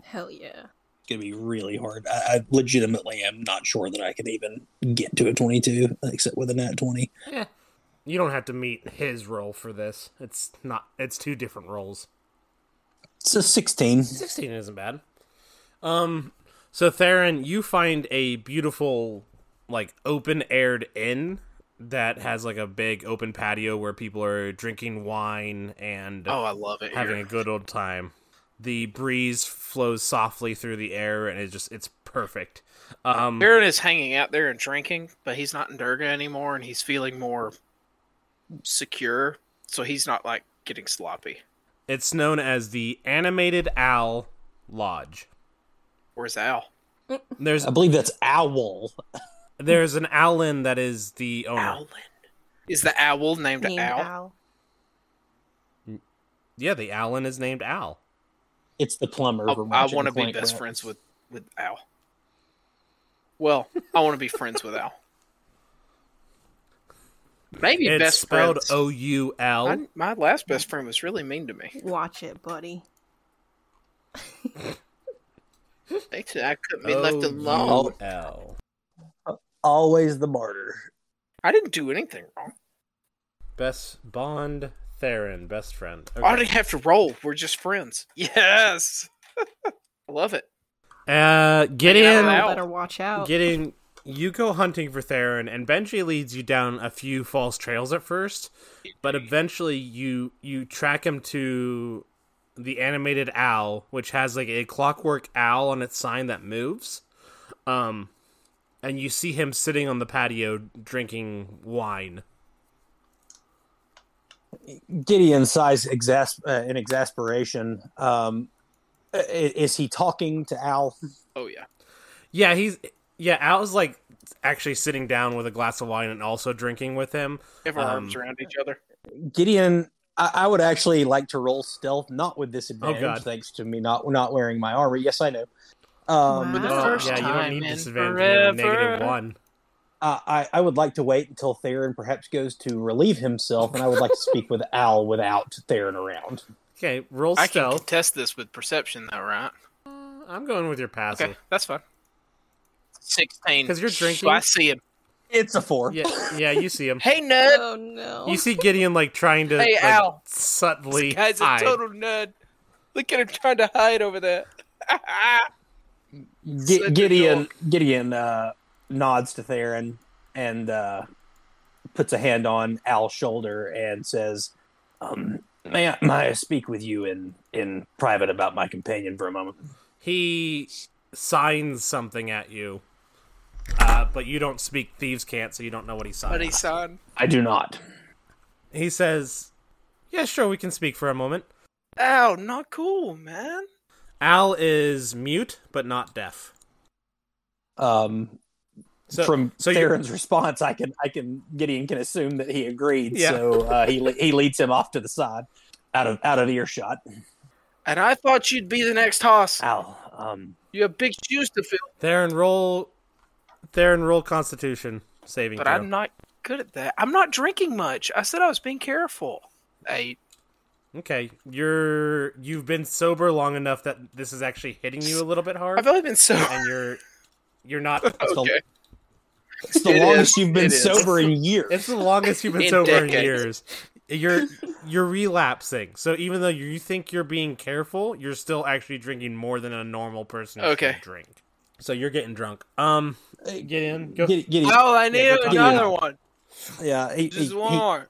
S4: Hell yeah.
S6: it's gonna be really hard. I, I legitimately am not sure that I could even get to a twenty-two except with a nat twenty.
S3: You don't have to meet his roll for this. It's not. It's two different rolls.
S6: It's a sixteen.
S3: 16 isn't bad. Um, so Theron, you find a beautiful, like, open aired inn that has, like, a big open patio where people are drinking wine and
S7: Oh, I love it.
S3: having
S7: here.
S3: a good old time. The breeze flows softly through the air and it just, it's perfect. Um,
S7: Aaron is hanging out there and drinking, but he's not in Durga anymore, and he's feeling more secure. So he's not like getting sloppy.
S3: it's known as the Animated Owl Lodge.
S7: Where's Al?
S3: There's
S7: Um,
S6: I believe that's owl.
S3: there's an owl inn that is the owner.
S7: Owlin. Is the owl named,
S4: Named
S7: Al?
S4: Al.
S3: Yeah, the owl inn is named Owl.
S6: It's the plumber.
S7: I-
S6: from
S7: I,
S6: Ratchet
S7: want to
S6: and
S7: be
S6: Clank
S7: best
S6: Rats.
S7: friends with with Al. Well, I want to be friends with Al. Maybe
S3: It's
S7: best
S3: spelled
S7: friends.
S3: O U L.
S7: My, my last best friend was really mean to me.
S4: Watch it, buddy.
S7: They said I couldn't be left alone.
S3: O-U-L.
S6: Always the martyr.
S7: I didn't do anything wrong.
S3: Best Bond Theron, best friend.
S7: I
S3: Okay.
S7: didn't have to roll. We're just friends. Yes, I love it.
S3: Uh,
S7: Hanging
S3: Gideon,
S7: out
S4: Better watch out.
S3: Gideon, you go hunting for Theron, and Benji leads you down a few false trails at first, but eventually you you track him to the animated owl, which has like a clockwork owl on its sign that moves. Um, and you see him sitting on the patio drinking wine.
S6: Gideon sighs exas- uh, in exasperation. Um, i- is he talking to Al?
S7: Oh yeah.
S3: Yeah, he's yeah. Al's like actually sitting down with a glass of wine and also drinking with him.
S7: Have our arms
S3: Um,
S7: around each other.
S6: Gideon, I, I would actually like to roll stealth, not with disadvantage,
S3: God.
S6: thanks to me not not wearing my armor. Yes, I know. Um,
S4: Wow. The
S3: Oh,
S4: first
S3: yeah, you
S7: time
S3: don't need
S7: in
S3: disadvantage. you have a Negative
S7: forever.
S3: one.
S6: I, I- I would like to wait until Theron perhaps goes to relieve himself, and I would like to speak with Al without Theron around.
S3: Okay, roll
S7: I can
S3: stealth. Uh,
S7: contest this with perception, though, right?
S3: I'm going with your passive.
S7: Okay, that's fine. Sixteen.
S3: 'Cause you're
S7: So I
S3: drinking.
S7: see him.
S9: It's a four.
S3: Yeah, yeah, you see him.
S7: Hey nerd.
S4: Oh no.
S3: You see Gideon like trying to
S7: Hey,
S3: like,
S7: Al.
S3: subtly
S7: This guy's a
S3: hide.
S7: total nerd. Look at him trying to hide over there.
S9: Gi-
S7: Such a
S9: Gideon Gideon uh, nods to Theron and uh, puts a hand on Al's shoulder and says, um, may, I, "May I speak with you in in private about my companion for a moment?"
S3: He signs something at you, uh, but you don't speak. Thieves can't, so you don't know what he signed.
S7: Buddy son.
S9: I do not.
S3: He says, "Yeah, sure, we can speak for a moment."
S7: Ow, not cool, man.
S3: Al is mute but not deaf.
S9: Um,
S3: So
S9: from
S3: so you-
S9: Theron's response, I can I can Gideon can assume that he agreed.
S3: Yeah.
S9: So uh, he le- he leads him off to the side, out of out of earshot.
S7: And I thought you'd be the next hoss.
S9: Al, um,
S7: You have big shoes to fill,
S3: Theron roll, Theron roll Constitution saving
S7: but
S3: throw.
S7: I'm not good at that. I'm not drinking much. I said I was being careful. Hey,
S3: Okay, you're you've been sober long enough that this is actually hitting you a little bit hard,
S7: I've only been so.
S3: and you're you're not.
S9: it's the-
S7: Okay.
S9: it's the
S7: It is,
S9: longest you've been
S7: it is.
S9: sober in years.
S3: It's the longest you've been
S7: In
S3: sober in
S7: decades.
S3: years. You're you're relapsing. So even though you think you're being careful, you're still actually drinking more than a normal person should
S7: Okay.
S3: drink. So you're getting drunk. Um, get in. Go.
S9: Gide- Gideon,
S7: Oh, I need
S3: Yeah, go talk
S9: to
S7: another
S9: him.
S7: one.
S9: yeah, he, he-
S7: Just
S9: he-
S7: one more.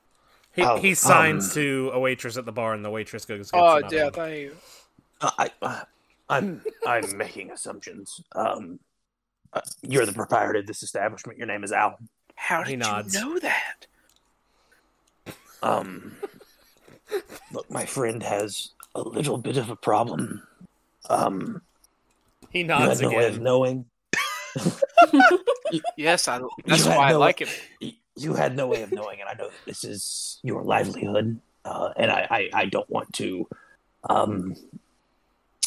S3: He,
S9: Oh,
S3: he
S9: um.
S3: signs to a waitress at the bar, and the waitress goes. gets
S7: Oh,
S3: another
S7: yeah,
S3: one.
S7: thank you.
S9: uh, I, I, I'm I'm making assumptions. Um, uh, you're the proprietor of this establishment. Your name is Al.
S7: How
S3: He
S7: did
S3: nods.
S7: you know that?
S9: Um, look, my friend has a little bit of a problem. Um,
S3: He
S9: you
S3: nods
S9: had no way of
S3: again.
S9: knowing.
S7: Yes, I. That's
S9: had
S7: why I
S9: no-
S7: like him.
S9: y- You had no way of knowing, and I know that this is your livelihood, uh, and I, I, I don't want to um,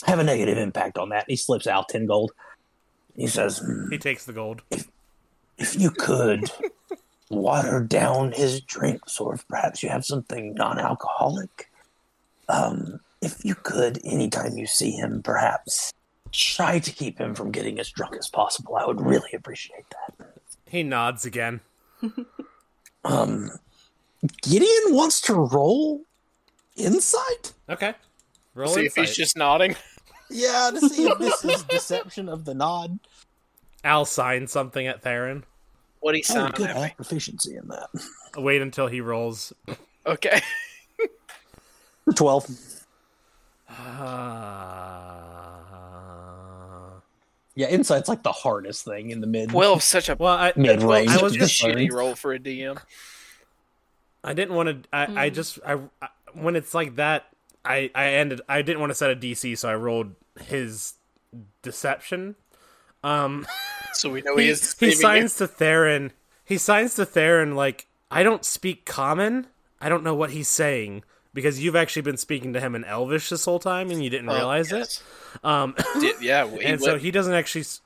S9: have a negative impact on that. He slips Al ten gold. He says, "Hmm,
S3: He takes the gold.
S9: if you could water down his drinks, or if perhaps you have something non-alcoholic, um, if you could, anytime you see him, perhaps try to keep him from getting as drunk as possible. I would really appreciate that.
S3: He nods again.
S9: Um, Gideon wants to roll insight.
S3: Okay. Roll
S7: See if he's
S3: insight.
S7: just nodding.
S9: Yeah, to see if this is deception of the nod.
S3: Al signs something at Theron.
S7: What he
S9: Oh,
S7: sound
S9: good,
S7: at
S9: I
S7: me.
S9: have proficiency in that.
S3: Wait until he rolls.
S7: Okay.
S9: Twelve.
S3: Uh, Ah.
S9: Yeah, insight's like the hardest thing in the mid
S7: Well, such a
S3: well, I,
S9: mid range.
S3: I
S7: I
S3: was
S7: was
S3: just-
S7: just shitty roll for a DM.
S3: I didn't want to. I, I just I, I when it's like that, I I ended. I didn't want to set a DC, so I rolled his deception. Um,
S7: So we know
S3: he,
S7: he, is.
S3: he
S7: deceiving you.
S3: signs to Theron. He signs to Theron like I don't speak Common. I don't know what he's saying because you've actually been speaking to him in Elvish this whole time and you didn't
S7: Oh,
S3: realize
S7: yes.
S3: it. Um,
S7: Did- yeah, well, he
S3: and so
S7: would.
S3: he doesn't actually s-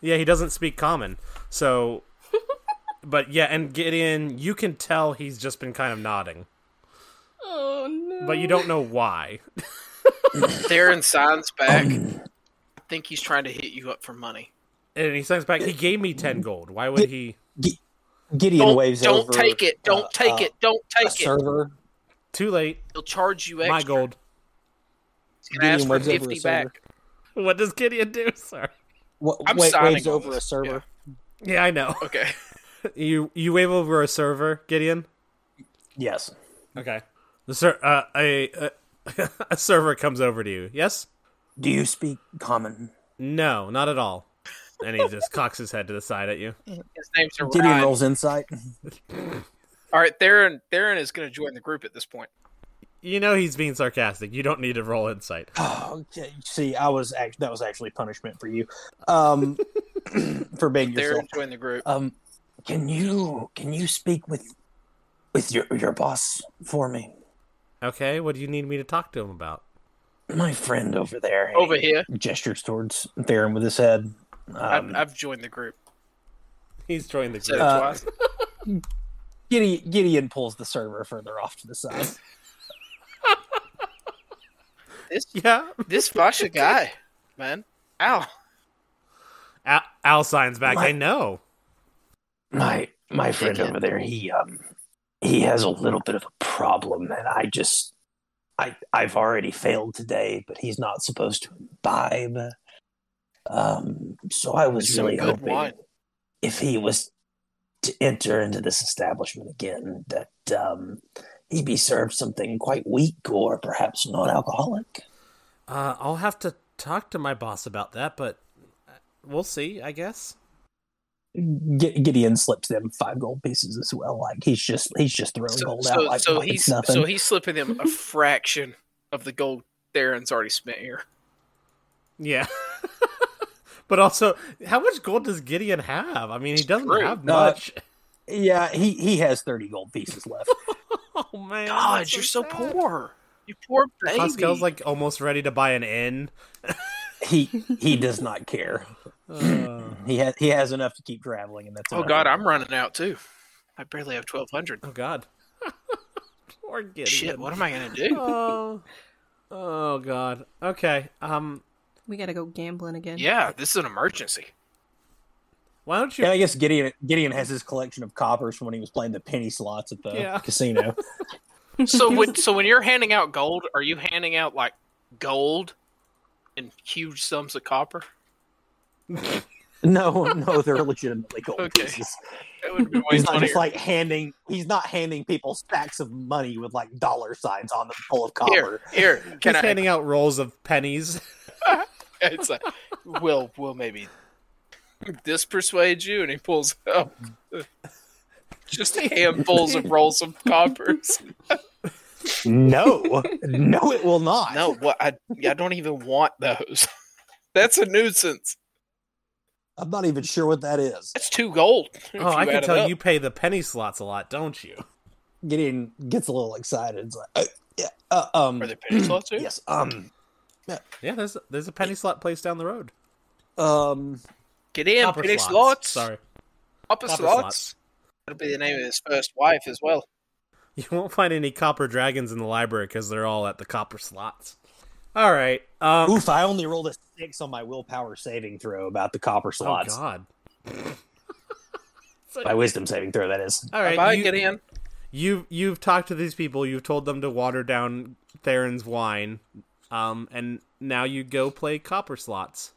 S3: yeah he doesn't speak common so but yeah and gideon you can tell he's just been kind of nodding
S4: Oh no.
S3: but you don't know why
S7: Theron signs back.
S9: Um,
S7: I think he's trying to hit you up for money.
S3: and he signs back he gave me 10 gold why would he
S9: Gideon
S7: Don't,
S9: waves
S7: don't
S9: over,
S7: take it. Don't
S9: uh,
S7: take
S9: uh,
S7: it. Don't
S9: A
S7: take it.
S9: server.
S3: too late
S7: He'll charge you extra.
S3: my gold
S7: He's gonna ask
S9: Gideon
S7: for
S9: waves over a
S7: fifty
S9: server.
S7: back.
S3: what does gideon do sorry
S9: Wa-
S7: I'm
S9: wa-
S7: signing
S9: waves
S7: on
S9: over a
S7: this,
S9: server.
S3: yeah i know
S7: Okay.
S3: you you wave over a server gideon
S9: Yes.
S3: okay the ser- uh, a, a, a server comes over to you yes
S9: Do you speak common?
S3: no not at all and he just cocks his head to the side at you
S7: His name's
S9: Gideon
S7: Ryan.
S9: rolls insight.
S7: All right, Theron. Theron is gonna join the group at this point.
S3: you know he's being sarcastic you don't need to roll insight
S9: Oh, okay. See, I was act- that was actually punishment for you, um, for being yourself.
S7: Theron joined the group.
S9: Um, can you can you speak with with your your boss for me?
S3: Okay, what do you need me to talk to him about?
S9: My friend over there. and
S7: Over
S9: he
S7: here,
S9: Gestures towards Theron with his head. Um,
S7: I've, I've joined the group.
S3: He's joined the
S7: Said it
S3: group.
S9: Uh,
S7: twice.
S9: Gideon, Gideon pulls the server further off to the side.
S7: This
S3: yeah.
S7: this Vasha guy, man. Ow.
S3: Al, Al signs back. I know.
S6: my my friend over there he um he has a little bit of a problem and i just i i've already failed today but he's not supposed to imbibe um so i was
S7: Some
S6: really
S7: good
S6: hoping
S7: wine.
S6: if he was to enter into this establishment again that um he'd be served something quite weak or perhaps non-alcoholic
S3: Uh, I'll have to talk to my boss about that, but uh, we'll see. I guess.
S6: G- gideon slips them five gold pieces as well like he's just he's just throwing
S7: So,
S6: gold out
S7: so,
S6: like,
S7: so
S6: like
S7: he's
S6: it's nothing
S7: so he's slipping them a fraction of the gold Darren's already spent here.
S3: Yeah. but also, how much gold does Gideon have? I mean, he doesn't
S7: True.
S3: have
S6: No.
S3: much.
S6: yeah he he has 30 gold pieces left
S3: oh man,
S7: God,
S3: that's
S7: you're so
S3: sad.
S7: poor. You poor baby.
S3: Pascal's like almost ready to buy an inn.
S6: he he does not care.
S3: Uh,
S6: He has he has enough to keep traveling, and that's
S7: oh
S6: enough.
S7: God, I'm running out too. I barely have twelve hundred.
S3: oh god. Poor Gideon.
S7: Shit, what am I gonna do?
S3: Oh. Oh god. Okay. Um.
S4: We gotta go gambling again.
S7: Yeah, this is an emergency.
S3: Why don't you?
S6: And I guess Gideon Gideon has his collection of coppers from when he was playing the penny slots at the
S3: Yeah.
S6: casino.
S7: So when so when you're handing out gold, are you handing out like gold and huge sums of copper?
S6: no, no, they're legitimately gold
S7: Okay.
S6: pieces.
S7: That would be way
S6: He's not
S7: funnier.
S6: just like handing. He's not handing people stacks of money with like dollar signs on them full of copper.
S7: here, here, can
S3: He's
S7: I?
S3: handing out rolls of pennies.
S7: It's like, will, will maybe this persuade you? And he pulls out just handfuls of rolls of coppers.
S6: No, no, it will not.
S7: No, what I I don't even want those. That's a nuisance.
S6: I'm not even sure what that is.
S7: That's two gold. if
S3: Oh, I
S7: add
S3: can
S7: it
S3: tell
S7: up.
S3: you pay the penny slots a lot, don't you?
S6: Gideon gets a little excited. It's like, uh, yeah, uh, um,
S7: Are there penny slots too?
S6: yes, um,
S3: Yeah, there's there's a penny slot place down the road.
S6: um,
S7: Get in,
S3: Copper
S7: penny slots.
S3: Sorry,
S7: Copper
S3: Copper
S7: slots.
S3: slots.
S7: That'll be the name of his first wife as well.
S3: you won't find any copper dragons in the library because they're all at the copper slots. All right. Um,
S6: Oof, I only rolled a six on my willpower saving throw about the copper
S3: oh
S6: slots.
S3: God.
S6: my wisdom saving throw, that is.
S3: All
S7: Bye,
S3: right.
S7: bye
S3: you,
S7: get in.
S3: you you've talked to these people. You've told them to water down Theron's wine, um, and now you go play copper slots.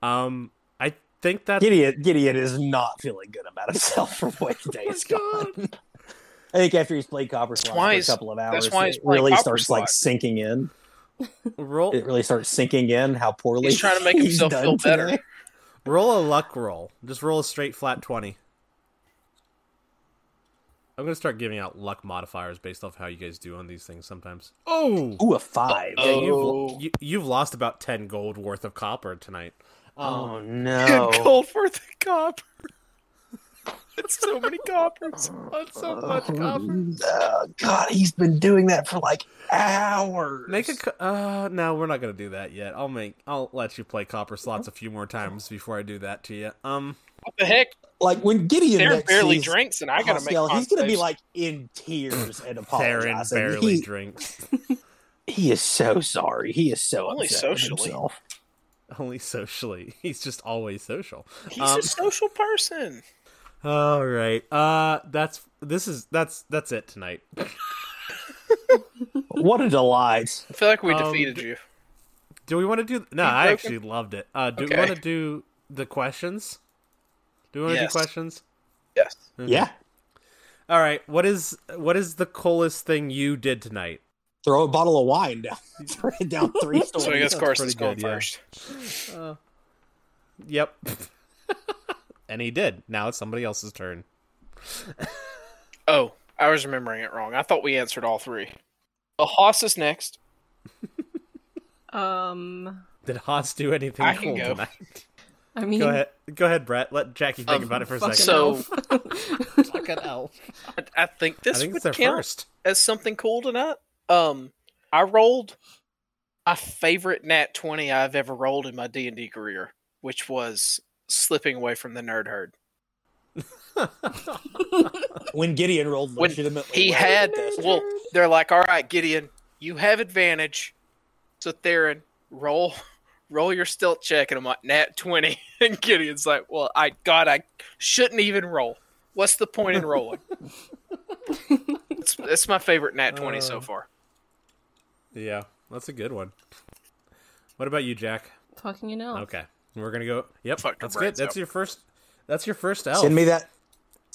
S3: Um, I think that's
S6: Gideon, Gideon is not feeling good about himself from the way the day has gone. I think after he's played copper slots
S7: why
S6: for a
S7: he's-
S6: couple of hours,
S7: that's why he's
S6: it
S7: playing
S6: really
S7: Copper
S6: starts like
S7: Slots.
S6: sinking in.
S3: roll
S6: It really starts sinking in how poorly
S7: He's trying to make
S6: he's
S7: himself
S6: done
S7: feel better.
S6: today.
S3: roll a luck roll. Just roll a straight flat twenty. I'm gonna start giving out luck modifiers based off how you guys do on these things sometimes. Oh,
S6: Ooh, a five.
S3: Yeah,
S7: Oh.
S3: you've, you, you've lost about 10 gold worth of copper tonight.
S6: Oh
S7: Good
S6: no!
S7: gold for the copper. It's so many coppers. That's so
S6: Oh.
S7: much copper.
S6: Uh, God, he's been doing that for like hours.
S3: Make a. co- Uh, no, we're not going to do that yet. I'll make. I'll let you play copper slots a few more times before I do that to you. Um,
S7: What the heck?
S6: like when Gideon
S7: Darren
S6: next
S7: barely
S6: sees-
S7: drinks, and I gotta
S6: Pascal,
S7: make.
S6: he's going to be
S7: conversation.
S6: like in tears and
S3: Theron
S6: apologizing.
S3: barely
S6: he,
S3: drinks.
S6: he is so sorry. He is so
S7: Only
S6: upset with
S7: socially.
S6: himself.
S3: Only socially. He's just always social.
S7: he's
S3: um,
S7: a social person.
S3: All right. Uh, that's. This is. That's. That's it tonight.
S6: What a delight!
S7: I feel like we
S3: um,
S7: defeated you.
S3: Do we want to do? No,
S7: You
S3: I
S7: broken?
S3: actually loved it. Uh, do
S7: Okay.
S3: we want to do the questions? Do we want to
S7: Yes.
S3: do questions?
S7: Yes.
S6: Yeah,
S3: All right. What is what is the coolest thing you did tonight?
S6: throw a bottle of wine down, throw it down three stories.
S7: So I guess
S3: that's
S7: Carson is
S3: pretty
S7: going
S3: good, yeah.
S7: first.
S3: Yep. and he did. Now it's somebody else's turn.
S7: Oh, I was remembering it wrong. I thought we answered all three. A Haas is next.
S4: Um.
S3: Did Haas do anything
S7: I can
S3: cool
S7: go.
S3: tonight?
S4: I mean.
S3: Go ahead. Go ahead, Brett. Let Jackie think
S7: Um,
S3: about it for a second.
S4: fucking
S7: So-
S4: elf.
S3: Fucking elf.
S7: I, I think
S3: I
S7: this
S3: think it's their
S7: would count
S3: first.
S7: as something cool tonight. Um, I rolled my favorite nat twenty I've ever rolled in my D and D career, which was slipping away from the nerd herd.
S6: When Gideon rolled
S7: When
S6: legitimately,
S7: he
S6: well
S7: had
S6: with this.
S7: well they're like all right gideon you have advantage so theron roll roll your stilt check, and I'm like, nat 20. And Gideon's like, well, I, God, I shouldn't even roll. What's the point in rolling? it's, it's my favorite nat 20 so far.
S3: Yeah, that's a good one. What about you, Jack?
S4: Fucking you know.
S3: Okay, we're gonna go. Yep,
S7: Fuck your
S3: that's good.
S7: brains
S3: That's
S7: out.
S3: your first. That's your first elf.
S6: Send me that.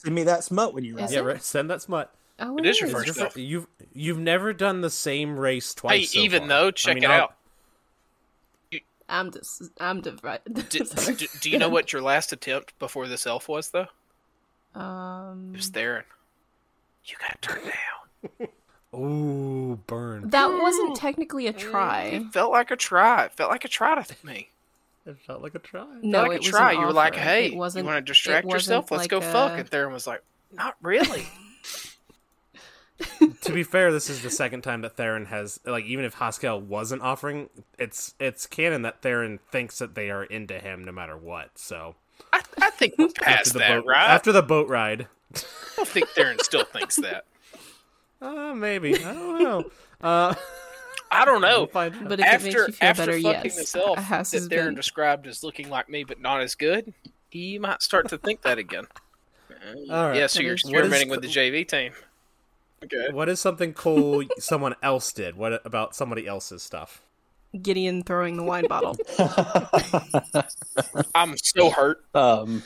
S6: Send me that smut when you're
S4: Is
S6: ready.
S3: Yeah,
S4: it?
S3: right. Send that smut.
S4: Oh,
S7: It is your
S3: It's
S7: first
S3: your
S7: elf.
S3: fir- you've you've never done the same race
S7: Hey,
S3: twice. so
S7: even
S3: far. I
S7: though, check
S3: mean,
S7: it
S3: I'll-
S7: out.
S4: I'm just. I'm divided.
S7: D- d- do you know what your last attempt before this elf was, though?
S4: um.
S7: It was Theron. You got turned down.
S3: Ooh, burn.
S4: That wasn't technically a try.
S7: It felt like a try. It felt like a try to me.
S3: It felt like a try.
S4: No,
S7: like
S4: it
S7: a
S4: was an
S7: try. You were like,
S4: offer.
S7: "Hey,
S4: It wasn't-
S7: you want
S4: it
S7: to distract
S4: wasn't
S7: yourself? Let's
S4: like uh,
S7: go
S4: a-
S7: fuck." And Theron was like, "Not really."
S3: to be fair, this is the second time that Theron has like even if Haskell wasn't offering, it's it's canon that Theron thinks that they are into him no matter what. So
S7: I, I think we're past
S3: the
S7: that,
S3: boat,
S7: right?
S3: after the boat ride,
S7: I don't think Theron still thinks that.
S3: uh, maybe I don't know. Uh,
S7: I don't know.
S3: find out.
S4: But if it makes
S7: After
S4: you feel better,
S7: after fucking
S4: yes.
S7: this elf
S4: A house
S7: that
S4: has
S7: Theron
S4: been.
S7: described as looking like me but not as good, he might start to think that again.
S3: All right.
S7: Yeah, so
S4: That
S7: you're
S4: is true.
S7: experimenting
S3: What
S7: with
S3: is
S7: the JV team. Okay.
S3: What is something cool someone else did? What about somebody else's stuff?
S4: Gideon throwing the wine bottle.
S7: I'm so hurt.
S6: Um,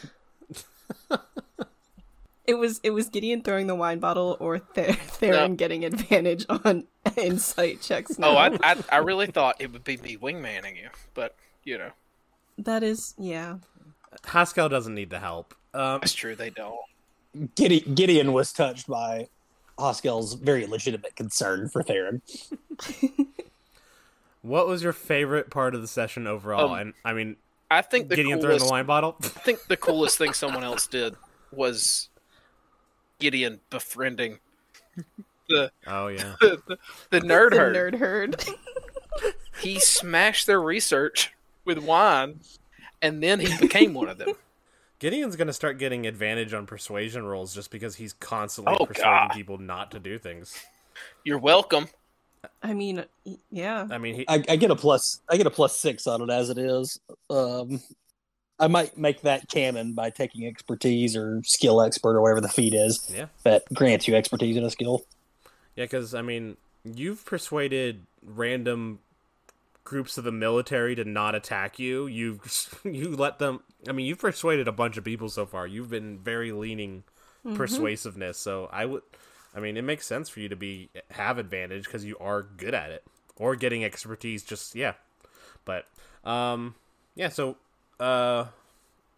S4: It was it was Gideon throwing the wine bottle or Ther- Theron getting advantage on insight checks. Now.
S7: Oh, I, I I really thought it would be me wingmanning you, but you know
S4: that is yeah.
S3: Haskell doesn't need the help. Um,
S7: that's true. They don't.
S6: Gide- Gideon was touched by Hoskell's very legitimate concern for Theron.
S3: what was your favorite part of the session overall?
S7: Um,
S3: and I mean,
S7: I think the
S3: Gideon throwing
S7: coolest
S3: the wine bottle.
S7: I think the coolest thing someone else did was Gideon befriending the
S3: oh yeah.
S7: the, the, nerd
S4: The
S7: herd.
S4: nerd herd.
S7: He smashed their research with wine, and then he became one of them.
S3: Gideon's gonna start getting advantage on persuasion rolls just because he's constantly
S7: Oh,
S3: persuading
S7: God.
S3: people not to do things.
S7: You're welcome.
S4: I mean, y- yeah.
S3: I mean, he,
S6: I, I get a plus. I get a plus six on it as it is. Um, I might make that canon by taking expertise or skill expert or whatever the feat is
S3: yeah,
S6: that grants you expertise and a skill.
S3: yeah, because I mean, you've persuaded random groups of the military to not attack you. You've you let them. I mean, you've persuaded a bunch of people so far. You've been very leaning persuasiveness. So I would, I mean, it makes sense for you to be have advantage because you are good at it or getting expertise. Just yeah, but um, yeah. So uh,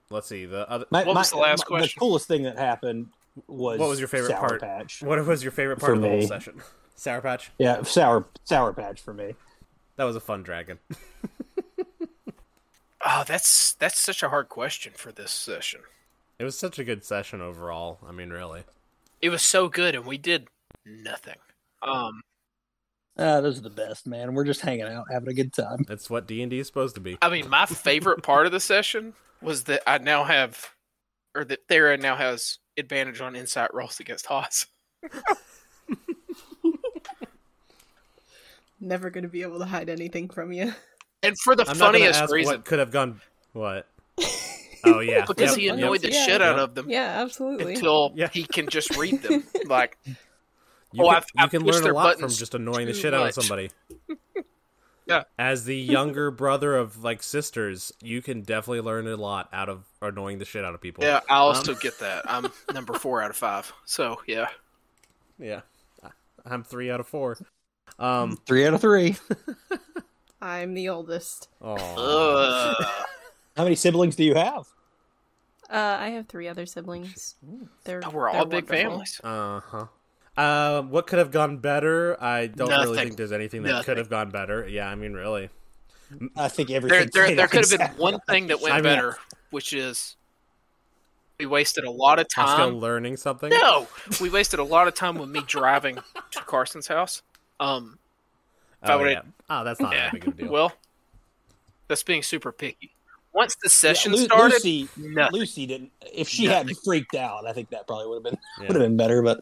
S3: let's see the other.
S6: My,
S7: What was the last
S6: The
S7: question?
S6: coolest thing that happened was
S3: What was your favorite
S6: Sour
S3: part?
S6: Patch.
S3: What was your favorite part
S6: For
S3: of the whole
S6: me.
S3: session? Sour Patch.
S6: Yeah, sour sour patch for me.
S3: That was a fun dragon.
S7: Oh, that's that's such a hard question for this session.
S3: It was such a good session overall. I mean, really.
S7: It was so good, and we did nothing. Um,
S6: Ah, those are the best, man. We're just hanging out, having a good time.
S3: That's what D&D is supposed to be.
S7: I mean, my favorite part of the session was that I now have, or that Thera now has advantage on insight rolls against Haas.
S4: Never gonna be able to hide anything from you.
S7: And for the
S3: I'm not gonna
S7: funniest
S3: ask
S7: reason,
S3: what could have gone what. Oh yeah.
S7: because
S3: Yep,
S7: he
S3: yep.
S7: annoyed the
S4: Yeah.
S7: shit out
S3: Yep.
S7: of them
S4: Yeah, absolutely.
S7: until
S3: Yeah.
S7: he can just read them. Like,
S3: You
S7: Oh,
S3: can,
S7: I've-
S3: you
S7: I've
S3: can
S7: pushed
S3: learn a
S7: their
S3: lot from
S7: buttons
S3: just annoying the
S7: too
S3: shit out of
S7: much.
S3: somebody.
S7: Yeah.
S3: As the younger brother of like sisters, you can definitely learn a lot out of annoying the shit out of people.
S7: yeah, I also get that. I'm number four out of five. So yeah,
S3: Yeah. I'm 3 out of 4. Um
S6: Three out of three.
S4: I'm the oldest.
S3: aw.
S7: Ugh.
S6: How many siblings do you have?
S4: Uh, I have three other siblings. They're
S7: Oh, we're all
S4: they're
S7: big
S4: wonderful.
S7: families.
S3: Uh-huh. Uh, what could have gone better? I don't really
S7: Nothing.
S3: think there's anything that could
S7: Nothing.
S3: have gone better. Yeah, I mean, really.
S6: I think
S7: There,
S6: everything.
S7: there, there could have been one thing that went
S3: I mean-
S7: better, which is we wasted a lot of
S3: Pascal
S7: time
S3: learning something.
S7: Um,
S3: Oh,
S7: No, we wasted a lot of time with me driving to Carson's house. Um, I
S3: Oh,
S7: would've-
S3: yeah. oh, that's not that
S7: yeah.
S3: big of a deal.
S7: Well, that's being super picky. Once the
S6: Yeah,
S7: session
S6: Lu-
S7: started,
S6: Lucy,
S7: nothing.
S6: Lucy didn't. If she
S7: Nothing.
S6: hadn't freaked out, I think that probably would have been
S3: Yeah.
S6: would have been better. But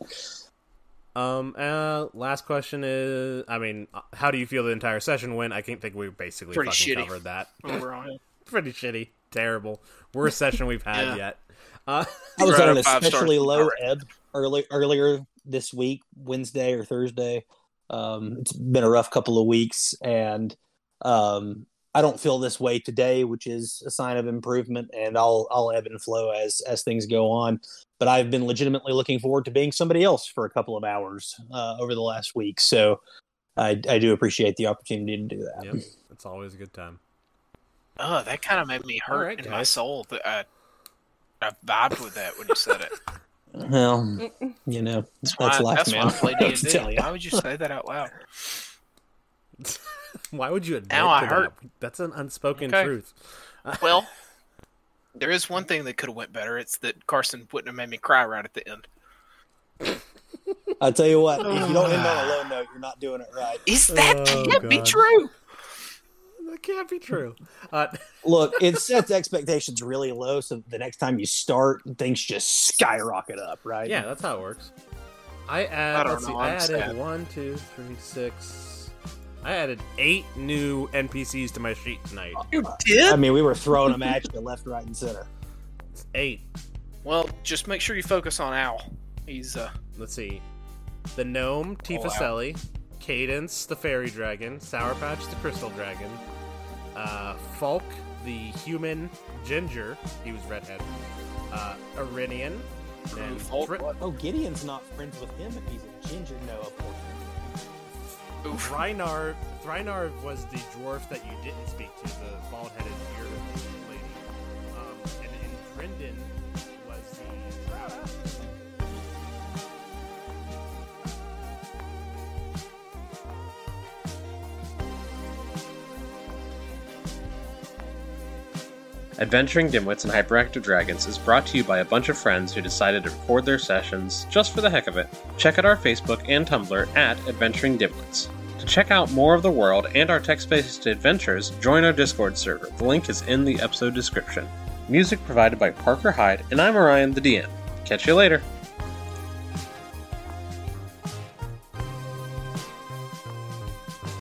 S3: Um. Uh. Last question is, I mean, uh, how do you feel the entire session went? I can't think we basically
S7: Pretty
S3: fucking
S7: shitty.
S3: covered that.
S7: Overall, yeah.
S3: Pretty shitty, terrible, worst session we've had
S7: Yeah.
S3: yet. Uh,
S6: I was
S7: Right,
S6: on an
S7: five stars.
S6: especially low
S7: Alright.
S6: ebb early earlier this week, Wednesday or Thursday. Um, it's been a rough couple of weeks, and um, I don't feel this way today, which is a sign of improvement. And I'll I'll ebb and flow as as things go on. But I've been legitimately looking forward to being somebody else for a couple of hours uh, over the last week. So I I do appreciate the opportunity to do that.
S3: yep, it's always a good time.
S7: Oh, that kind of made me hurt
S3: Alright,
S7: in my
S3: guys.
S7: soul. That I, I vibed with that when you said it.
S6: Well, you know that's,
S7: why,
S6: life,
S7: that's
S6: man.
S7: why I play
S6: I have to tell
S7: D&D.
S6: you.
S7: Why would you say that out loud?
S3: Why would you admit
S7: Ow, I
S3: to
S7: hurt.
S3: that? That's an unspoken
S7: Okay.
S3: truth.
S7: Well, there is one thing that could have went better. It's that Carson wouldn't have made me cry right at the end.
S6: I tell you what, if you don't end on a low note, you're not doing it right.
S7: Is that
S3: Oh,
S7: can't be
S3: God.
S7: true?
S3: That can't be true. Uh,
S6: Look, it sets expectations really low, so the next time you start, things just skyrocket up, right?
S3: yeah, that's how it works. I add.
S7: I don't
S3: let's see,
S7: know,
S3: I
S7: I'm
S3: added
S7: sad.
S3: one, two, three, six. I added eight new NPCs to my sheet tonight.
S7: Oh, You did?
S6: I mean, we were throwing them at you left, right, and center.
S3: It's eight.
S7: Well, just make sure you focus on Owl. He's uh
S3: Let's see. The gnome, Tifaselli, Cadence, the fairy dragon, Sour Patch, the crystal dragon, uh, Falk, the human ginger. He was redhead. Uh, Irinian. And
S7: Falk,
S3: Thri-
S7: what?
S6: Oh, Gideon's not friends with him if he's a ginger. No, of course.
S7: Oof.
S3: Thrynar, Thrynar was the dwarf that you didn't speak to, the bald-headed bearded lady. Um, and, and Brendan was the drow.
S2: Adventuring Dimwits and Hyperactive Dragons is brought to you by a bunch of friends who decided to record their sessions just for the heck of it. Check out our Facebook and Tumblr at Adventuring Dimwits. To check out more of the world and our text based adventures, join our Discord server. The link is in the episode description. Music provided by Parker Hyde, and I'm Orion, the DM. Catch you later.